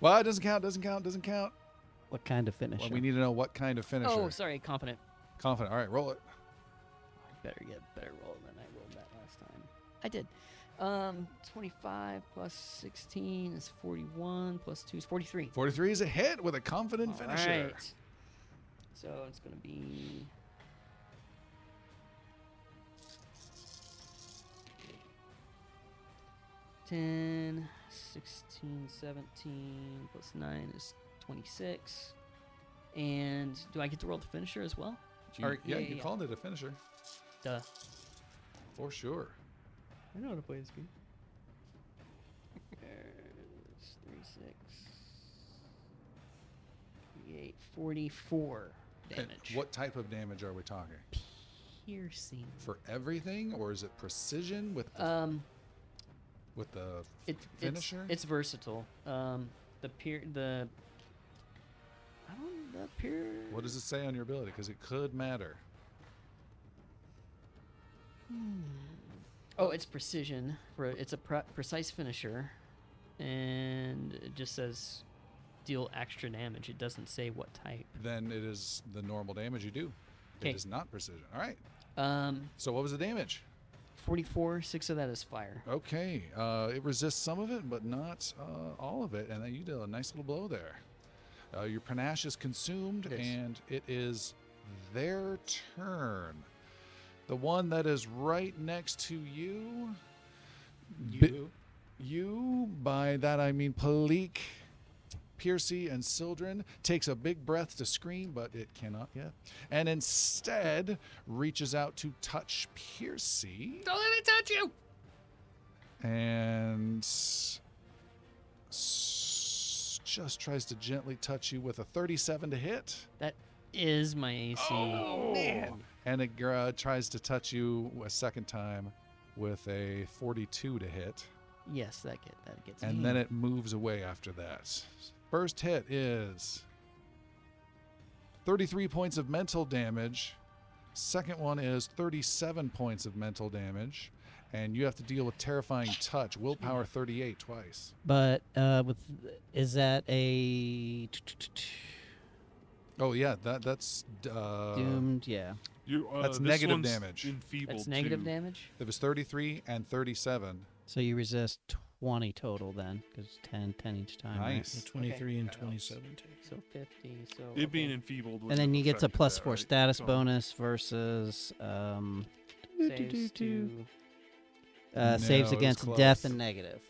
S1: Well, it doesn't count, doesn't count, doesn't count.
S7: what kind of finish?
S1: Well, we need to know what kind of finisher.
S2: Oh, sorry, confident.
S1: Confident. All right, roll it.
S2: Better get a better roll than I rolled that last time. I did. Um, 25 plus 16 is 41, plus 2 is 43.
S1: 43 is a hit with a confident
S2: All
S1: finisher.
S2: right. So it's going to be. Ten, sixteen, seventeen, plus nine is twenty-six. And do I get to roll the finisher as well?
S1: You-
S2: Or-
S1: yeah,
S2: yeah,
S1: you
S2: yeah.
S1: called it a finisher
S2: Duh.
S1: for sure.
S2: I know how to play this game. There's 36, 38, 44
S1: And
S2: damage.
S1: what type of damage are we talking?
S2: piercing?
S1: For everything, or is it precision with the,
S2: Um,
S1: with the
S2: it,
S1: finisher?
S2: It's, it's versatile. Um, the pier, the I don't the pier.
S1: what does it say on your ability? Because it could matter.
S2: Oh, it's precision. Re- It's a pre- precise finisher, and it just says deal extra damage. It doesn't say what type.
S1: Then it is the normal damage you do.
S2: Okay.
S1: It is not precision. All right.
S2: Um,
S1: So what was the damage?
S2: forty-four. Six of that is fire.
S1: Okay. Uh, it resists some of it, but not uh, all of it. And then you did a nice little blow there. Uh, your panache is consumed, and it is their turn. The one that is right next to you. You. you, by that I mean Palik, Piercy, and Sildren, takes a big breath to scream, but it cannot yet. And instead reaches out to touch Piercy.
S3: Don't let it touch you.
S1: and s- s- just tries to gently touch you with a 37 to hit.
S2: That is my AC.
S4: Oh.
S1: man. And it uh, tries to touch you a second time with a 42 to hit.
S2: Yes, that get that gets me.
S1: And then it moves away after that. First hit is 33 points of mental damage. Second one is 37 points of mental damage. And you have to deal with terrifying touch, willpower 38 twice.
S7: But uh, with is that a
S1: Oh yeah, that that's uh,
S7: doomed? yeah.
S4: You, uh,
S1: That's
S4: this
S1: negative
S4: one's
S1: damage.
S4: Enfeebled
S2: That's negative
S4: too.
S2: damage.
S1: It was 33 and 37.
S7: So you resist 20 total then, because 10, 10 each time. right?
S1: Nice.
S5: So 23 and 27 takes.
S2: So fifty. So okay.
S4: It being enfeebled.
S7: And then you get a plus four
S4: four
S7: status bonus versus um,
S2: saves to
S7: uh,
S1: No,
S7: saves
S1: it was
S7: against death
S1: close.
S7: and negative.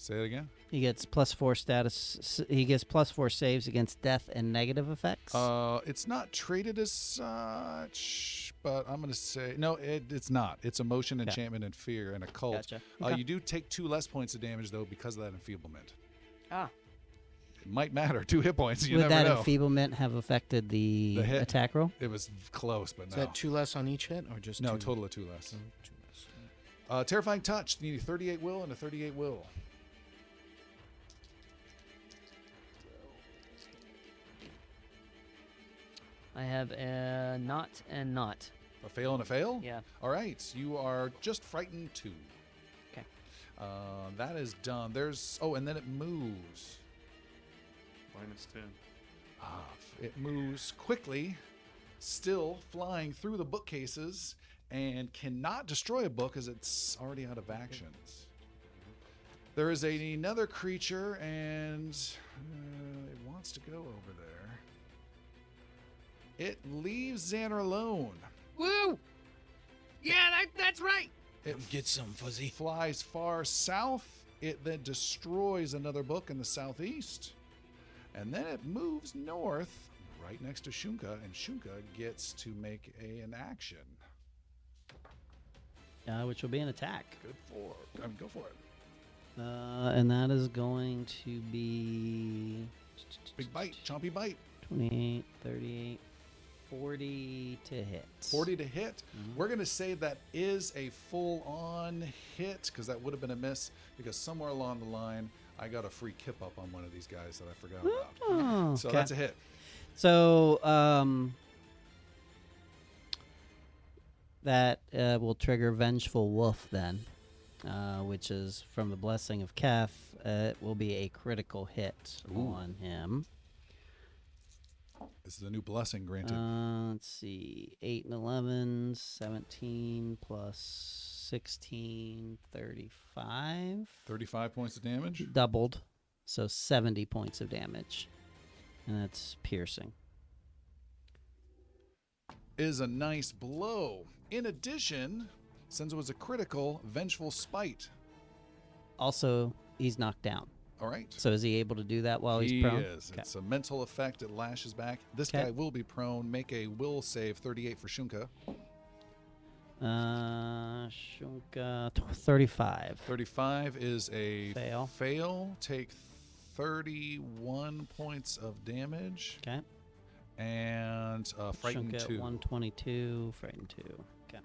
S1: Say it again.
S7: He gets plus four status. s- He gets plus four saves against death and negative effects.
S1: Uh, it's not treated as such, but I'm gonna say no. It, it's not. It's emotion,
S7: Okay.
S1: enchantment, and fear, and a cult.
S7: Gotcha.
S1: Uh, you do take two less points of damage though because of that enfeeblement.
S2: ah
S1: It might matter. Two hit points. You
S7: Would
S1: never
S7: that
S1: know.
S7: enfeeblement have affected the,
S1: The hit.
S7: attack roll?
S1: it was close, but
S5: Is
S1: no.
S5: that two less on each hit or just
S1: no,
S5: two?
S1: total of two less.
S5: Oh, two less.
S1: Uh, terrifying touch. You need a 38 will and a 38 will.
S2: I have a not and not.
S1: A fail and a fail.
S2: Yeah.
S1: All right. You are just frightened two.
S2: Okay.
S1: Uh, that is done. There's oh, and then it moves.
S4: Minus 10.
S1: Ah, it moves quickly, still flying through the bookcases, and cannot destroy a book as it's already out of actions. There is a- another creature, and uh, it wants to go over there. It leaves Xander alone.
S3: Woo! Yeah, that, that's right.
S1: It
S5: Get some fuzzy.
S1: flies far south. It then destroys another book in the southeast. And then it moves north right next to Shunka, and Shunka gets to make a, an action.
S7: uh, which will be an attack.
S1: Good for I mean, go for it.
S7: Uh, and that is going to be
S1: Big bite, chompy bite.
S7: 28, 38, 40 to hit.
S1: 40 to hit. We're going to say that is a full on hit because that would have been a miss because somewhere along the line, I got a free kip up on one of these guys that I forgot about.
S7: Oh,
S1: So
S7: okay.
S1: that's a hit.
S7: So, um, that uh, will trigger Vengeful Wolf then, uh, which is from the blessing of Kef. Uh, it will be a critical hit on him.
S1: This is a new blessing granted.
S7: Uh, let's see. 8 and 11, 17 plus 16, 35.
S1: 35 points of damage.
S7: Doubled. So 70 points of damage. And that's piercing.
S1: is a nice blow. In addition, since it was a critical, vengeful spite.
S7: Also, he's knocked down.
S1: All right.
S7: So is he able to do that while he's
S1: he
S7: prone?
S1: is.
S7: Okay.
S1: It's a mental effect. It lashes back. This
S7: Okay.
S1: guy will be prone. Make a will save 38 for Shunka.
S7: Uh, Shunka, t- 35.
S1: 35 is a
S7: Fail.
S1: fail. Take 31 points of damage
S7: Okay.
S1: and uh, frighten
S7: Shunka,
S1: 2.
S7: 122, Frighten 2. Okay.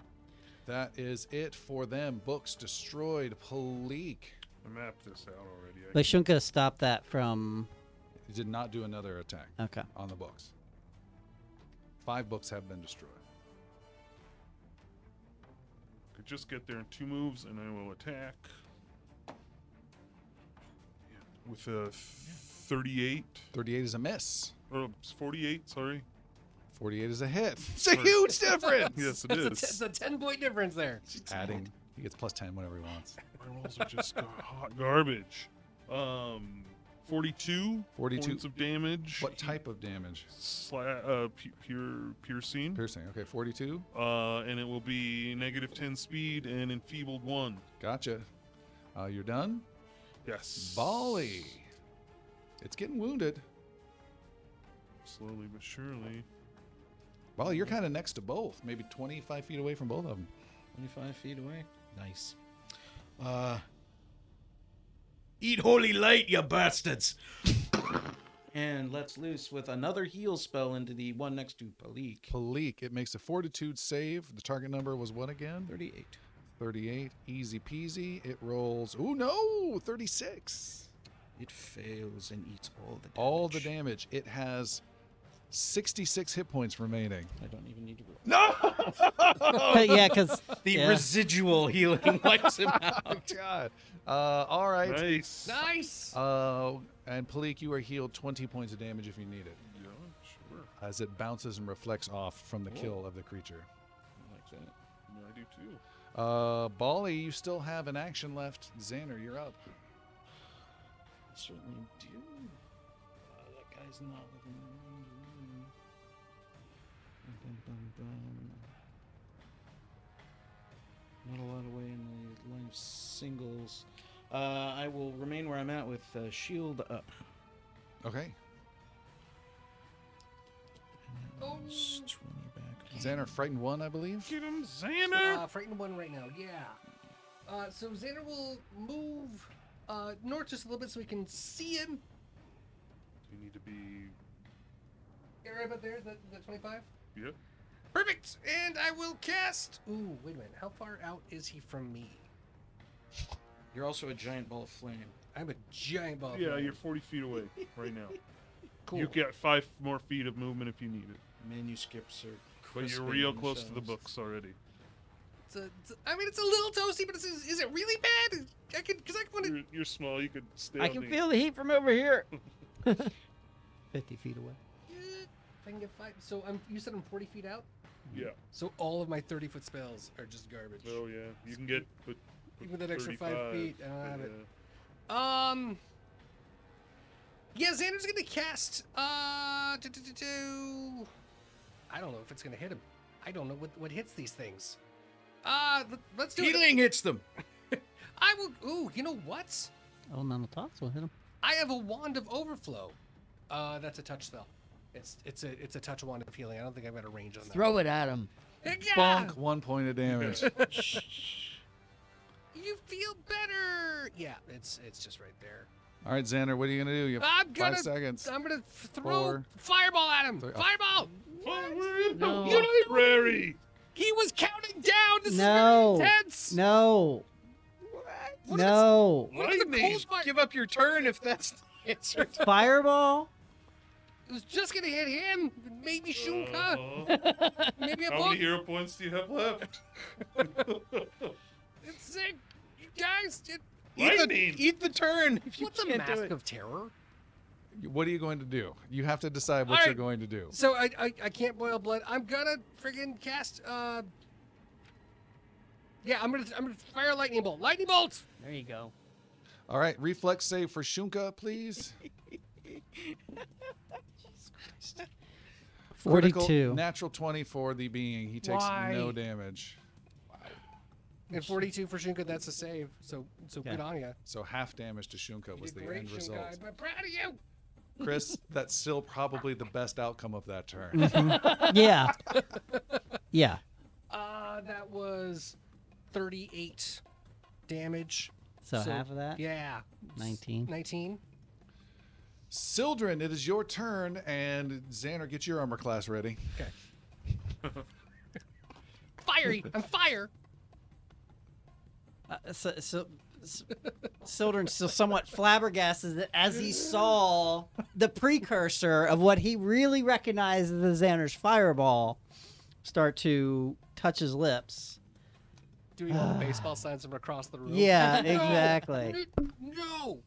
S1: That is it for them. Books destroyed. Pleek.
S4: I mapped this out already. I
S7: But Shunka stopped that from.
S1: He did not do another attack
S7: Okay.
S1: on the books. Five books have been destroyed.
S4: could just get there in two moves, and I will attack with a 38
S1: 38 is a miss.
S4: or 48. Sorry.
S1: 48 is a hit. It's a
S4: Or-
S1: huge difference.
S4: Yes, it
S3: That's a,
S4: is.
S3: t- it's a 10 point difference there.
S1: Adding, he gets plus 10 whenever he wants.
S4: My rolls are just gar- hot garbage. Um, 42.
S1: 42.
S4: points of damage.
S1: What type of damage?
S4: Sla- uh, pu- pure piercing.
S1: Piercing. Okay, 42.
S4: Uh, and it will be negative 10 speed and enfeebled one.
S1: Gotcha. Uh, you're done.
S4: Yes.
S1: Bali. It's getting wounded.
S4: Slowly but surely.
S1: Bali, you're kind of next to both, maybe 25 feet away from both of them.
S5: 25 feet away. Nice.
S6: Uh, eat holy light, you bastards!
S5: And let's loose with another heal spell into the one next to Palik.
S1: Palik, it makes a fortitude save. The target number was what again?
S5: 38.
S1: 38. Easy peasy. It rolls. Ooh, no! 36.
S5: It fails and eats all the damage.
S1: All the damage. It has 66 hit points remaining.
S5: I don't even need to roll.
S7: yeah, because.
S6: The
S7: yeah.
S6: residual healing wipes him out.
S1: Oh, God. Uh, all right.
S4: Nice.
S3: Nice.
S1: Uh, and Palik, you are healed 20 points of damage if you need it,
S4: Yeah, sure.
S1: as it bounces and reflects off from the kill of the creature.
S5: I like that.
S4: Yeah, I do too.
S1: Uh, Bali, you still have an action left. Xander, you're up.
S5: I certainly do. Uh, that guy's not within range. Bum, bum, bum. Not a lot away in the line of singles. Uh, I will remain where I'm at with uh, shield up.
S1: Okay.
S3: Oh.
S5: It's 20 back.
S1: Xander, frightened one, I believe.
S4: Get him, Xander!
S3: Uh, frightened one right now. Yeah. Uh, so Xander will move uh, north just a little bit so we can see him.
S4: You need to be.
S3: Yeah, right about there, the, the 25.
S4: Yeah.
S3: Perfect. And I will cast. Ooh, wait a minute. How far out is he from me?
S5: You're also a giant ball of flame.
S3: I'm a giant ball. of
S4: Yeah,
S3: fire.
S4: you're 40 feet away right now.
S3: cool.
S4: You get five more feet of movement if you need it.
S5: Manuscripts are.
S4: But you're
S5: crisping
S4: real close to the
S5: themselves.
S4: books already.
S3: It's a- it's a- I mean, it's a little toasty, but it's, is, is it really bad? I could,
S4: you're small. You could stay.
S7: I
S4: on
S7: can
S4: the-
S7: feel the heat from over here. 50 feet away.
S3: If I can get five. So I'm. You said I'm 40 feet out.
S4: Yeah.
S3: So all of my 30 foot spells are just garbage.
S4: Oh yeah. You can get. But, but
S3: Even that extra five
S4: 35,
S3: feet, I don't have it.
S4: yeah.
S3: Um. Yeah, Xander's gonna cast. Uh, do, do, do, do. I don't know if it's gonna hit him. I don't know what, what hits these things. Uh, let- let's do it.
S6: Healing hits them.
S3: I will. Ooh, you know what?
S7: Elemental toss will hit him.
S3: I have a wand of overflow. Uh, that's a touch spell. It's it's a it's a touch wand of healing. I don't think I've got a range on that.
S2: Throw it at him.
S3: Yeah,
S1: Bonk, one point of damage.
S3: you feel better. Yeah, it's it's just right there.
S1: All right, Xander, what are you gonna do? You have
S3: I'm gonna.
S1: five seconds.
S3: I'm gonna f- throw
S1: Four.
S3: fireball at him.
S1: Three. Oh.
S3: Fireball.
S4: Forward,
S2: No.
S4: Library.
S3: He was counting down. This
S7: No.
S3: is very intense.
S7: No.
S3: What is-
S7: No.
S3: what is the
S6: Lightning.
S3: cold fire?
S6: Give up your turn if that's the answer.
S7: Fireball?
S3: It was just gonna hit him. Maybe Shunka.
S4: Uh-huh.
S3: Maybe a
S6: Oh,
S4: How
S3: book.
S4: many hero points do you have left?
S3: It's sick. You guys, it,
S6: Eat the,
S4: Lightning.
S6: eat the turn if you
S3: what's a
S6: can't do
S3: mask
S6: it.
S3: of terror?
S1: What are you going to do? You have to decide what
S3: All
S1: you're
S3: right.
S1: going to do.
S3: So I, I I can't boil blood. I'm gonna friggin' cast. uh Yeah, I'm gonna I'm gonna fire a lightning bolt. Lightning bolt.
S2: There you go.
S1: All right, reflex save for Shunka, please.
S7: 42.
S1: natural 20 for the being. He takes
S3: Why?
S1: no damage.
S3: And 42 for Shunka. That's a save. So so good on ya.
S1: So half damage to Shunka
S3: You.
S1: was the
S3: did great,
S1: end
S3: Shunka.
S1: result.
S3: I'm proud of you.
S1: Chris, that's still probably the best outcome of that turn.
S7: Yeah. Yeah.
S3: Uh, that was 38 damage.
S7: So, half of that?
S3: Yeah.
S7: 19.
S3: 19.
S1: Sildren, it is your turn, and Xander, get your armor class ready.
S3: Fiery. I'm fire.
S7: Uh, so, so, so Sildren's still somewhat flabbergasted that as he saw the precursor of what he really recognizes as Xander's fireball start to touch his lips.
S3: Doing all the baseball signs from across the room.
S7: Yeah,
S3: No,
S7: exactly.
S3: No.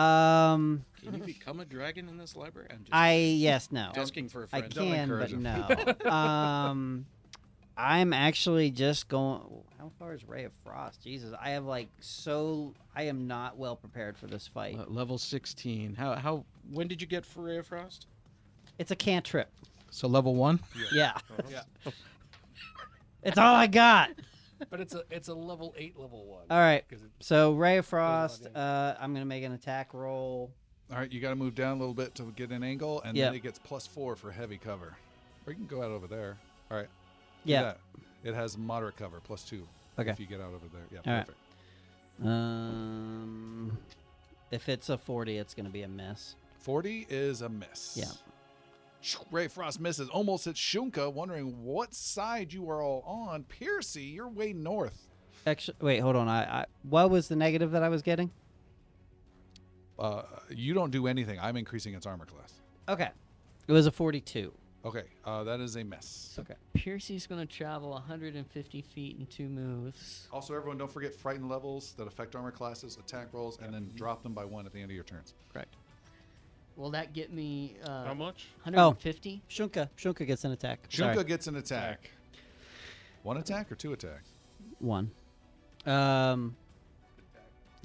S7: Um,
S8: Can you become a dragon in this library? I'm just
S7: I yes, no,
S8: asking for a
S7: I
S8: friend.
S7: can, but
S1: encourage him.
S7: no. Um, I'm actually just going. How far is Ray of Frost? Jesus, I have like so. I am not well prepared for this fight.
S8: Uh, level 16. How how when did you get Ray of Frost?
S7: It's a cantrip.
S6: So level one.
S7: Yeah.
S3: Yeah.
S7: It's all I got.
S3: But it's a it's a level eight level one.
S7: All right.
S3: 'Cause it-
S7: So Ray of Frost,
S3: damage.
S7: uh, I'm gonna make an attack roll.
S1: All right, you got to move down a little bit to get an angle, and
S7: Yep.
S1: then it gets plus four for heavy cover. Or you can go out over there. All right. do
S7: Yeah.
S1: that. It has moderate cover, plus two.
S7: Okay.
S1: If you get out over there. Yeah,
S7: All right.
S1: perfect.
S7: Um, if it's a 40, it's gonna be a miss.
S1: 40 is a miss.
S7: Yeah.
S1: Ray Frost misses, almost hits Shunka, wondering what side you are all on. Piercy, you're way north.
S7: Actually, wait, hold on. I, I what was the negative that I was getting?
S1: Uh, you don't do anything. I'm increasing its armor class.
S7: Okay, it was a 42.
S1: Okay, uh, that is a miss.
S7: Okay.
S2: Piercy's gonna travel 150 feet in two moves.
S1: Also, everyone, don't forget frightened levels that affect armor classes, attack rolls, and then drop them by one at the end of your turns.
S2: Will that get me? Uh,
S4: How much?
S1: Oh.
S2: 150.
S7: Shunka, Shunka gets an attack.
S1: Shunka
S7: Sorry,
S1: gets an attack. One attack or two attacks?
S7: one. Um.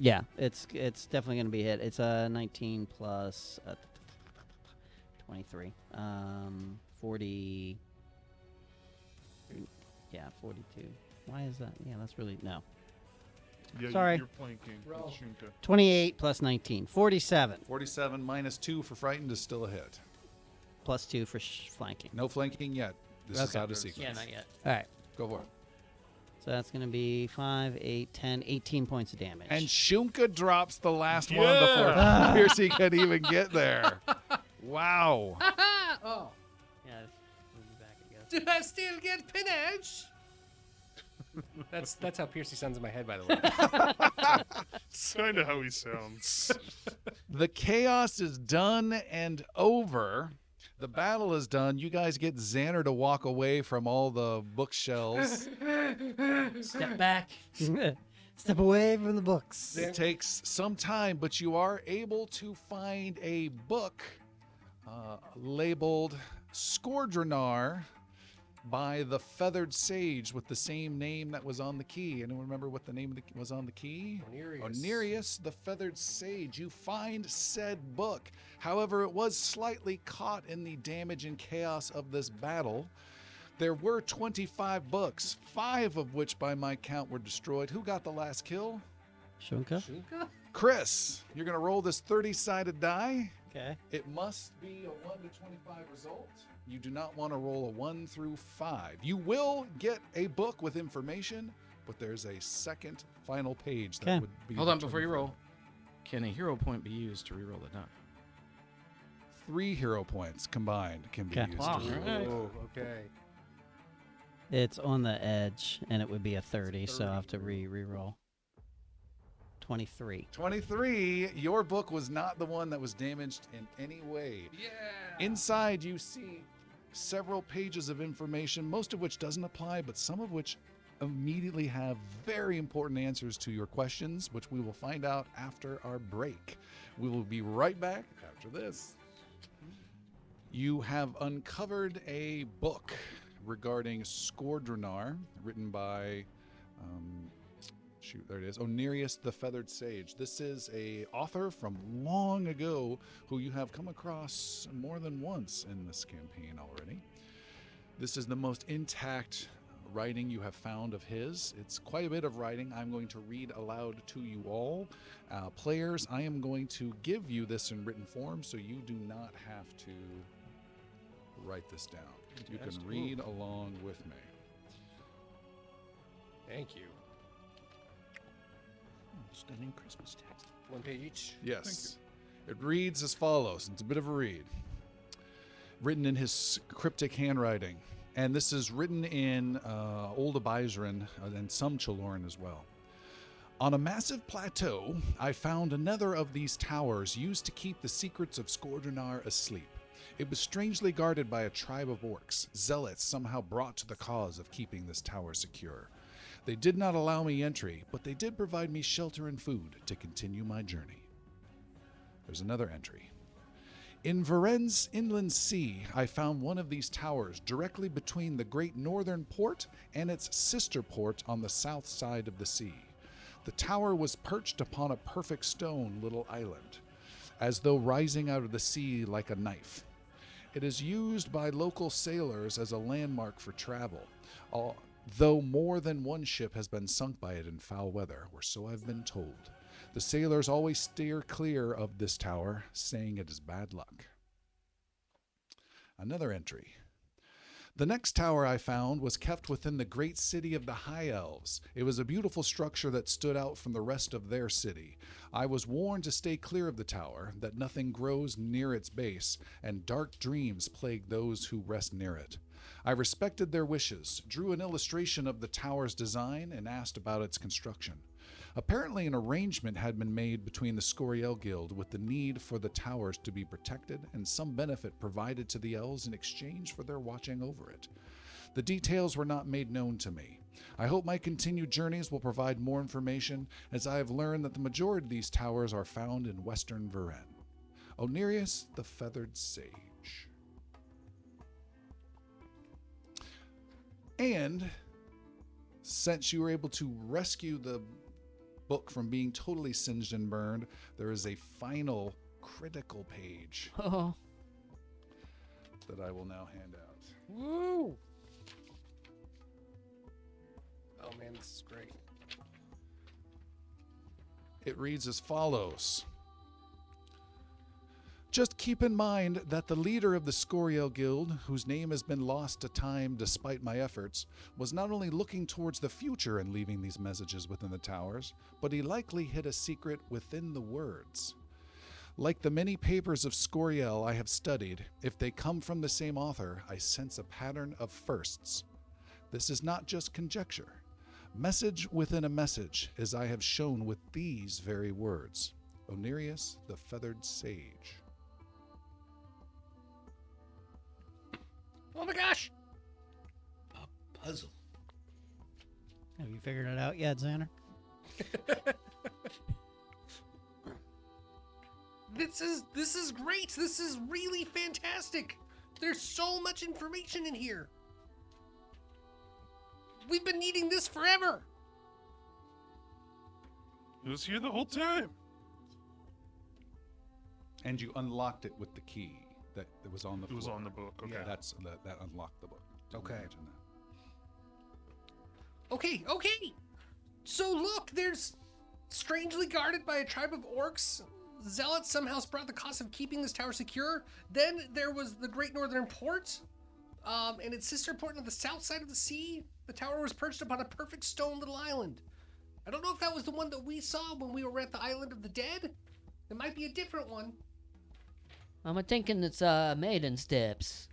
S7: Yeah, it's it's definitely gonna be hit. It's a 19 plus uh, 23. Um, 40. Yeah, 42. Why is that? Yeah, that's really no.
S4: Yeah,
S7: Sorry.
S4: You're playing game. with
S3: Roll.
S4: Shunka.
S7: 28 plus 19, 47
S1: 47 minus two for frightened is still a hit.
S7: plus two for sh- flanking.
S1: No flanking yet. This is
S7: Okay.
S1: out of sequence.
S2: Yeah, not yet.
S7: All right.
S1: Go for it.
S7: So that's going to be 5, 8, 10, 18 points of damage.
S1: And Shunka drops the last
S4: Yeah.
S1: one before Piercy could even get there. Wow.
S3: Ah, oh.
S2: Yeah. we'll be back, I guess.
S3: Do I still get pinage? that's that's how Piercy sounds in my head, by the way.
S4: It's kind of how he sounds.
S1: The chaos is done and over. The battle is done. You guys get Xander to walk away from all the bookshelves.
S2: Step back.
S7: Step away from the books.
S1: It takes some time, but you are able to find a book uh, labeled Skordronar by the Feathered Sage with the same name that was on the key. Anyone remember what the name of the, was on the key?
S3: Onirius.
S1: Onirius, the Feathered Sage. You find said book. However, it was slightly caught in the damage and chaos of this battle. There were 25 books, five of which, by my count, were destroyed. Who got the last kill?
S7: Shunka?
S1: Chris, you're going to roll this 30 sided die.
S7: Okay.
S1: It must be a 1 to 25 result. You do not want to roll a 1 through 5. You will get a book with information, but there's a second final page that
S7: Okay.
S1: would be.
S8: Hold on before you
S1: determined.
S8: roll.
S5: Can a hero point be used to reroll a die?
S1: Three hero points combined can be
S7: Okay.
S1: used.
S8: Wow.
S1: to roll.
S3: Oh, okay.
S7: It's on the edge, and it would be a 30, so I have to
S3: 30.
S7: re reroll. 23.
S1: 23, your book was not the one that was damaged in any way.
S3: Yeah.
S1: Inside, you see several pages of information, most of which doesn't apply, but some of which immediately have very important answers to your questions, which we will find out after our break. We will be right back after this. You have uncovered a book regarding Skordronar, written by. Um, Shoot, there it is. Onirius the Feathered Sage. This is a author from long ago who you have come across more than once in this campaign already. This is the most intact writing you have found of his. It's quite a bit of writing I'm going to read aloud to you all. Uh, players, I am going to give you this in written form so you do not have to write this down. You can read along with me.
S3: Thank you.
S5: Stunning Christmas text.
S3: One page each.
S1: Yes. It reads as follows. It's a bit of a read. Written in his cryptic handwriting. And this is written in uh, Old Abizran and some Chaloran as well. On a massive plateau, I found another of these towers used to keep the secrets of Skordronar asleep. It was strangely guarded by a tribe of orcs, zealots somehow brought to the cause of keeping this tower secure. They did not allow me entry, but they did provide me shelter and food to continue my journey. There's another entry. In Varennes Inland Sea, I found one of these towers directly between the great northern port and its sister port on the south side of the sea. The tower was perched upon a perfect stone little island, as though rising out of the sea like a knife. It is used by local sailors as a landmark for travel, al- though more than one ship has been sunk by it in foul weather, or so I've been told. The sailors always steer clear of this tower, saying it is bad luck. Another entry. The next tower I found was kept within the great city of the High Elves. It was a beautiful structure that stood out from the rest of their city. I was warned to stay clear of the tower, that nothing grows near its base, and dark dreams plague those who rest near it. I respected their wishes, drew an illustration of the tower's design, and asked about its construction. Apparently, an arrangement had been made between the Scoriel Guild with the need for the towers to be protected and some benefit provided to the elves in exchange for their watching over it. The details were not made known to me. I hope my continued journeys will provide more information, as I have learned that the majority of these towers are found in western Varen. Onirius the Feathered Sage. And since you were able to rescue the book from being totally singed and burned, there is a final critical page
S2: Oh,
S1: that I will now hand out.
S3: Woo! Oh man, this is great.
S1: It reads as follows Just keep in mind that the leader of the Scoriel Guild, whose name has been lost to time despite my efforts, was not only looking towards the future and leaving these messages within the towers, but he likely hid a secret within the words. Like the many papers of Scoriel I have studied, if they come from the same author, I sense a pattern of firsts. This is not just conjecture. Message within a message, as I have shown with these very words Onirius the Feathered Sage.
S3: Oh my gosh!
S7: Have you figured it out yet, Xander?
S3: This is this is great. This is really fantastic. There's so much information in here. We've been needing this forever.
S4: It was here the whole time.
S1: And you unlocked it with the key that that was on the
S4: It was
S1: floor.
S4: on the book. Okay.
S1: Yeah, that's that, that unlocked the book. Didn't
S3: Okay.
S1: imagine that.
S3: Okay, okay. So look, there's strangely guarded by a tribe of orcs. Zealots somehow brought the cost of keeping this tower secure. Then there was the Great Northern Port, um, and its sister port on the south side of the sea. The tower was perched upon a perfect stone little island. I don't know if that was the one that we saw when we were at the Island of the Dead. It might be a different one.
S2: I'm thinking it's uh, Maiden Steps.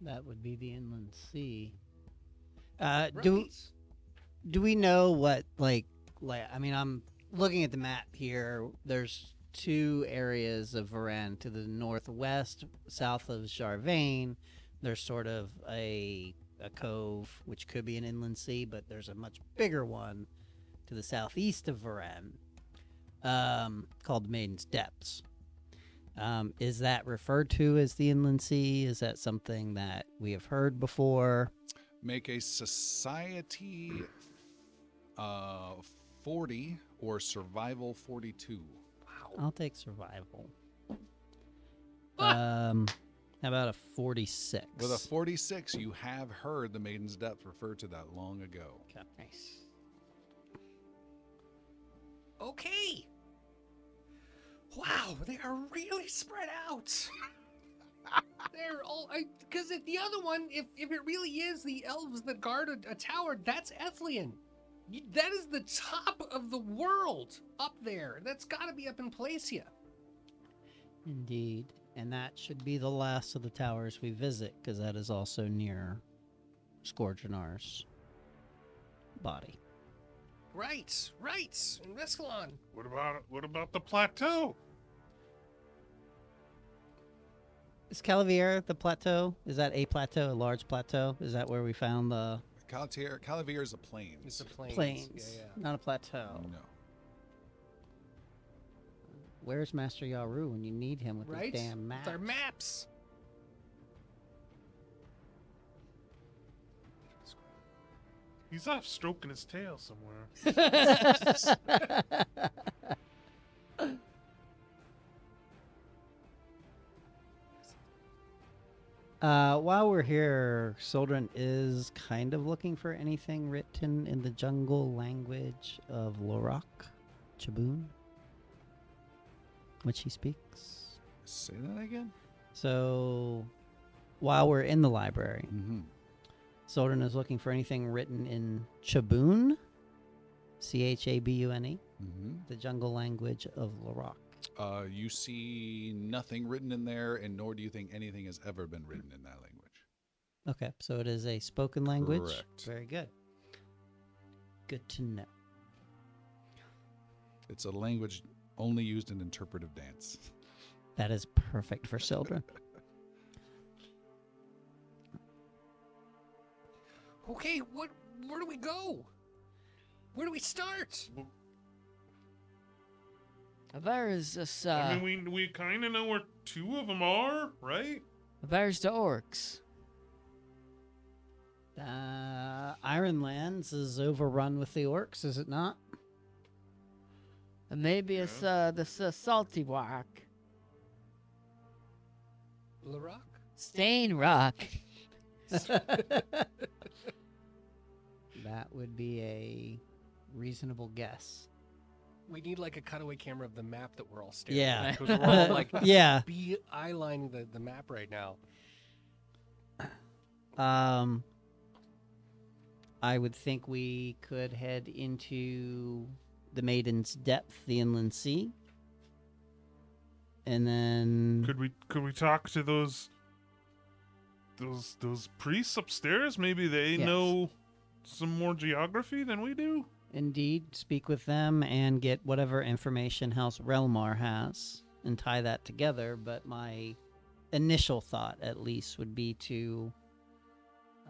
S7: That would be the inland sea. Uh, do do we know what like like I mean I'm looking at the map here. There's two areas of Varan to the northwest, south of Jarvain. There's sort of a a cove which could be an inland sea, but there's a much bigger one to the southeast of Varan um, called Maiden's Depths. Um, is that referred to as the inland sea? Is that something that we have heard before?
S1: Make a society uh, 40 or survival 42.
S7: I'll take survival. Um, how about a forty-six?
S1: With a 46, you have heard the Maiden's Depth referred to that long ago.
S7: nice.
S3: Okay. Wow, they are really spread out. They're all because if the other one, if if it really is the elves that guard a, a tower, that's Ethlian. You- That is the top of the world up there. That's got to be up in Placia.
S7: Indeed, and that should be the last of the towers we visit, because that is also near Scourginar's body.
S3: Right, right, in Rescalon.
S4: What about what about the plateau?
S7: Is Calavier the plateau? Is that a plateau, a large plateau? Is that where we found the
S1: Calatier, Calavir is a plane.
S3: It's a plains.
S7: plains? Not a plateau.
S1: No.
S7: Where's Master Yaru when you need him with
S3: Right?
S7: his damn map?
S3: With our maps.
S4: He's off stroking his tail somewhere.
S7: Uh, while we're here, Soldrin is kind of looking for anything written in the jungle language of Lorak, Chaboon, which he speaks.
S1: Say that again?
S7: So, while we're in the library,
S1: Mm-hmm.
S7: Soldrin is looking for anything written in Chaboon, C H A B U N E,
S1: Mm-hmm.
S7: the jungle language of Lorak.
S1: Uh, you see nothing written in there, and nor do you think anything has ever been written in that language.
S7: Okay, so it is a spoken language.
S1: Correct.
S7: Very good. Good to know.
S1: It's a language only used in interpretive dance.
S7: That is perfect for Sildren.
S3: Okay, what? Where do we go? Where do we start?
S2: Avarice is uh,
S4: I mean, we we kind of know where two of them are, right?
S2: Avarice to orcs.
S7: uh, Ironlands is overrun with the orcs, is it not?
S2: And maybe it's uh, this uh, salty rock,
S3: Laroc.
S2: stain rock.
S7: That would be a reasonable guess.
S3: We need like a cutaway camera of the map that we're all staring
S7: Yeah.
S3: at. 'cause we're all like
S7: yeah.
S3: be eyelining the, the map right now.
S7: Um, I would think we could head into the Maiden's Depth, the Inland Sea. And then.
S4: Could we could we talk to those those those priests upstairs? Maybe they
S7: Yes.
S4: know some more geography than we do.
S7: Indeed, speak with them and get whatever information House Relmar has and tie that together. But my initial thought, at least, would be to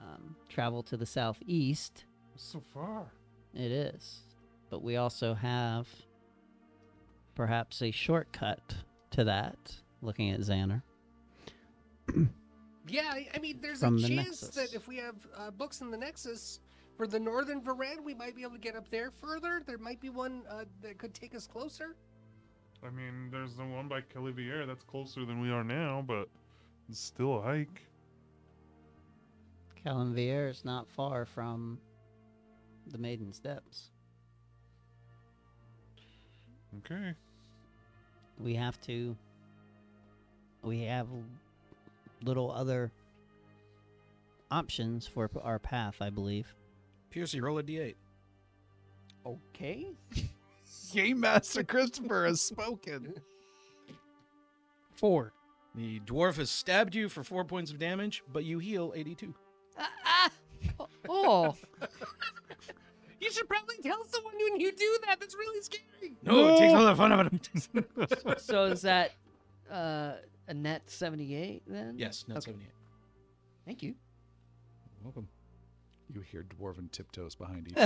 S7: um, travel to the southeast.
S4: So far,
S7: It is. but we also have perhaps a shortcut to that, looking at Xander.
S3: Yeah, I- I mean, there's
S7: From
S3: a
S7: the
S3: chance that
S7: Nexus.
S3: if we have uh, books in the Nexus for the Northern Varan, we might be able to get up there further. There might be one uh, that could take us closer.
S4: I mean, there's the one by Calivier that's closer than we are now, but it's still a hike.
S7: Calanvier is not far from the Maiden Steps.
S4: Okay.
S7: We have to. We have l- little other options for p- our path, I believe.
S5: Piercy, roll a d8.
S2: Okay.
S1: Game Master Christopher has spoken.
S2: Four.
S5: The dwarf has stabbed you for four points of damage, but you heal 82.
S2: Uh, Oh,
S3: You should probably tell someone when you do that. That's really scary.
S6: No, it takes all the fun out of it.
S2: so is that uh, a net 78 then?
S5: Yes, not
S2: Okay.
S5: 78.
S2: Thank you.
S5: Welcome.
S1: You hear dwarven tiptoes behind you.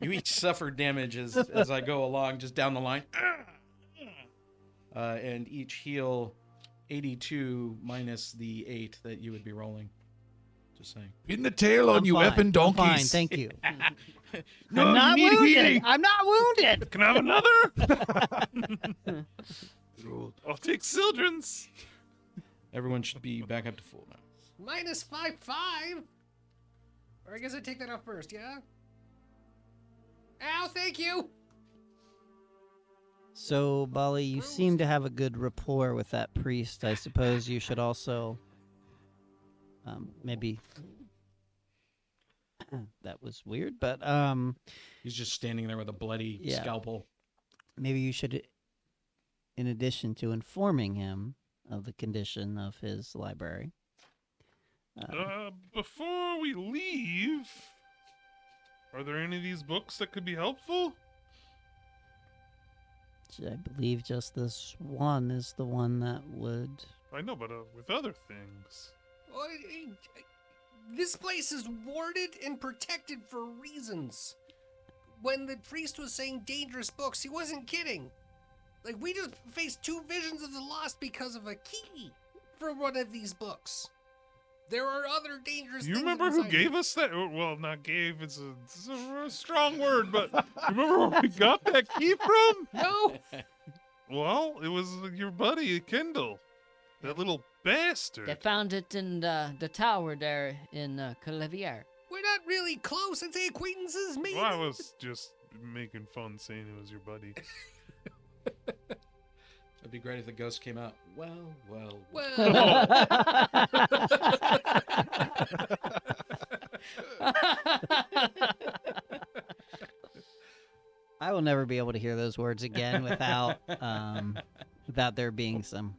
S5: You each suffer damage as, as I go along, just down the line. Uh, and each heal 82 minus the 8 that you would be rolling. Just saying.
S1: In the tail on
S7: I'm
S1: you
S7: fine.
S1: effing donkeys.
S7: I'm fine, thank you.
S5: No,
S7: I'm not
S5: you need
S7: wounded.
S5: healing.
S7: I'm not wounded.
S4: Can I have another?
S5: Drool.
S4: I'll take Sildren's.
S5: Everyone should be back up to full now.
S3: Minus five five. Or I guess I take that off first, yeah? Ow, thank you.
S7: So, Bali, you seem to have a good rapport with that priest. I suppose you should also um, maybe. that was weird, but um,
S5: He's just standing there with a bloody
S7: Yeah.
S5: scalpel.
S7: maybe you should, in addition to informing him of the condition of his library. uh,
S4: Uh, before we leave, are there any of these books that could be helpful?
S7: j- I believe just this one is the one that would.
S4: I know, but uh, with other things.
S3: Oh, I- I- I- This place is warded and protected for reasons. When the priest was saying dangerous books, he wasn't kidding. Like, we just faced two visions of the lost because of a key for one of these books. There are other dangerous
S4: Do you
S3: things
S4: remember who
S3: inside
S4: gave
S3: here.
S4: us that? uh, Well, not gave. It's a, it's a strong word, but do you remember where we got that key from?
S3: No!
S4: Well, it was your buddy Kendall, that little bastard.
S2: They found it in the, the tower there in uh, Calivier.
S3: We're not really close. I'd say acquaintances, maybe.
S4: Well, I was just making fun saying it was your buddy.
S5: It'd be great if the ghost came out. Well, well, well.
S3: Well,
S7: I will never be able to hear those words again without um, without there being some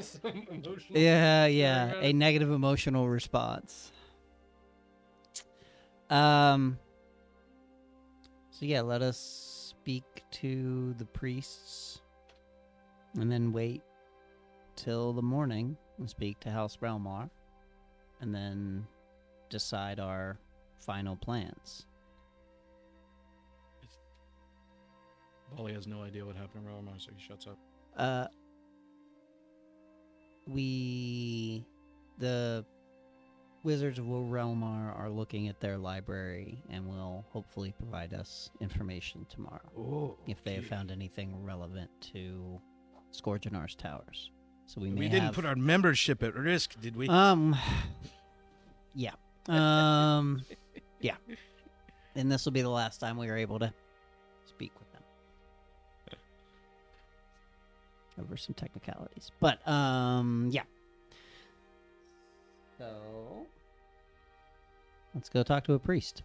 S3: some emotional.
S7: Yeah,
S3: about
S7: yeah, a
S3: it.
S7: negative emotional response. Um. So yeah, let us speak to the priests, and then wait till the morning and speak to House Brelmar, and then decide our final plans.
S5: Polly has no idea what happened to Romar, so he shuts up.
S7: Uh, we, the Wizards of Realmar are looking at their library and will hopefully provide us information tomorrow
S5: Oh.
S7: if they have found anything relevant to Scourginar's towers. So we may
S6: we didn't
S7: have-
S6: put our membership at risk, did we?
S7: um, yeah, um, yeah, and this will be the last time we are able to speak with them over some technicalities. But um, yeah. So let's go talk to a priest.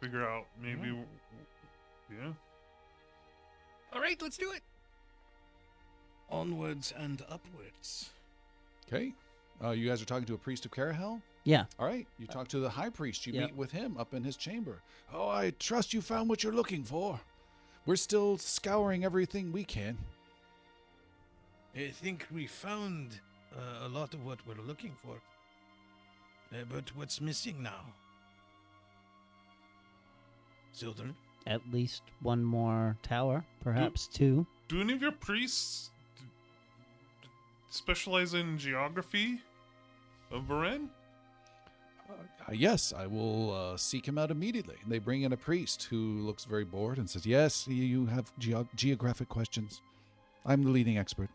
S4: Figure out maybe. Yeah.
S3: All right, let's do it.
S5: Onwards and upwards.
S1: Okay. Uh, you guys are talking to a priest of Carahel?
S7: Yeah.
S1: All right. You talk to the high priest. You
S7: Yeah.
S1: meet with him up in his chamber. Oh, I trust you found what you're looking for. We're still scouring everything we can.
S6: I think we found uh, a lot of what we're looking for. Uh, but what's missing now? Children?
S7: At least one more tower, perhaps two.
S4: Do any of your priests d- d- specialize in geography of Varan?
S1: Uh, yes, I will uh, seek him out immediately. And they bring in a priest who looks very bored and says, Yes, you- you have geog geographic questions. I'm the leading expert.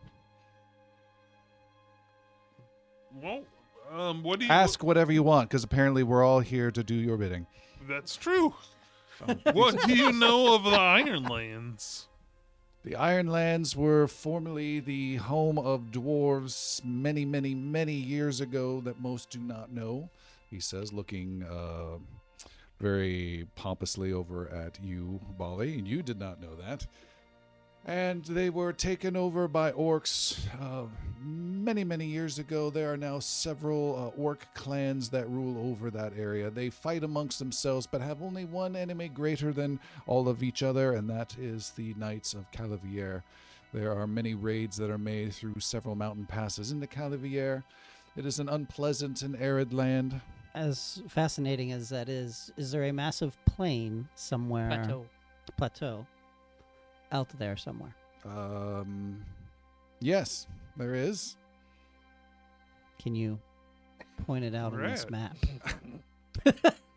S4: Well, um, what do you
S1: Ask whatever you want, because apparently we're all here to do your bidding.
S4: That's true. what do you know of the Ironlands?
S1: The Ironlands were formerly the home of dwarves many, many, many years ago that most do not know, he says, looking uh, very pompously over at you, Bali. And you did not know that. And they were taken over by orcs uh, many, many years ago. There are now several uh, orc clans that rule over that area. They fight amongst themselves, but have only one enemy greater than all of each other, and that is the Knights of Calavier. There are many raids that are made through several mountain passes into Calavier. It is an unpleasant and arid land.
S7: As fascinating as that is, is there a massive plain somewhere?
S1: oh.
S2: Plateau.
S7: Plateau. Out there somewhere.
S1: Um, yes, there is.
S7: Can you point it out on this
S4: Right.
S7: map?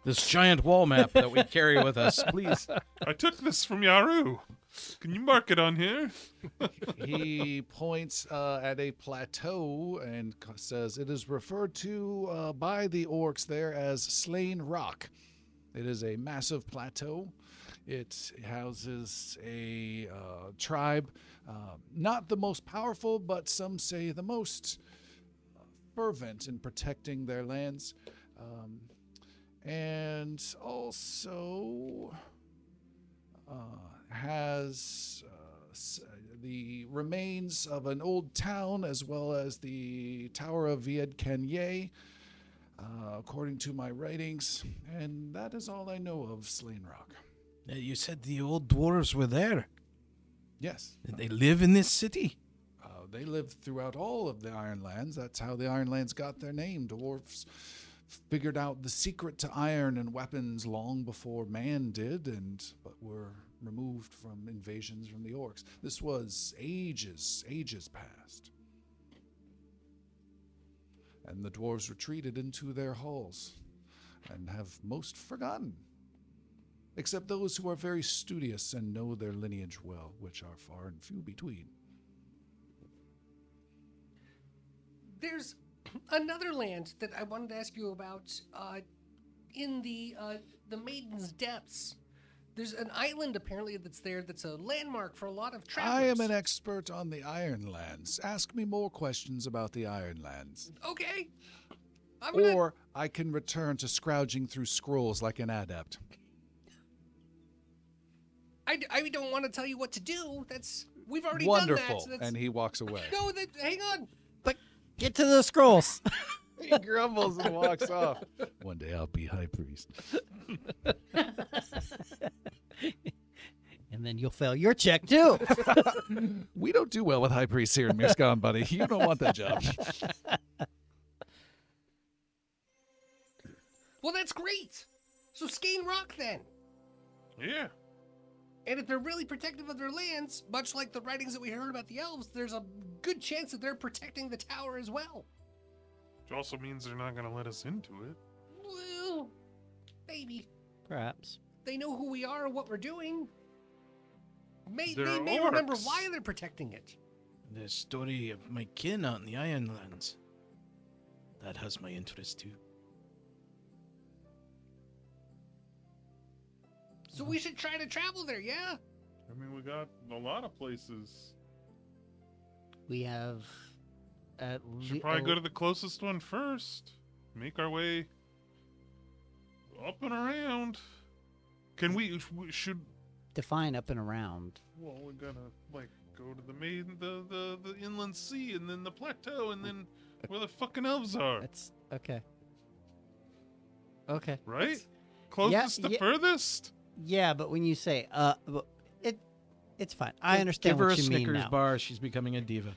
S6: This giant wall map that we carry with us, please.
S4: I took this from Yaru. Can you mark it on here?
S1: he points uh, at a plateau and c- says it is referred to uh, by the orcs there as Slain Rock. It is a massive plateau. It houses a uh, tribe, uh, not the most powerful, but some say the most uh, fervent in protecting their lands. Um, and also, uh, has uh, s- the remains of an old town as well as the Tower of Vied Kenye, uh, according to my writings. And that is all I know of Slain Rock.
S6: Uh, you said the old dwarves were there.
S1: Yes,
S6: Did they live in this city?
S1: uh, they lived throughout all of the Iron Lands. That's how the Iron Lands got their name. Dwarfs figured out the secret to iron and weapons long before man did, and but were removed from invasions from the orcs. This was ages, ages past. And the dwarves retreated into their halls and have most forgotten. Except those who are very studious and know their lineage well, which are far and few between.
S3: There's another land that I wanted to ask you about uh, in the uh, the Maiden's Depths. There's an island apparently that's there that's a landmark for a lot of travelers.
S1: I am an expert on the Iron Lands. Ask me more questions about the Iron Lands.
S3: okay. I'm gonna,
S1: Or I can return to scrounging through scrolls like an adept.
S3: I, d- I don't want to tell you what to do. That's we've already
S1: Wonderful.
S3: done that. That's,
S1: and he walks away.
S3: no, that, hang on.
S7: Get to the scrolls.
S1: he grumbles and walks off. One day I'll be high priest.
S7: and then you'll fail your check too.
S1: We don't do well with high priests here in Mirskan, buddy. You don't want that job.
S3: Well, that's great. So Skane Rock then.
S4: Yeah.
S3: And if they're really protective of their lands, much like the writings that we heard about the elves, there's a good chance that they're protecting the tower as well.
S4: Which also means they're not going to let us into it.
S3: Well, maybe
S7: Perhaps.
S3: they know who we are and what we're doing. May they
S4: They're
S3: may remember
S4: orcs.
S3: why they're protecting it.
S6: The story of my kin out in the Ironlands. That has my interest too.
S3: So we should try to travel there. Yeah.
S4: Uh, I mean, we got a lot of places.
S7: We have at uh,
S4: We
S7: lea-
S4: should probably
S7: a-
S4: go to the closest one first. Make our way up and around. Can we? sh- we- Should
S7: define up and around.
S4: well, we gotta like go to the main, the the the inland sea, and then the plateau, and then where the fucking elves are.
S7: That's okay. Okay.
S4: Right? Closest to
S7: yeah.
S4: furthest.
S7: Yeah, but when you say uh, w- it, it's fine. I
S6: Give
S7: understand
S6: her
S7: what
S6: a
S7: you mean
S6: Snickers
S7: now. Uh,
S6: bar. She's becoming a diva.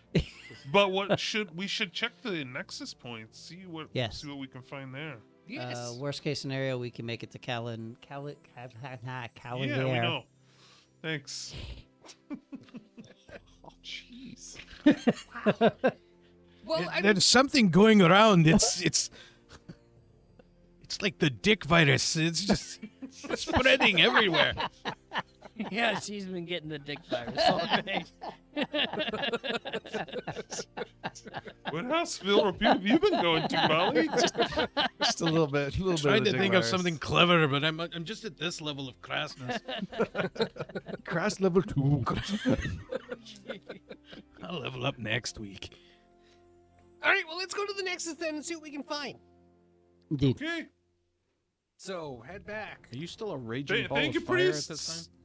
S4: But what should we should check the nexus points? See what
S7: Yes.
S4: see what we can find there.
S3: Yes.
S7: Uh, worst case scenario, we can make it to Callan. Callan. Callan.
S4: yeah, we know. Thanks.
S1: Jeez.
S3: well, I mean,
S6: There's something going around. It's it's it's like the dick virus. It's just spreading everywhere.
S2: yeah, she's been getting the dick virus all
S1: Oh.
S2: day.
S4: What hospital or people have you been going to, Molly? Just-
S1: Just a little bit. A little bit.
S6: Trying
S1: of the
S6: to
S1: dick
S6: think
S1: virus.
S6: of something clever, but I'm I'm just at this level of crassness.
S1: Crass level two.
S6: I'll level up next week.
S3: all right, well, let's go to the Nexus then and see what we can find.
S7: Indeed.
S4: okay.
S3: So head back.
S5: Are you still a raging
S4: Th-
S5: ball
S4: thank you,
S5: of fire
S4: pretty
S5: at this
S4: s-
S5: time?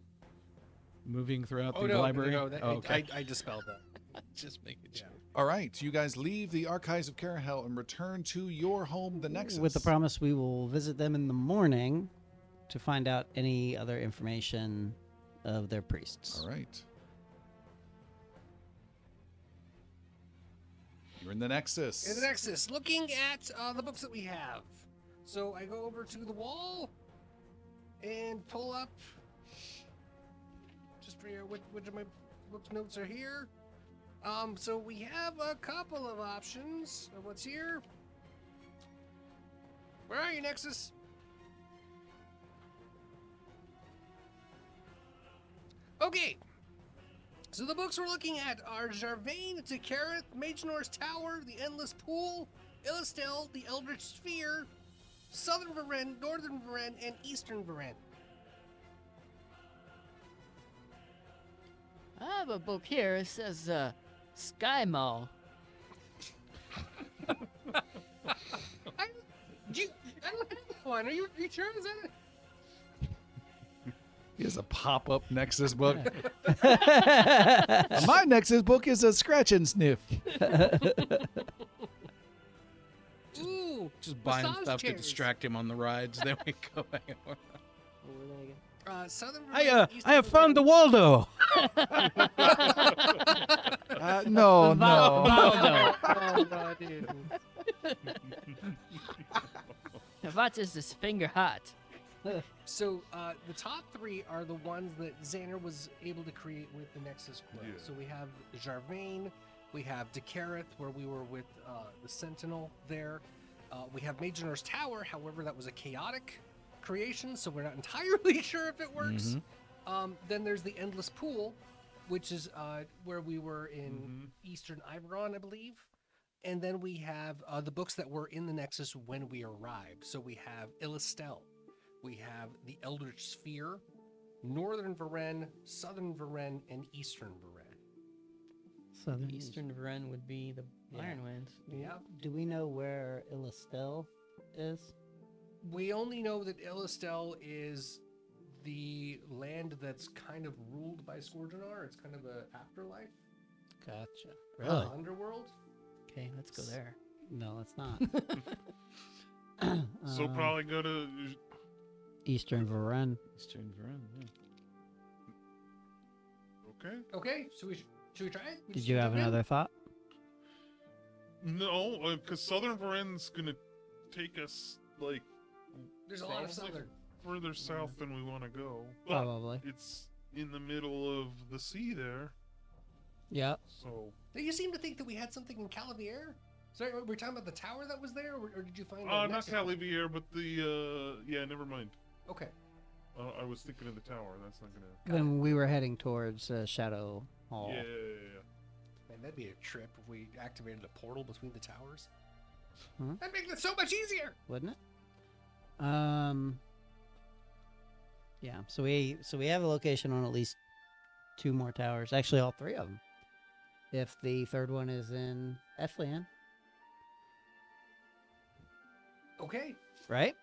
S5: Moving throughout
S3: Oh
S5: the
S3: no,
S5: library.
S3: no, that,
S5: Oh, okay.
S3: I, I dispelled that.
S6: Just make it. Yeah.
S1: All right, you guys leave the archives of Carahel and return to your home, the Nexus.
S7: With the promise, we will visit them in the morning to find out any other information of their priests.
S1: All right. You're in the Nexus.
S3: In the Nexus, looking at uh, the books that we have. So I go over to the wall and pull up. Just here, which, which of my book notes are here? Um, so we have a couple of options of what's here. Where are you, Nexus? Okay. So the books we're looking at are Jarvain, Tekareth, Magenor's Tower, The Endless Pool, Illistel, The Eldritch Sphere, Southern Varen, Northern Varen, and Eastern Varen.
S2: I have a book here. It says uh, Sky Mall.
S3: I, do you, I don't have that one. Are you, are you sure? Is that it?
S1: He has a pop up Nexus book. My Nexus book is a scratch and sniff.
S3: Ooh.
S6: Just buying
S3: Massage
S6: stuff
S3: chairs.
S6: to distract him on the rides. Then we go back and forth.
S3: Uh, Southern Varen,
S6: I uh,
S3: Eastern
S6: I have found the
S3: Varen.
S6: Waldo.
S1: Uh, no, no.
S2: Valdo.
S8: Oh, no, I didn't.
S2: What is this finger hot?
S3: So uh, the top three are the ones that Xander was able to create with the Nexus Quest.
S4: Yeah.
S3: So we have Jarvain, we have Decareth, where we were with uh, the Sentinel there. Uh, we have Majonor's Tower, however, that was a chaotic creation, so we're not entirely sure if it works. Um, then there's the Endless Pool, which is uh, where we were in Eastern Iveron, I believe. And then we have uh, the books that were in the Nexus when we arrived. So we have Illistel, we have the Eldritch Sphere, Northern Varen, Southern Varen, and Eastern Varen.
S7: Southern
S2: Eastern Varen would be the
S7: Yeah.
S2: Ironwinds.
S7: Mm-hmm.
S3: Yeah.
S7: Do we know where Illistel is?
S3: We only know that Illistel is the land that's kind of ruled by Scorgenar. It's kind of the afterlife,
S7: Gotcha.
S3: the
S7: Really?
S3: underworld.
S2: Okay, let's go there.
S7: No, it's not.
S4: So
S7: Um,
S4: probably go to.
S7: Eastern Varen.
S5: Eastern Varun, yeah.
S4: Okay.
S3: Okay, so we should, should we try it? We
S7: Did
S3: just
S7: you
S3: jump
S7: have
S3: in?
S7: another thought?
S4: No, because Southern Varen's gonna take us like
S3: There's a lot of
S4: Probably.
S3: southern.
S4: further south than we want to go. But
S7: Probably.
S4: It's in the middle of the sea there,
S7: Yep.
S4: so
S3: Now, you seem to think that we had something in Calavier. Sorry, were we talking about the tower that was there, or, or did you find? a
S4: uh, not
S3: Nexus?
S4: Calivier, but the uh, yeah, never mind.
S3: Okay.
S4: Uh, I was thinking of the tower. That's not gonna.
S7: When we were heading towards uh, Shadow Hall.
S4: Yeah, yeah, yeah, yeah.
S3: Man, that'd be a trip if we activated a portal between the towers.
S7: Hmm?
S3: That'd make this so much easier.
S7: wouldn't it? Um. Yeah. So we so we have a location on at least two more towers. Actually, all three of them. If the third one is in Eflian,
S3: Okay.
S7: right?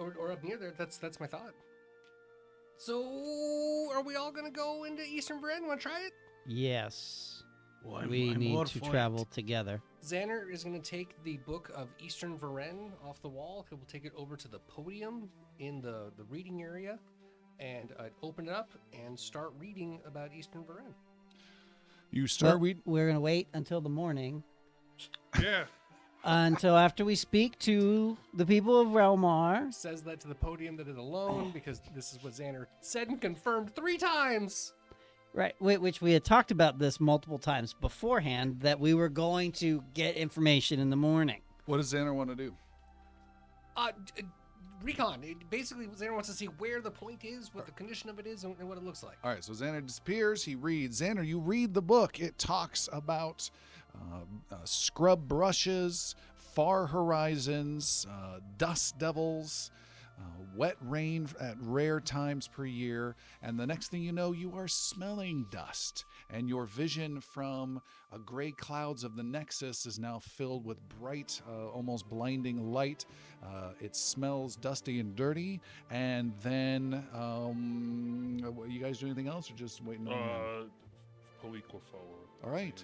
S3: Or, or up near there. That's that's my thought. So, are we all gonna go into Eastern Bren? Want to try it?
S7: Yes.
S6: Well, I'm-
S7: we
S6: I'm all
S7: need to
S6: for it.
S7: travel together.
S3: Xander is gonna take the book of Eastern Varen off the wall. He will take it over to the podium in the the reading area, and uh, open it up and start reading about Eastern Varen.
S1: You start
S7: But
S1: reading.
S7: We're gonna wait until the morning.
S4: Yeah,
S7: until after we speak to the people of Realmar.
S3: Says that to the podium that is alone because this is what Xander said and confirmed three times.
S7: Right, whi- which we had talked about this multiple times beforehand that we were going to get information in the morning.
S1: What does Xander want to do?
S3: Uh, d- uh, recon. It, basically, Xander wants to see where the point is, what the condition of it is, and, and what it looks like.
S1: All right, so Xander disappears. He reads. Xander, you read the book. It talks about uh, uh, scrub brushes, far horizons, uh, dust devils, uh, wet rain at rare times per year. And the next thing you know, you are smelling dust. And your vision from uh, gray clouds of the Nexus is now filled with bright, uh, almost blinding light. Uh, it smells dusty and dirty. And then, um, uh, what- you guys do anything else or just waiting on him?
S4: Uh, Paliqua forward.
S1: All right.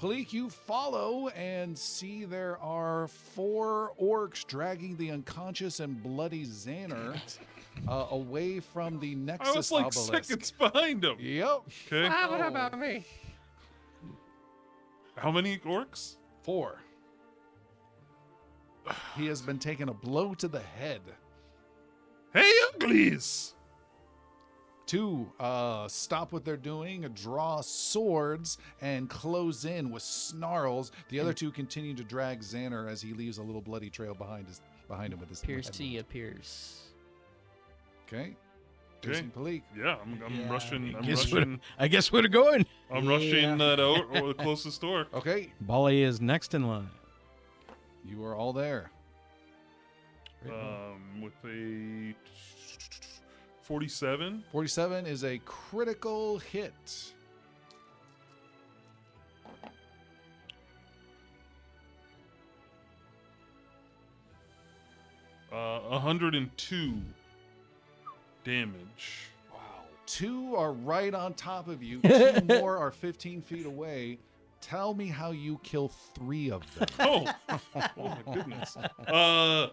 S1: Palik, you follow and see there are four orcs dragging the unconscious and bloody Xaner uh, away from the Nexus
S4: I was like
S1: obelisk.
S4: seconds behind him.
S1: Yep,
S4: Okay.
S3: Ah, what about me?
S4: How many orcs?
S1: four. He has been taking a blow to the head.
S4: Hey, uglies!
S1: Two, uh, stop what they're doing, draw swords, and close in with snarls. The other two continue to drag Xaner as he leaves a little bloody trail behind his behind him with his
S2: Appears
S1: head.
S2: T appears.
S1: Okay.
S4: Okay.
S1: Jason Palik.
S4: Yeah, I'm, I'm
S7: Yeah,
S4: rushing. I'm
S6: guess what-
S4: rushing.
S6: I guess we're going.
S4: I'm
S7: Yeah.
S4: rushing that out or the closest door.
S1: Okay,
S6: Bali is next in line.
S1: You are all there.
S4: Um, with a 47.
S1: 47 is a critical hit.
S4: Uh, 102 damage.
S1: Wow. Two are right on top of you, two more are 15 feet away. Tell me how you kill three of them.
S4: Oh, oh my goodness. Uh,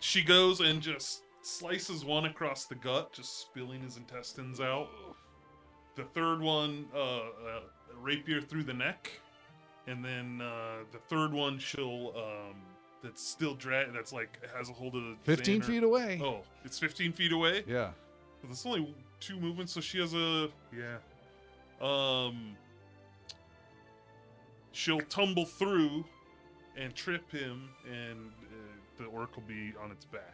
S4: she goes and just slices one across the gut, just spilling his intestines out. The third one, uh, uh rapier through the neck, and then uh, the third one she'll um, that's still drag that's like has a hold of the
S1: 15
S4: Xander.
S1: feet away.
S4: Oh, it's 15 feet away.
S1: Yeah.
S4: Well, there's only two movements, so she has a yeah. Um, she'll tumble through and trip him, and uh, the orc will be on its back.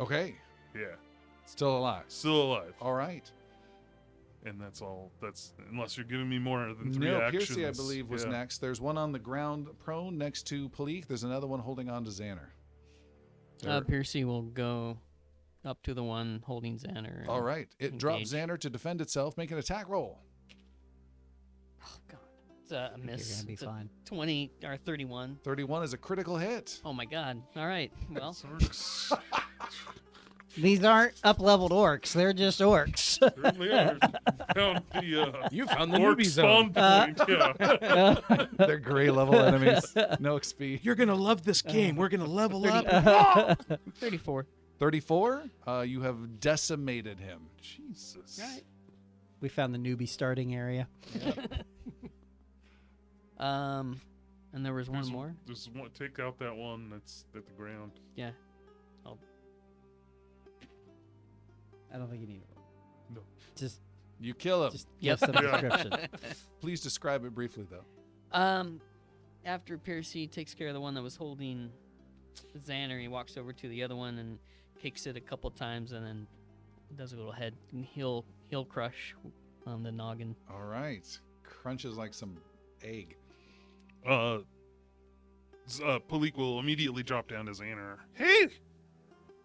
S1: Okay.
S4: Yeah,
S1: Still alive.
S4: still alive.
S1: All right.
S4: And that's all. That's unless you're giving me more than three
S1: No,
S4: actions.
S1: Piercy, I believe, was
S4: Yeah.
S1: next. There's one on the ground prone next to Palik. There's another one holding on to Xaner.
S2: Uh,
S1: There-
S2: Piercy will go up to the one holding Xander.
S1: all
S2: and-
S1: right. It drops
S2: Engage.
S1: Xander to defend itself. Make an attack roll.
S2: Oh God, it's a
S7: You're
S2: miss.
S7: gonna be
S2: It's a
S7: fine.
S2: Twenty or thirty-one.
S1: 31 is a critical hit.
S2: Oh my God. All right. Well,
S4: Orcs.
S7: These aren't up-leveled orcs; they're just orcs.
S4: Certainly are. found the uh,
S6: You found the
S4: orc
S6: newbie zone.
S4: spawn point. yeah.
S1: They're gray level enemies. No XP.
S6: You're gonna love this
S3: Uh,
S6: game. We're gonna level up.
S2: thirty-four.
S1: 34 uh, you have decimated him
S4: Jesus.
S2: Right.
S7: we found the newbie starting area.
S2: Um, and there was one
S4: There's-
S2: more.
S4: There's one. Take out that one that's at the ground.
S2: Yeah.
S7: I don't think you need it.
S4: No.
S7: Just,
S1: you kill him
S7: just
S2: Yep.
S7: give some
S4: Yeah.
S7: description.
S1: please describe it briefly though
S2: Um, after Piercy takes care of the one that was holding Xander, he walks over to the other one and kicks it a couple times, and then does a little head and heel heel crush on the noggin.
S1: all right crunches like some egg
S4: uh, Z- uh Palik will immediately drop down to Xaner. Hey,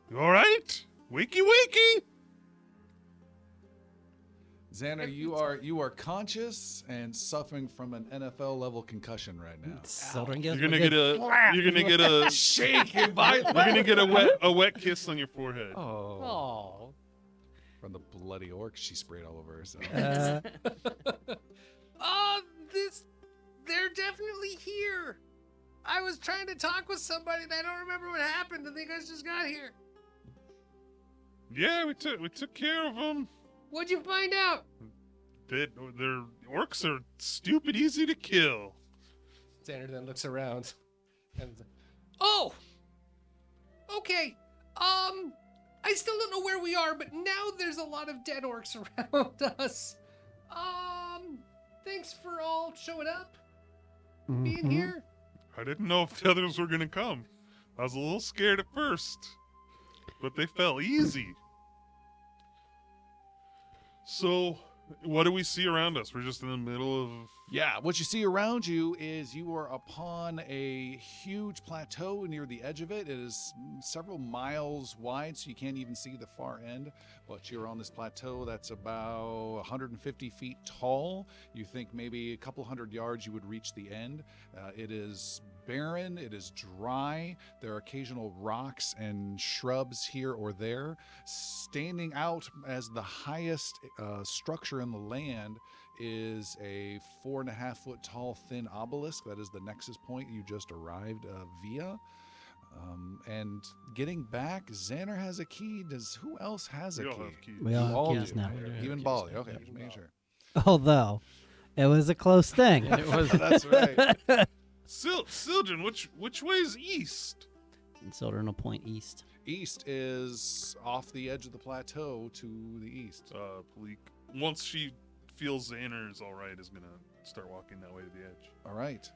S4: you all right? Wakey, wakey.
S1: xander you are you are conscious and suffering from an nfl level concussion right now
S4: You're gonna get a. You're gonna get a.
S1: shake you
S4: You're gonna get a wet a wet kiss on your forehead.
S1: oh
S2: Oh,
S1: from the bloody orc she sprayed all over herself
S7: Uh,
S3: Uh, this. They're definitely here. I was trying to talk with somebody and I don't remember what happened and you guys just got here.
S4: Yeah, we took we took care of them.
S3: What'd you find out?
S4: That their orcs are stupid easy to kill.
S3: Xander then looks around and Oh. Okay. Um, I still don't know where we are, but now there's a lot of dead orcs around us. Um, thanks for all showing up, being
S7: Mhm.
S3: here.
S4: I didn't know if the others were gonna come. I was a little scared at first, but they fell easy. So, what do we see around us? We're just in the middle of.
S1: Yeah, what you see around you is you are upon a huge plateau near the edge of it. It is several miles wide, so you can't even see the far end. But you're on this plateau that's about 150 feet tall. You think maybe a couple hundred yards you would reach the end. Uh, it is barren, it is dry. There are occasional rocks and shrubs here or there. Standing out as the highest uh, structure in the land is a four and a half foot tall thin obelisk. That is the nexus point you just arrived uh, via. Um, and getting back, Xander has a key. Does who else has a
S4: We
S1: key?
S4: all have keys.
S7: We all
S1: You
S7: have
S1: all
S7: keys
S1: do.
S7: now.
S1: Even Bali. Okay, just making sure.
S7: Although, it was a close thing.
S8: It was
S1: That's right.
S4: Sil- Sildren, which which way is east?
S7: And Sildren will point east.
S1: East is off the edge of the plateau to the east.
S4: Uh, Bleak. Once she feels Xander is all right, is gonna start walking that way to the edge.
S1: All right.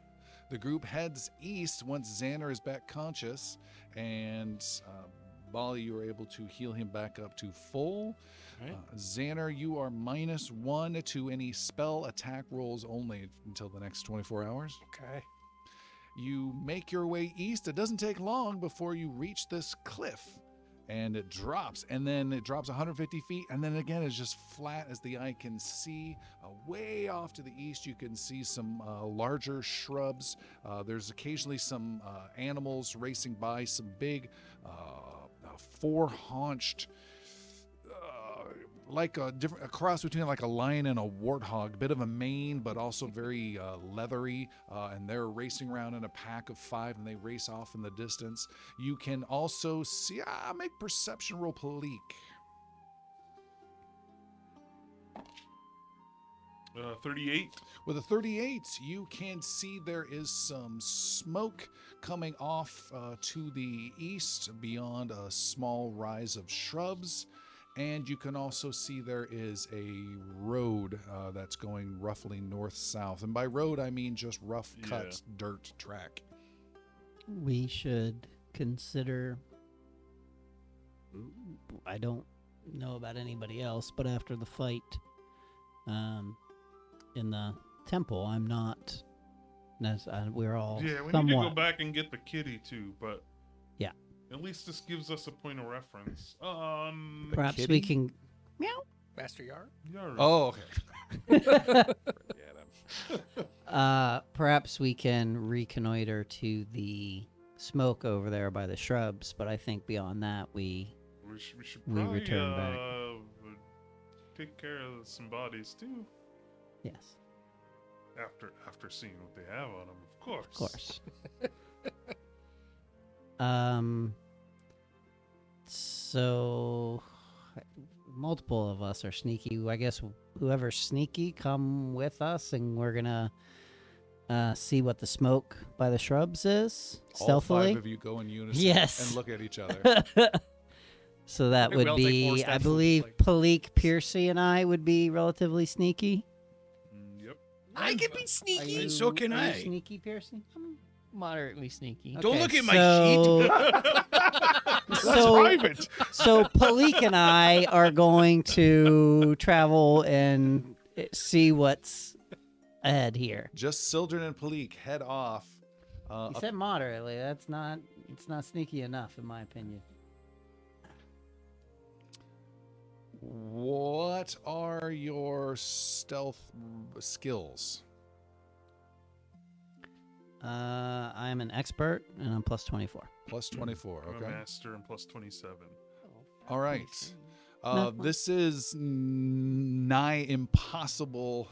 S1: The group heads east once Xander is back conscious, and uh, Bali, you are able to heal him back up to full.
S5: Alright.
S1: Uh, Xander, you are minus one to any spell attack rolls only until the next 24 hours.
S3: Okay.
S1: You make your way east. It doesn't take long before you reach this cliff. And it drops, and then it drops 150 feet, and then again it's just flat as the eye can see. Uh, way off to the east, you can see some uh, larger shrubs. Uh, there's occasionally some uh, animals racing by, some big, uh, four haunched, uh, like a different a cross between like a lion and a warthog, bit of a mane, but also very uh, leathery. Uh, and they're racing around in a pack of five, and they race off in the distance. You can also see. Ah, make perception roll, Palik.
S4: Uh, thirty-eight.
S1: With a 38, you can see there is some smoke coming off uh, to the east beyond a small rise of shrubs. And you can also see there is a road uh, that's going roughly north south. And by road, I mean just rough
S4: Yeah.
S1: cut dirt track.
S7: We should consider. I don't know about anybody else, but after the fight um, in the temple, I'm not. nas- uh, We're all
S4: Yeah, we need
S7: somewhat.
S4: to go back and get the kitty too, but
S7: Yeah.
S4: at least this gives us a point of reference. Um,
S7: Perhaps we
S1: kitty?
S7: can.
S3: Master Yar?
S4: Yara.
S1: Oh, okay.
S7: Uh, perhaps we can reconnoiter to the smoke over there by the shrubs, but I think beyond that, we
S4: we should, we should
S7: we
S4: probably
S7: return back.
S4: uh, take care of some bodies too
S7: yes,
S4: after after seeing what they have on them. Of course.
S7: of course. um. So, multiple of us are sneaky. I guess whoever's sneaky, come with us, and we're gonna uh, see what the smoke by the shrubs is
S1: All
S7: stealthily.
S1: five of you go in unison
S7: Yes.
S1: and look at each other.
S7: so that
S8: think we
S7: would
S8: all take four
S7: be,
S8: steps
S7: I
S8: and just,
S7: believe,
S8: like-
S7: Palik, Piercy, and I would be relatively sneaky.
S4: Mm, yep.
S3: I can be
S7: Are
S3: sneaky.
S7: you,
S6: And so can
S7: are you
S6: I.
S7: sneaky, Piercy?
S2: Moderately sneaky.
S6: Don't
S7: Okay,
S6: look at my sheet.
S7: so- so, So Palik and I are going to travel and see what's ahead here.
S1: just Sildren and Palik head off. Uh,
S7: You
S1: up-
S7: said moderately. That's not. It's not sneaky enough, in my opinion.
S1: what are your stealth skills?
S7: Uh, I'm an expert, and I'm plus twenty four.
S1: Plus 24,
S4: I'm a
S1: okay?
S4: master and plus twenty-seven.
S1: All right. Uh,
S7: Not fun.
S1: this is n- nigh impossible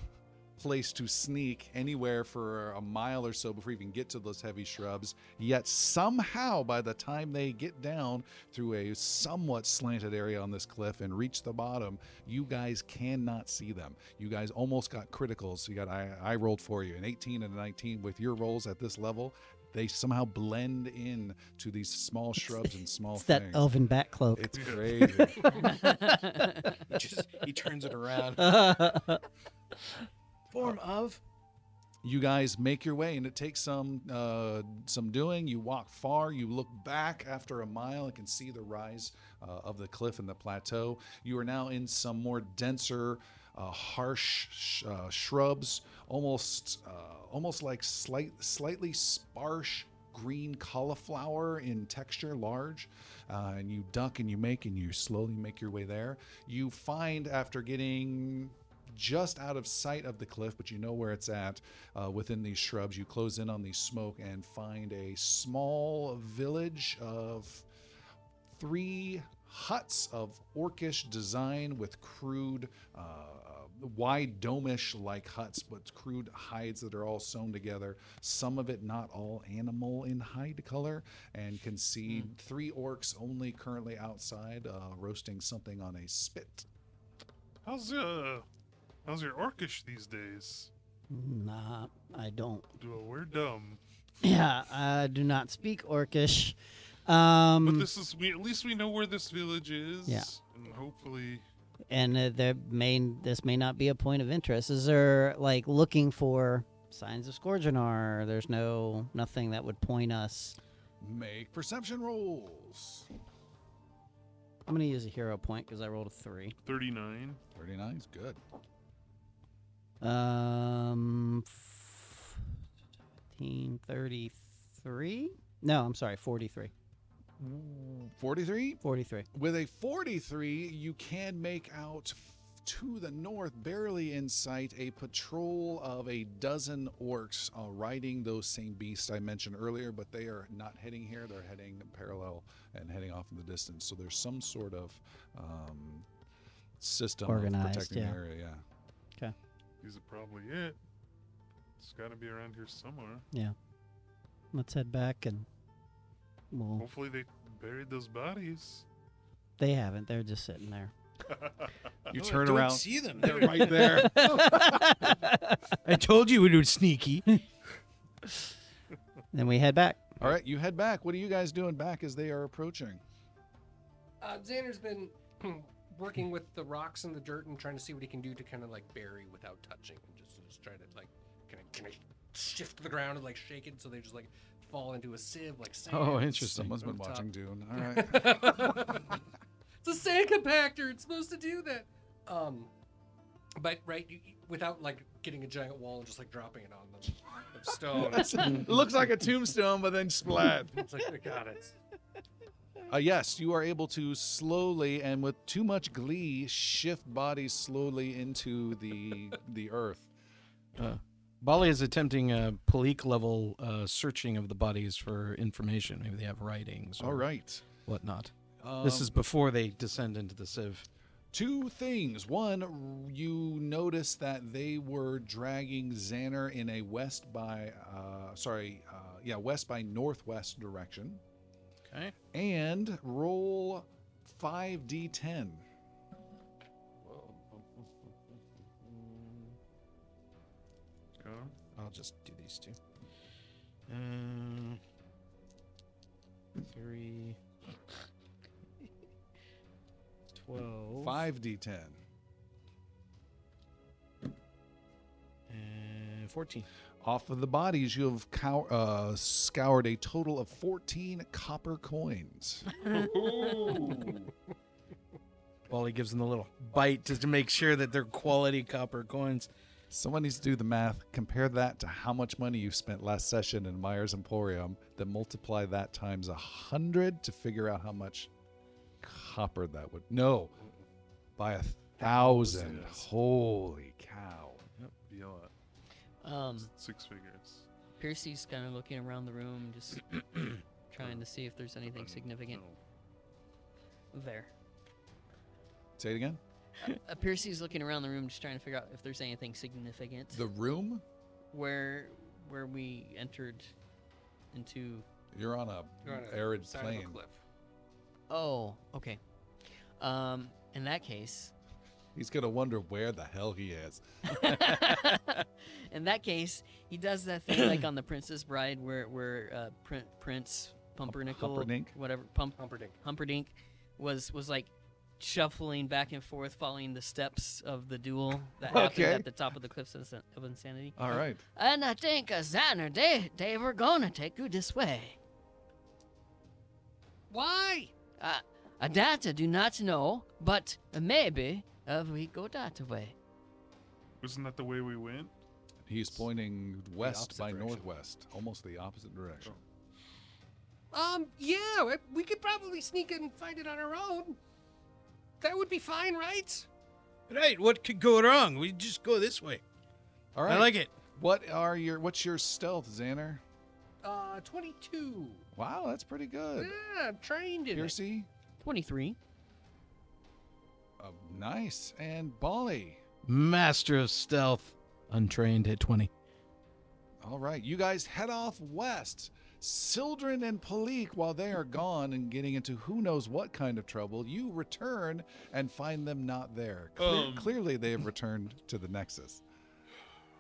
S1: place to sneak anywhere for a mile or so before you even get to those heavy shrubs. Yet somehow, by the time they get down through a somewhat slanted area on this cliff and reach the bottom, you guys cannot see them. You guys almost got criticals. You got I, I rolled for you an 18 and a 19 with your rolls at this level. They somehow blend in to these small shrubs and small
S7: It's that
S1: things.
S7: elven bat cloak.
S1: It's crazy.
S5: He just he turns it around. Form of
S1: you guys make your way and it takes some uh, some doing you walk far you look back after a mile and can see the rise uh, of the cliff and the plateau you are now in some more denser uh, harsh sh- uh, shrubs almost uh, almost like slight slightly sparse green cauliflower in texture, large, uh, and you duck and you make and you slowly make your way there. You find after getting just out of sight of the cliff, but you know where it's at uh, within these shrubs, you close in on the smoke and find a small village of three huts of orcish design with crude, uh, wide domish like huts, but crude hides that are all sewn together. Some of it not all animal in hide color, and can see three orcs only currently outside uh, roasting something on a spit.
S4: How's uh, how's your orcish these days?
S7: nah, I don't.
S4: Well, we're dumb,
S7: Yeah, I do not speak Orcish. Um,
S4: but this is we at least we know where this village is.
S7: Yeah.
S4: and hopefully
S7: and uh, there may this may not be a point of interest. Is there like looking for signs of Scourgeonar? There's no nothing that would point us.
S1: Make perception rolls.
S7: I'm gonna use a hero point because I rolled a three.
S4: thirty-nine.
S1: 39 is good.
S7: Um, f- 15, 33? No, I'm sorry, 43.
S1: 43?
S7: 43.
S1: With a 43, you can make out f- to the north, barely in sight, a patrol of a dozen orcs uh, riding those same beasts I mentioned earlier, but they are not heading here. They're heading parallel and heading off in the distance. So there's some sort of um, system of
S7: Organized,
S1: protecting
S7: yeah.
S1: the area. Yeah.
S4: These are probably it. It's got to be around here somewhere.
S7: Let's head back and. Well,
S4: Hopefully they buried those bodies.
S7: they haven't. They're just sitting there.
S1: You
S5: Oh, I
S1: turn
S5: don't
S1: around.
S5: See them.
S1: They're right there.
S6: I told you it was sneaky.
S7: Then we head back.
S1: All right, you head back. What are you guys doing back as they are approaching?
S3: Uh, Xander's been working with the rocks and the dirt and trying to see what he can do to kind of like bury without touching and just, just try to like kind of, kind of shift the ground and like shake it so they just like fall into a sieve like sand.
S6: Oh, interesting.
S1: Someone's been
S3: Up top.
S1: watching Dune. All right.
S3: it's a sand compactor. It's supposed to do that. Um, but right you, you- without like getting a giant wall and just like dropping it on them of stone.
S1: it Oh, looks like a tombstone, but then splat.
S3: it's like I got it.
S1: Uh, yes, you are able to slowly and with too much glee shift bodies slowly into the the earth.
S6: Bali is attempting a police level uh, searching of the bodies for information. Maybe they have writings or
S1: All right. Um,
S6: whatnot. this is before they descend into the sieve.
S1: Two things. One, you notice that they were dragging Xaner in a west by, uh, sorry, uh, yeah, west by northwest direction.
S6: Okay.
S1: And roll 5d10.
S4: Go.
S5: I'll just do these two.
S1: mm,
S5: Um, three. Twelve.
S1: 5d10. uh,
S5: And fourteen.
S1: Off of the bodies, you have cow- uh, scoured a total of 14 copper coins.
S6: Bali gives them a little bite just to make sure that they're quality copper coins.
S1: Someone needs to do the math. Compare that to how much money you spent last session in Myers Emporium. Then multiply that times a hundred to figure out how much copper that would. No, by a thousand. Holy cow!
S4: Yep, be a lot.
S2: Um,
S4: Six figures.
S2: Piercy's kind of looking around the room, just trying to see if there's anything significant there.
S1: Say it again.
S2: Uh, Piercy's looking around the room, just trying to figure out if there's anything significant
S1: The room.
S2: where where we entered into.
S1: You're on a arid
S3: Side of a
S1: plain.
S3: cliff.
S2: Oh, okay. Um, in that case,
S1: He's gonna wonder where the hell he is.
S2: In that case, he does that thing like on the Princess Bride, where where uh, Prin- Prince Pumpernickel,
S1: Humperdinck?
S2: whatever, Pump
S3: Humperdinck.
S2: Humperdinck, was was like shuffling back and forth, following the steps of the duel that happened
S1: Okay.
S2: at the top of the cliffs of, Insan- of insanity.
S1: All right.
S2: And I think, uh, Xander, they they were gonna take you this way.
S3: Why?
S2: Uh, uh, that I do not know, but maybe uh, we go that way.
S4: Isn't that the way we went?
S1: He's pointing west
S5: opposite
S1: by
S5: direction. Oh.
S1: northwest, almost the opposite direction.
S3: Um, yeah, we could probably sneak in and find it on our own. That would be fine, right?
S6: Right, what could go wrong? We just go this way.
S1: All right.
S6: I like it.
S1: What are your what's your stealth, Xander?
S3: Uh, 22.
S1: Wow, that's pretty good.
S3: Yeah, I'm trained in it.
S1: Piercy,
S2: Twenty-three.
S1: uh, nice, and Bali.
S6: Master of stealth. Untrained at 20.
S1: All right, you guys head off west. Sildren and Palik, while they are gone and getting into who knows what kind of trouble, you return and find them not there. Cle-
S4: Um.
S1: Clearly, they have returned to the Nexus.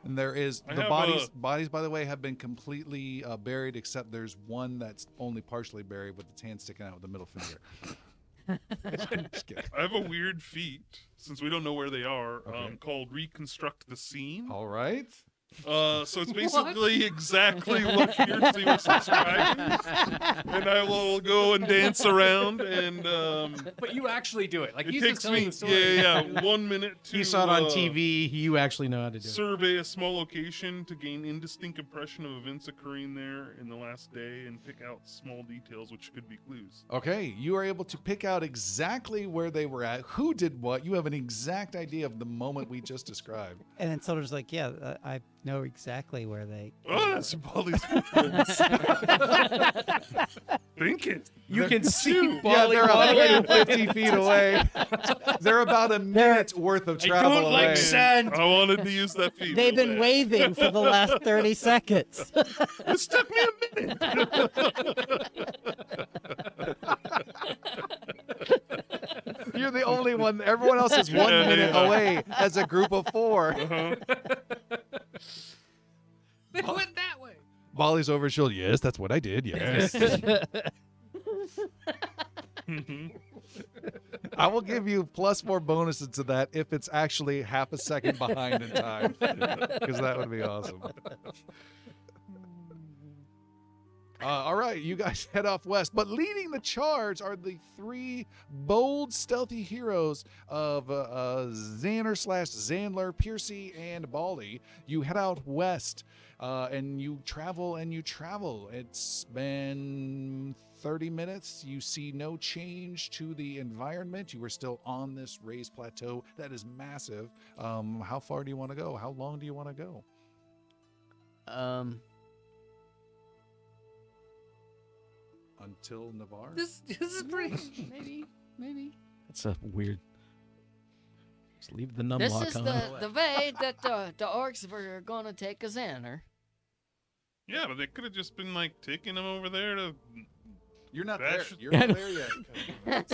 S1: And there is
S4: I
S1: the
S4: have uh,
S1: bodies.
S4: a-
S1: Bodies, by the way, have been completely uh, buried, except there's one that's only partially buried with its hand sticking out with the middle finger. Just kidding.
S4: I have a weird feat since we don't know where they are, um, called reconstruct the scene.
S6: Oh.
S1: All right.
S4: Uh, so it's basically exactly what Piercy was describing, and I will go and dance around, and um,
S8: But you actually do it. Like
S4: it
S8: he's
S4: takes
S8: just telling
S4: me
S8: the story.
S4: yeah yeah one minute to
S6: You saw it on
S4: uh,
S6: TV. You actually know how to do it.
S4: survey a small location to gain indistinct impression of events occurring there in the last day and pick out small details which could be clues.
S1: Okay, you are able to pick out exactly where they were at, who did what. You have an exact idea of the moment we just described.
S7: And then Soldier's like, yeah, uh, I know exactly where they.
S4: Oh, that's Baldi's footprints. Think it.
S6: You can see
S1: Yeah,
S6: Bali
S1: they're 150 feet away. They're about a minute's worth of travel away.
S6: sand.
S4: I wanted to use that feat.
S7: They've
S4: real
S7: been
S4: bad.
S7: waving for the last 30 seconds.
S4: This took me a minute.
S1: You're the only one. Everyone else is one
S4: Yeah, yeah,
S1: minute
S4: yeah.
S1: away as a group of four.
S3: They went that way.
S1: Molly's over his shoulder. Yes, that's what I did. Yes. I will give you plus four bonuses to that if it's actually half a second behind in time, because that would be awesome. Uh, all right, you guys head off west, but leading the charge are the three bold, stealthy heroes of uh, uh, Xander slash Xandler, Piercy, and Bali. You head out west uh, and you travel and you travel. It's been 30 minutes. You see no change to the environment. You are still on this raised plateau that is massive. Um, how far do you want to go? How long do you want to go?
S2: Um,
S1: Until Navarre?
S3: This this is pretty. Maybe maybe.
S6: That's a weird. Just leave the numlock
S2: this is
S6: on.
S2: the, the way that the, the orcs were gonna take us in, or
S4: Yeah, but they could have just been like taking him over there to.
S1: You're not
S4: That
S1: there.
S4: should-
S1: You're not there yet.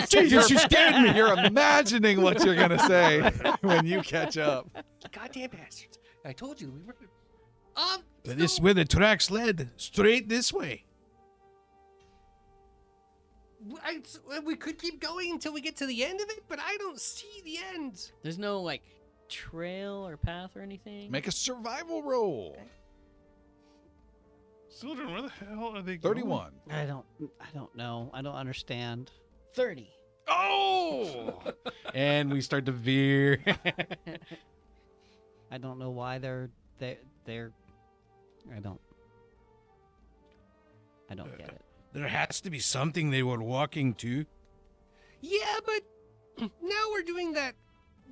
S6: Jesus, you scared me.
S1: You're imagining what you're going to say when you catch up.
S3: Goddamn bastards. I told you we were. Um.
S6: But this is
S3: so-
S6: where the tracks led. Straight this way.
S3: I, so we could keep going until we get to the end of it, but I don't see the end.
S2: there's no like trail or path or anything.
S1: Make a survival roll.
S4: Children, where the hell are they? going?
S1: 31.
S7: I don't, I don't know. I don't understand.
S2: Thirty.
S4: Oh!
S6: And we start to veer.
S7: I don't know why they're, they they're, I don't, I don't get it.
S6: there has to be something they were walking to.
S3: Yeah, but now we're doing that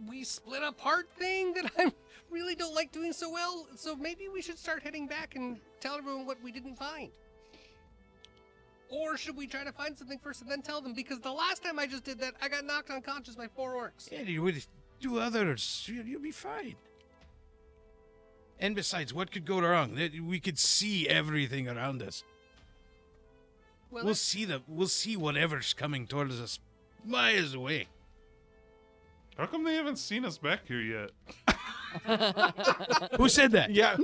S3: we split apart thing that I really don't like doing so well. So maybe we should start heading back and tell everyone what we didn't find. Or should we try to find something first and then tell them? Because the last time I just did that, I got knocked unconscious by four orcs.
S6: Yeah, you would do others. You- You'll be fine. And besides, what could go wrong? That- We could see everything around us.
S3: Well,
S6: we'll
S3: it-
S6: see the. We'll see whatever's coming towards us miles away.
S4: How come they haven't seen us back here yet?
S6: Who said that?
S1: Yeah.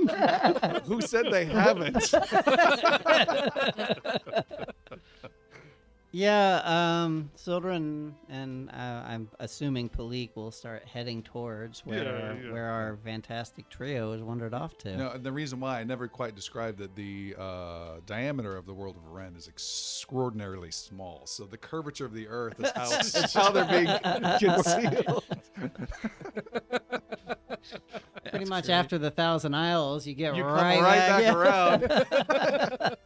S1: Who said they haven't?
S7: Yeah, um, Sildren and uh, I'm assuming Palik will start heading towards where
S4: yeah.
S7: where our fantastic trio has wandered off to.
S1: No, and the reason why I never quite described that the uh, diameter of the world of Ren is extraordinarily small. So the curvature of the Earth is how, is how they're being concealed.
S7: Pretty much after the Thousand Isles, you get
S1: You come
S7: right,
S1: right, back around.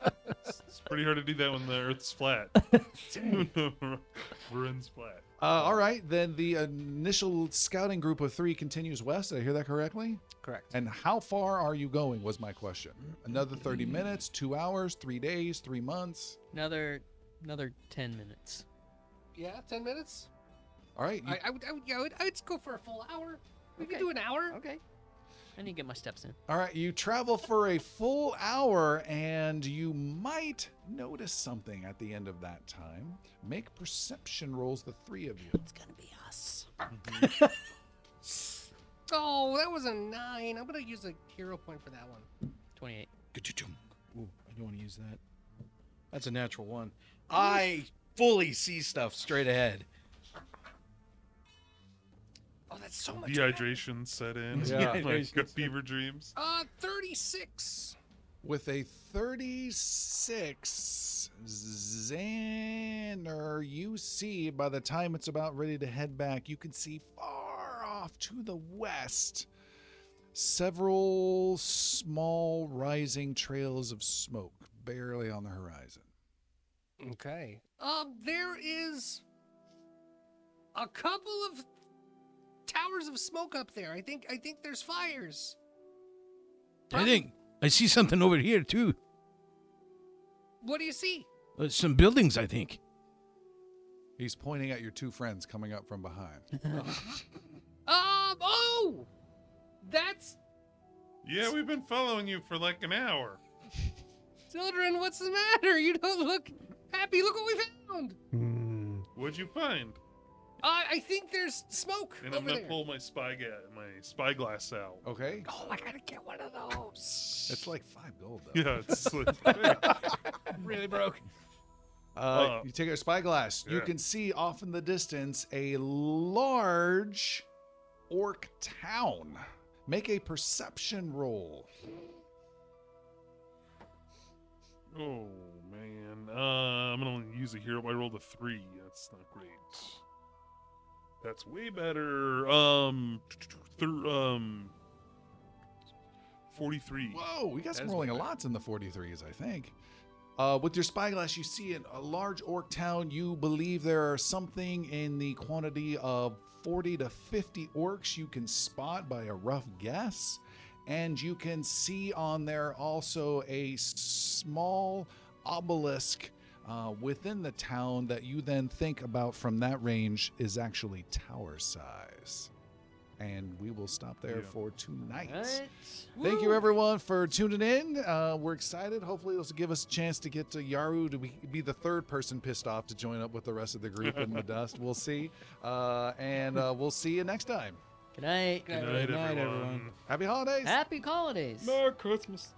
S4: It's pretty hard to do that when the Earth's flat. Ruins flat.
S1: Uh, all right, then the initial scouting group of three continues west. Did I hear that correctly?
S8: Correct.
S1: And how far are you going? Was my question. Another 30 minutes, two hours, three days, three months.
S2: Another another ten minutes.
S3: Yeah, ten minutes.
S1: All right. you-
S3: I, I would, I would, yeah, I would, I would go for a full hour. We
S2: Okay.
S3: could do an hour.
S2: Okay. I need to get my steps in.
S1: All right, you travel for a full hour and you might notice something at the end of that time. Make perception rolls, the three of you.
S7: It's gonna be us.
S3: Oh, that was a nine. I'm gonna use a hero point for that one.
S2: Twenty-eight.
S5: Ooh, I don't want to use that. That's a natural one. I fully see stuff straight ahead.
S3: Oh, that's so much.
S4: Dehydration set in.
S5: Yeah.
S4: Like uh, fever dreams.
S3: Uh, thirty-six.
S1: With a 36 Xander, you see by the time it's about ready to head back, you can see far off to the west several small rising trails of smoke barely on the horizon.
S3: Okay. Um, there is a couple of towers of smoke up there. I think, I think there's fires.
S6: I think I see something over here too.
S3: What do you see?
S6: Uh, some buildings, I think.
S1: He's pointing at your two friends coming up from behind.
S3: Um, oh, that's
S4: Yeah, we've been following you for like an hour.
S3: children. What's the matter? You don't look happy. Look what we found.
S4: What'd you find?
S3: Uh, I think there's smoke
S4: And I'm
S3: over
S4: gonna
S3: there.
S4: pull my spy ga- my spyglass out.
S1: Okay?
S3: Oh, I gotta get one of those.
S1: It's like five gold, though.
S4: Yeah, it's like,
S3: really broke.
S1: Uh,
S4: Uh,
S1: you take your spyglass. You
S4: yeah.
S1: can see off in the distance a large orc town. Make a perception roll.
S4: oh man. Uh, I'm gonna only use a hero. I rolled a three. That's not great. That's way better. Um, thir- um, forty-three.
S1: Whoa, we got some
S4: That's
S1: rolling a
S4: better.
S1: lots in the 43s, I think. Uh, with your spyglass, you see in a large orc town. You believe there are something in the quantity of 40 to 50 orcs you can spot by a rough guess. And you can see on there also a small obelisk uh, within the town that you then think about from that range is actually tower size. And we will stop there
S4: Yeah.
S1: for tonight.
S2: Alright.
S1: Thank you, everyone, for tuning in. Uh, we're excited. Hopefully, this will give us a chance to get to Yaru to be, be the third person pissed off to join up with the rest of the group in the dust. We'll see. Uh, and uh, we'll see you next time.
S2: Good night.
S4: Good night, everyone.
S1: Happy holidays.
S2: Happy holidays.
S8: Merry Christmas.